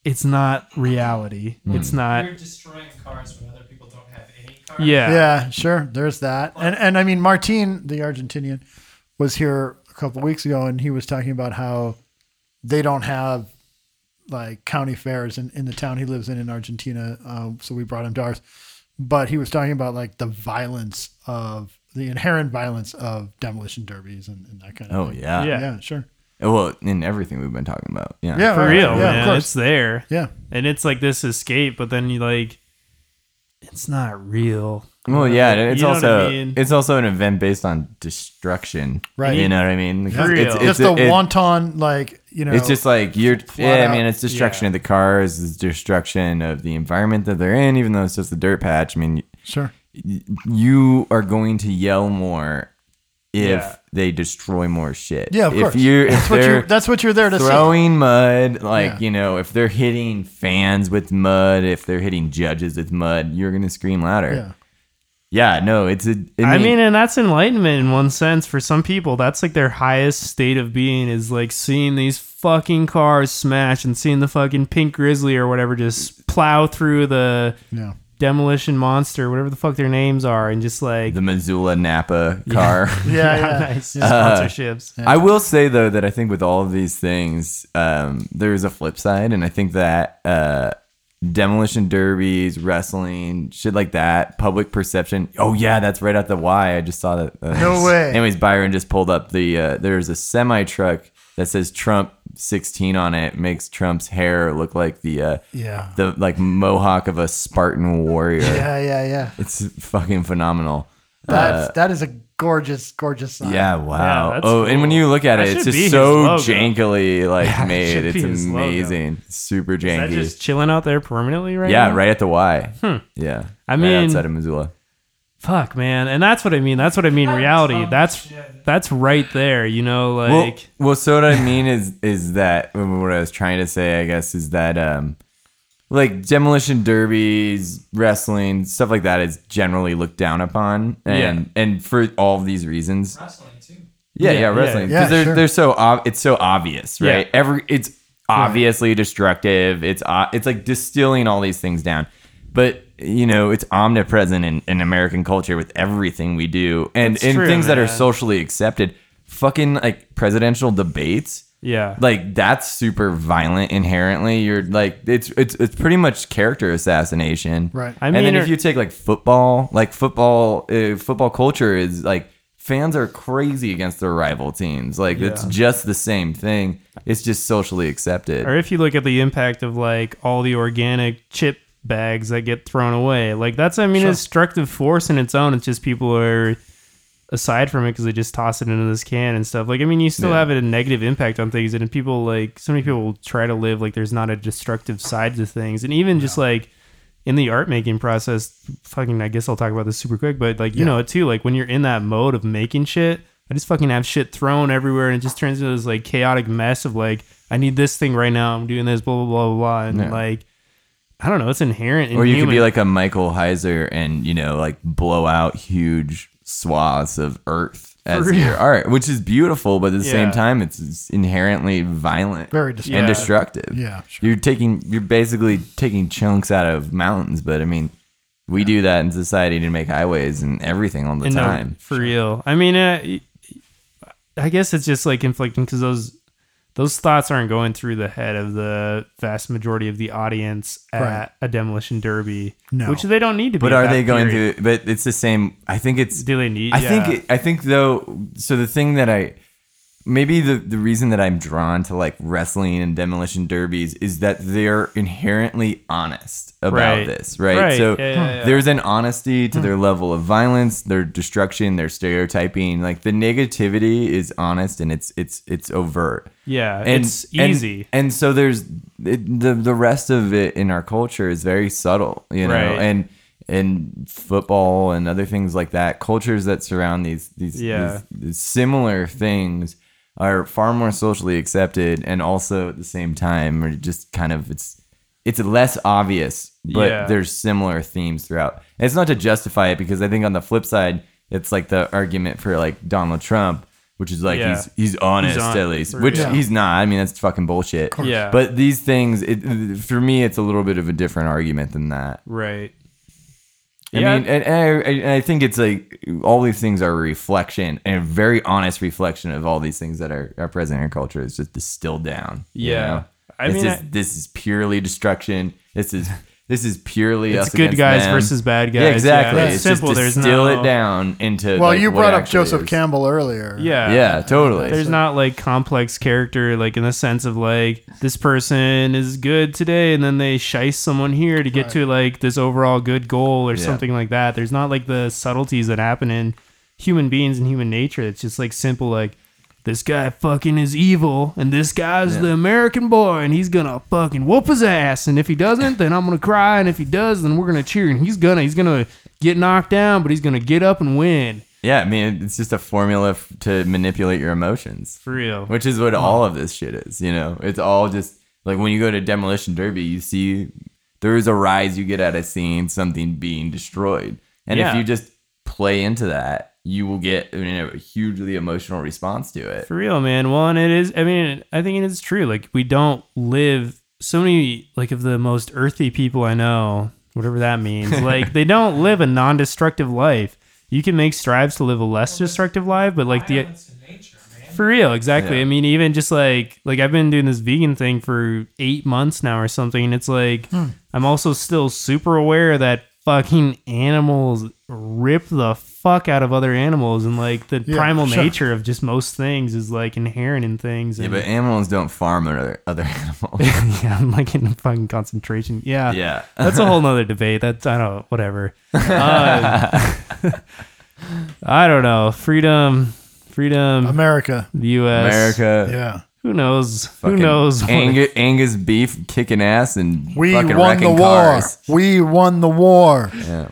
[SPEAKER 2] it's not reality it's not
[SPEAKER 8] You're destroying cars when other people don't have any cars.
[SPEAKER 2] yeah
[SPEAKER 1] Yeah, sure. There's that. And and I mean Martin, the Argentinian, was here a couple weeks ago and he was talking about how they don't have like county fairs in, in the town he lives in in Argentina. Um, so we brought him to ours. But he was talking about like the violence of the inherent violence of demolition derbies and, and that kind of
[SPEAKER 3] Oh
[SPEAKER 1] thing.
[SPEAKER 3] yeah. Oh,
[SPEAKER 2] Yeah.
[SPEAKER 1] Yeah, sure.
[SPEAKER 3] Well, in everything we've been talking about. Yeah.
[SPEAKER 1] Yeah,
[SPEAKER 2] for
[SPEAKER 1] right.
[SPEAKER 2] real
[SPEAKER 1] Yeah,
[SPEAKER 2] man
[SPEAKER 1] of course.
[SPEAKER 2] it's there
[SPEAKER 1] yeah.
[SPEAKER 2] and it's like this escape but then you like it's not real
[SPEAKER 3] Well, yeah, and it's
[SPEAKER 2] You know what
[SPEAKER 3] also
[SPEAKER 2] I mean?
[SPEAKER 3] it's also an event based on destruction,
[SPEAKER 1] Right.
[SPEAKER 3] You know what I mean? It's,
[SPEAKER 2] For real.
[SPEAKER 3] it's,
[SPEAKER 1] Just
[SPEAKER 3] it's-
[SPEAKER 1] the
[SPEAKER 3] it-
[SPEAKER 1] wanton like you know
[SPEAKER 3] It's just like you're.
[SPEAKER 1] flat
[SPEAKER 3] Yeah,
[SPEAKER 1] out-
[SPEAKER 3] I mean, it's destruction of the cars, it's destruction of the environment that they're in, even though it's just a dirt patch. I mean,
[SPEAKER 1] sure.
[SPEAKER 3] y- you are going to yell more if
[SPEAKER 2] Yeah.
[SPEAKER 3] they destroy more shit.
[SPEAKER 1] Yeah, of
[SPEAKER 3] if
[SPEAKER 1] course.
[SPEAKER 3] You, if
[SPEAKER 1] That's what
[SPEAKER 3] they're
[SPEAKER 1] you that's what you're there to see.
[SPEAKER 3] throwing mud, like
[SPEAKER 1] Yeah.
[SPEAKER 3] you know, if they're hitting fans with mud, if they're hitting judges with mud, you're gonna scream louder.
[SPEAKER 1] Yeah.
[SPEAKER 3] Yeah, no, it's a.
[SPEAKER 2] I mean, and that's enlightenment in one sense for some people. That's like their highest state of being is like seeing these fucking cars smash and seeing the fucking pink grizzly or whatever just plow through the
[SPEAKER 1] Yeah.
[SPEAKER 2] demolition monster, whatever the fuck their names are, and just like
[SPEAKER 3] the Missoula Napa car.
[SPEAKER 1] Yeah,
[SPEAKER 2] Yeah,
[SPEAKER 1] yeah.
[SPEAKER 2] nice sponsorships.
[SPEAKER 3] I will say though that I think with all of these things, um, there is a flip side, and I think that uh, demolition derbies, wrestling, shit like that, public perception. Oh yeah, that's right at the Y. I just saw that. Uh,
[SPEAKER 1] No way.
[SPEAKER 3] Anyways, Byron just pulled up the. Uh, there's a semi truck that says Trump 16 on it. Makes Trump's hair look like the uh,
[SPEAKER 1] Yeah.
[SPEAKER 3] the like mohawk of a Spartan warrior.
[SPEAKER 1] Yeah, yeah, yeah.
[SPEAKER 3] It's fucking phenomenal.
[SPEAKER 1] That's that is a gorgeous, gorgeous sign.
[SPEAKER 3] Uh, Yeah, wow.
[SPEAKER 2] that's
[SPEAKER 3] oh, and when you look at
[SPEAKER 2] That
[SPEAKER 3] it, it's
[SPEAKER 2] should be
[SPEAKER 3] just
[SPEAKER 2] his
[SPEAKER 3] so
[SPEAKER 2] logo.
[SPEAKER 3] jankily like
[SPEAKER 2] Yeah, that
[SPEAKER 3] made.
[SPEAKER 2] should
[SPEAKER 3] It's
[SPEAKER 2] be his logo.
[SPEAKER 3] amazing. Super
[SPEAKER 2] Is
[SPEAKER 3] janky.
[SPEAKER 2] that just chilling out there permanently right
[SPEAKER 3] yeah,
[SPEAKER 2] now? Hmm.
[SPEAKER 3] right at the Y. Yeah.
[SPEAKER 2] I
[SPEAKER 3] right
[SPEAKER 2] mean-
[SPEAKER 3] outside of Missoula.
[SPEAKER 2] Fuck, man. And that's what I mean. That's what I mean. Reality. That's that's right there. You know,
[SPEAKER 3] Well,
[SPEAKER 2] like
[SPEAKER 3] well, so what I mean is is that what I was trying to say, I guess, is that um, like demolition derbies, wrestling, stuff like that is generally looked down upon, and and for all of these reasons,
[SPEAKER 8] Wrestling too.
[SPEAKER 2] Yeah,
[SPEAKER 3] Yeah, yeah,
[SPEAKER 2] yeah.
[SPEAKER 3] wrestling.
[SPEAKER 1] Yeah,
[SPEAKER 3] Because they're,
[SPEAKER 1] sure.
[SPEAKER 3] they're so ob- it's so obvious, right?
[SPEAKER 2] Yeah.
[SPEAKER 3] Every it's obviously destructive. It's o- it's like distilling all these things down, but you know it's omnipresent in, in American culture with everything we do, and
[SPEAKER 2] That's
[SPEAKER 3] and
[SPEAKER 2] true,
[SPEAKER 3] things that are
[SPEAKER 2] man.
[SPEAKER 3] socially accepted. Fucking like presidential debates.
[SPEAKER 2] yeah.
[SPEAKER 3] Like that's super violent inherently. You're like it's it's it's pretty much character assassination,
[SPEAKER 1] Right.
[SPEAKER 2] I
[SPEAKER 3] and
[SPEAKER 2] mean,
[SPEAKER 3] then
[SPEAKER 2] or-
[SPEAKER 3] if you take like football, like football, uh, football culture is like fans are crazy against their rival teams. Like it's just the same thing. It's just socially accepted.
[SPEAKER 2] or if you look at the impact of like all the organic chip bags that get thrown away, like that's I mean, a destructive force in its own. It's just people are aside from it because they just toss it into this can and stuff. Like I mean, you still
[SPEAKER 3] Yeah.
[SPEAKER 2] have a negative impact on things, and people like so many people try to live like there's not a destructive side to things, and even just like in the art making process, fucking, I guess I'll talk about this super quick, but like, you know it too, like when you're in that mode of making shit, I just fucking have shit thrown everywhere and it just turns into this like chaotic mess of like, I need this thing right now, I'm doing this, blah, blah, blah, blah, blah. And
[SPEAKER 3] Yeah.
[SPEAKER 2] like, I don't know, it's inherent. In
[SPEAKER 3] Or you could be
[SPEAKER 2] human-
[SPEAKER 3] like a Michael Heiser and you know like blow out huge swaths of earth as your art, which is beautiful, but at the
[SPEAKER 2] Yeah.
[SPEAKER 3] same time it's- it's inherently violent
[SPEAKER 1] Very
[SPEAKER 3] and
[SPEAKER 1] destructive.
[SPEAKER 3] destructive.
[SPEAKER 1] Yeah, sure.
[SPEAKER 3] You're taking you're basically taking chunks out of mountains, but I mean we do that in society to make highways and everything all the
[SPEAKER 2] And no,
[SPEAKER 3] time.
[SPEAKER 2] for real. I mean, uh, y- I guess it's just like conflicting because those those thoughts aren't going through the head of the vast majority of the audience at
[SPEAKER 1] Right.
[SPEAKER 2] a demolition derby,
[SPEAKER 1] No.
[SPEAKER 2] which they don't need to be.
[SPEAKER 3] But
[SPEAKER 2] at
[SPEAKER 3] are
[SPEAKER 2] that
[SPEAKER 3] they going
[SPEAKER 2] period.
[SPEAKER 3] through? But it's the same. I think it's.
[SPEAKER 2] Do they need?
[SPEAKER 3] I
[SPEAKER 2] yeah.
[SPEAKER 3] think. It, I think though. So the thing that I, maybe the the reason that I'm drawn to like wrestling and demolition derbies is that they're inherently honest about
[SPEAKER 2] Right.
[SPEAKER 3] this, right?
[SPEAKER 2] Right.
[SPEAKER 3] So
[SPEAKER 2] Yeah, yeah, Hmm. yeah.
[SPEAKER 3] there's an honesty to their level of violence, their destruction, their stereotyping. Like the negativity is honest and it's it's it's overt
[SPEAKER 2] yeah,
[SPEAKER 3] and
[SPEAKER 2] it's
[SPEAKER 3] and-
[SPEAKER 2] easy.
[SPEAKER 3] And, so there's it, the the rest of it in our culture is very subtle, you know,
[SPEAKER 2] Right.
[SPEAKER 3] and and football and other things like that. Cultures that surround these these,
[SPEAKER 2] Yeah.
[SPEAKER 3] these- these similar things are far more socially accepted, and also at the same time are just kind of it's it's less obvious, but
[SPEAKER 2] Yeah.
[SPEAKER 3] there's similar themes throughout. And it's not to justify it because I think on the flip side, it's like the argument for like Donald Trump, which is like
[SPEAKER 2] Yeah.
[SPEAKER 3] he's he's honest
[SPEAKER 2] on-
[SPEAKER 3] at least, which
[SPEAKER 1] Yeah.
[SPEAKER 3] he's not. I mean, that's fucking bullshit.
[SPEAKER 2] Yeah.
[SPEAKER 3] But these things, it, for me, it's a little bit of a different argument than that.
[SPEAKER 2] right.
[SPEAKER 3] I
[SPEAKER 2] Yeah.
[SPEAKER 3] mean, and, and I, and I think it's like all these things are a reflection and a very honest reflection of all these things that are, are present in our culture. It's just distilled down. you
[SPEAKER 2] Yeah.
[SPEAKER 3] know?
[SPEAKER 2] I
[SPEAKER 3] It's
[SPEAKER 2] mean,
[SPEAKER 3] just-
[SPEAKER 2] I-
[SPEAKER 3] this is purely destruction. This is this is purely
[SPEAKER 2] It's
[SPEAKER 3] us
[SPEAKER 2] good
[SPEAKER 3] against
[SPEAKER 2] guys
[SPEAKER 3] them.
[SPEAKER 2] versus bad guys.
[SPEAKER 3] Yeah,
[SPEAKER 2] Yeah,
[SPEAKER 3] exactly.
[SPEAKER 2] it's
[SPEAKER 3] it's simple.
[SPEAKER 2] simple.
[SPEAKER 3] Just
[SPEAKER 2] There's
[SPEAKER 3] distill
[SPEAKER 2] no-
[SPEAKER 3] it down into.
[SPEAKER 1] Well,
[SPEAKER 3] like,
[SPEAKER 1] you
[SPEAKER 3] what
[SPEAKER 1] brought
[SPEAKER 3] it
[SPEAKER 1] up
[SPEAKER 3] actually
[SPEAKER 1] Joseph
[SPEAKER 3] is.
[SPEAKER 1] Campbell earlier.
[SPEAKER 2] Yeah.
[SPEAKER 3] Yeah, totally.
[SPEAKER 2] There's not like complex character, like in the sense of like this person is good today, and then they shice someone here to get to like this overall good goal or
[SPEAKER 3] Yeah.
[SPEAKER 2] something like that. There's not like the subtleties that happen in human beings and human nature. It's just like simple, like this guy fucking is evil, and this guy's the American boy, and he's gonna fucking whoop his ass. And if he doesn't, then I'm gonna cry, and if he does, then we're gonna cheer, and he's gonna he's gonna get knocked down, but he's gonna get up and win
[SPEAKER 3] Yeah, I mean, it's just a formula f- to manipulate your emotions,
[SPEAKER 2] for real.
[SPEAKER 3] which is what all of this shit is. You know, it's all just like when you go to demolition derby, you see there is a rise you get out of seeing something being destroyed, and
[SPEAKER 2] Yeah.
[SPEAKER 3] if you just play into that, you will get you know, a hugely emotional response to it.
[SPEAKER 2] For real, man. Well, and it is. I mean, I think it is true. Like we don't live. So many like of the most earthy people I know, whatever that means. Like they don't live a non-destructive life. You can make strives to live a less destructive life, but like the
[SPEAKER 8] Violence in nature, man.
[SPEAKER 2] For real, exactly.
[SPEAKER 3] Yeah.
[SPEAKER 2] I mean, even just like like I've been doing this vegan thing for eight months now or something, and it's like
[SPEAKER 3] Hmm.
[SPEAKER 2] I'm also still super aware that fucking animals rip the fuck out of other animals, and like the
[SPEAKER 1] Yeah,
[SPEAKER 2] primal
[SPEAKER 1] sure.
[SPEAKER 2] nature of just most things is like inherent in things.
[SPEAKER 3] Yeah,
[SPEAKER 2] And,
[SPEAKER 3] but animals don't farm other other animals.
[SPEAKER 2] yeah, I'm like in a fucking concentration. Yeah,
[SPEAKER 3] yeah.
[SPEAKER 2] That's a whole nother debate. That's I don't whatever. Um, I don't know. Freedom, freedom.
[SPEAKER 1] America.
[SPEAKER 2] the U.S.
[SPEAKER 3] America.
[SPEAKER 1] Yeah.
[SPEAKER 2] Who knows? Who
[SPEAKER 3] fucking
[SPEAKER 2] knows? what-
[SPEAKER 3] Angus, Angus beef kicking ass and
[SPEAKER 1] We
[SPEAKER 3] fucking
[SPEAKER 1] won the
[SPEAKER 3] wrecking
[SPEAKER 1] war.
[SPEAKER 3] cars.
[SPEAKER 1] We won the war.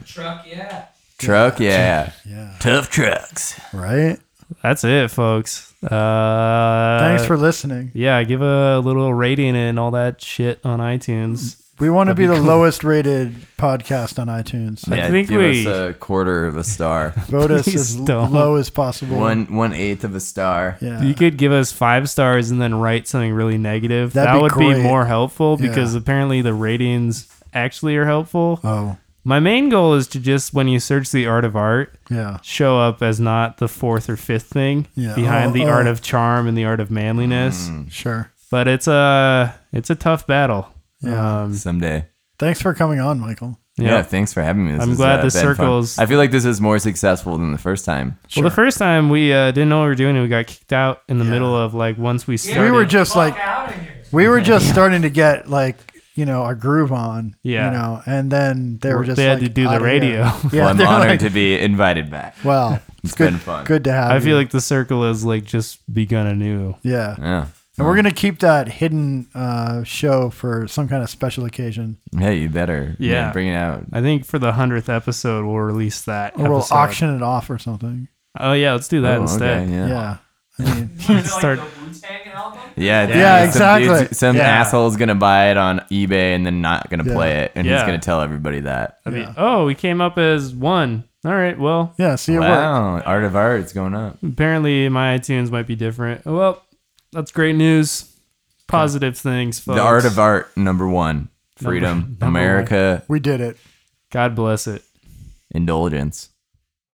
[SPEAKER 8] Truck, yeah.
[SPEAKER 3] Truck, yeah.
[SPEAKER 1] Yeah.
[SPEAKER 3] Tough trucks.
[SPEAKER 1] Right?
[SPEAKER 2] That's it, folks. Uh,
[SPEAKER 1] Thanks for listening.
[SPEAKER 2] Yeah, give a little rating and all that shit on iTunes.
[SPEAKER 1] We want to be the lowest rated podcast on iTunes.
[SPEAKER 2] I think
[SPEAKER 3] give
[SPEAKER 2] we-
[SPEAKER 3] us a quarter of a star.
[SPEAKER 1] Vote us
[SPEAKER 2] Please
[SPEAKER 1] as
[SPEAKER 2] don't.
[SPEAKER 1] low as possible.
[SPEAKER 3] one one eighth of a star.
[SPEAKER 1] Yeah.
[SPEAKER 2] You could give us five stars and then write something really negative.
[SPEAKER 1] That'd
[SPEAKER 2] That
[SPEAKER 1] be
[SPEAKER 2] would be
[SPEAKER 1] great.
[SPEAKER 2] more helpful
[SPEAKER 1] Yeah.
[SPEAKER 2] because apparently the ratings actually are helpful.
[SPEAKER 1] oh,
[SPEAKER 2] My main goal is to just when you search the art of art,
[SPEAKER 1] yeah.
[SPEAKER 2] show up as not the fourth or fifth thing
[SPEAKER 1] Yeah.
[SPEAKER 2] behind
[SPEAKER 1] Oh,
[SPEAKER 2] the
[SPEAKER 1] oh.
[SPEAKER 2] art of charm and the art of manliness.
[SPEAKER 1] Sure.
[SPEAKER 2] But it's a it's a tough battle.
[SPEAKER 1] Yeah.
[SPEAKER 2] Um,
[SPEAKER 3] Someday.
[SPEAKER 1] Thanks for coming on, Michael.
[SPEAKER 3] Yeah.
[SPEAKER 2] yeah.
[SPEAKER 3] thanks for having me. This
[SPEAKER 2] I'm
[SPEAKER 3] has,
[SPEAKER 2] glad
[SPEAKER 3] uh,
[SPEAKER 2] the
[SPEAKER 3] been fun.
[SPEAKER 2] circles-
[SPEAKER 3] I feel like this is more successful than the first time.
[SPEAKER 2] Well, the first time we uh, didn't know what we were doing, and we got kicked out in the middle of like once we
[SPEAKER 1] We
[SPEAKER 2] started.
[SPEAKER 1] were just like
[SPEAKER 8] Out of here.
[SPEAKER 1] we were just starting to get like you know our groove on.
[SPEAKER 2] Yeah.
[SPEAKER 1] You know, and then they were just
[SPEAKER 2] They had
[SPEAKER 1] like,
[SPEAKER 2] to do the
[SPEAKER 1] outta here.
[SPEAKER 2] radio.
[SPEAKER 1] Yeah.
[SPEAKER 3] well, I'm
[SPEAKER 1] they're
[SPEAKER 3] honored
[SPEAKER 1] like,
[SPEAKER 3] to be invited back.
[SPEAKER 1] well, it's good.
[SPEAKER 3] been fun.
[SPEAKER 1] Good to have.
[SPEAKER 2] I feel
[SPEAKER 1] you.
[SPEAKER 2] like the circle has like just begun anew.
[SPEAKER 1] yeah.
[SPEAKER 3] Yeah.
[SPEAKER 1] And we're gonna keep that hidden uh, show for some kind of special occasion.
[SPEAKER 3] Hey, you better. man,
[SPEAKER 2] Yeah.
[SPEAKER 3] bring it out.
[SPEAKER 2] I think for the hundredth episode, we'll release that.
[SPEAKER 1] Or we'll
[SPEAKER 2] episode.
[SPEAKER 1] auction it off or something.
[SPEAKER 2] Oh yeah, let's do that
[SPEAKER 3] Oh,
[SPEAKER 2] instead.
[SPEAKER 3] okay, yeah. yeah.
[SPEAKER 1] Yeah. I mean,
[SPEAKER 2] Start.
[SPEAKER 3] I think
[SPEAKER 1] Yeah,
[SPEAKER 3] some
[SPEAKER 1] exactly.
[SPEAKER 3] dude's- Some,
[SPEAKER 2] Yeah.
[SPEAKER 3] asshole's gonna buy it on eBay and then not gonna
[SPEAKER 1] Yeah.
[SPEAKER 3] play it, and he's
[SPEAKER 2] Yeah.
[SPEAKER 3] gonna tell everybody that.
[SPEAKER 2] I mean,
[SPEAKER 1] Yeah.
[SPEAKER 2] Oh, we came up as one. All right. Well,
[SPEAKER 1] yeah. See, it worked.
[SPEAKER 3] Wow, art of art is going up.
[SPEAKER 2] apparently my iTunes might be different. Well, that's great news. Positive things, folks.
[SPEAKER 3] The art of art, number one. Freedom,
[SPEAKER 2] number
[SPEAKER 3] America,
[SPEAKER 1] We did it.
[SPEAKER 2] God bless it.
[SPEAKER 3] indulgence.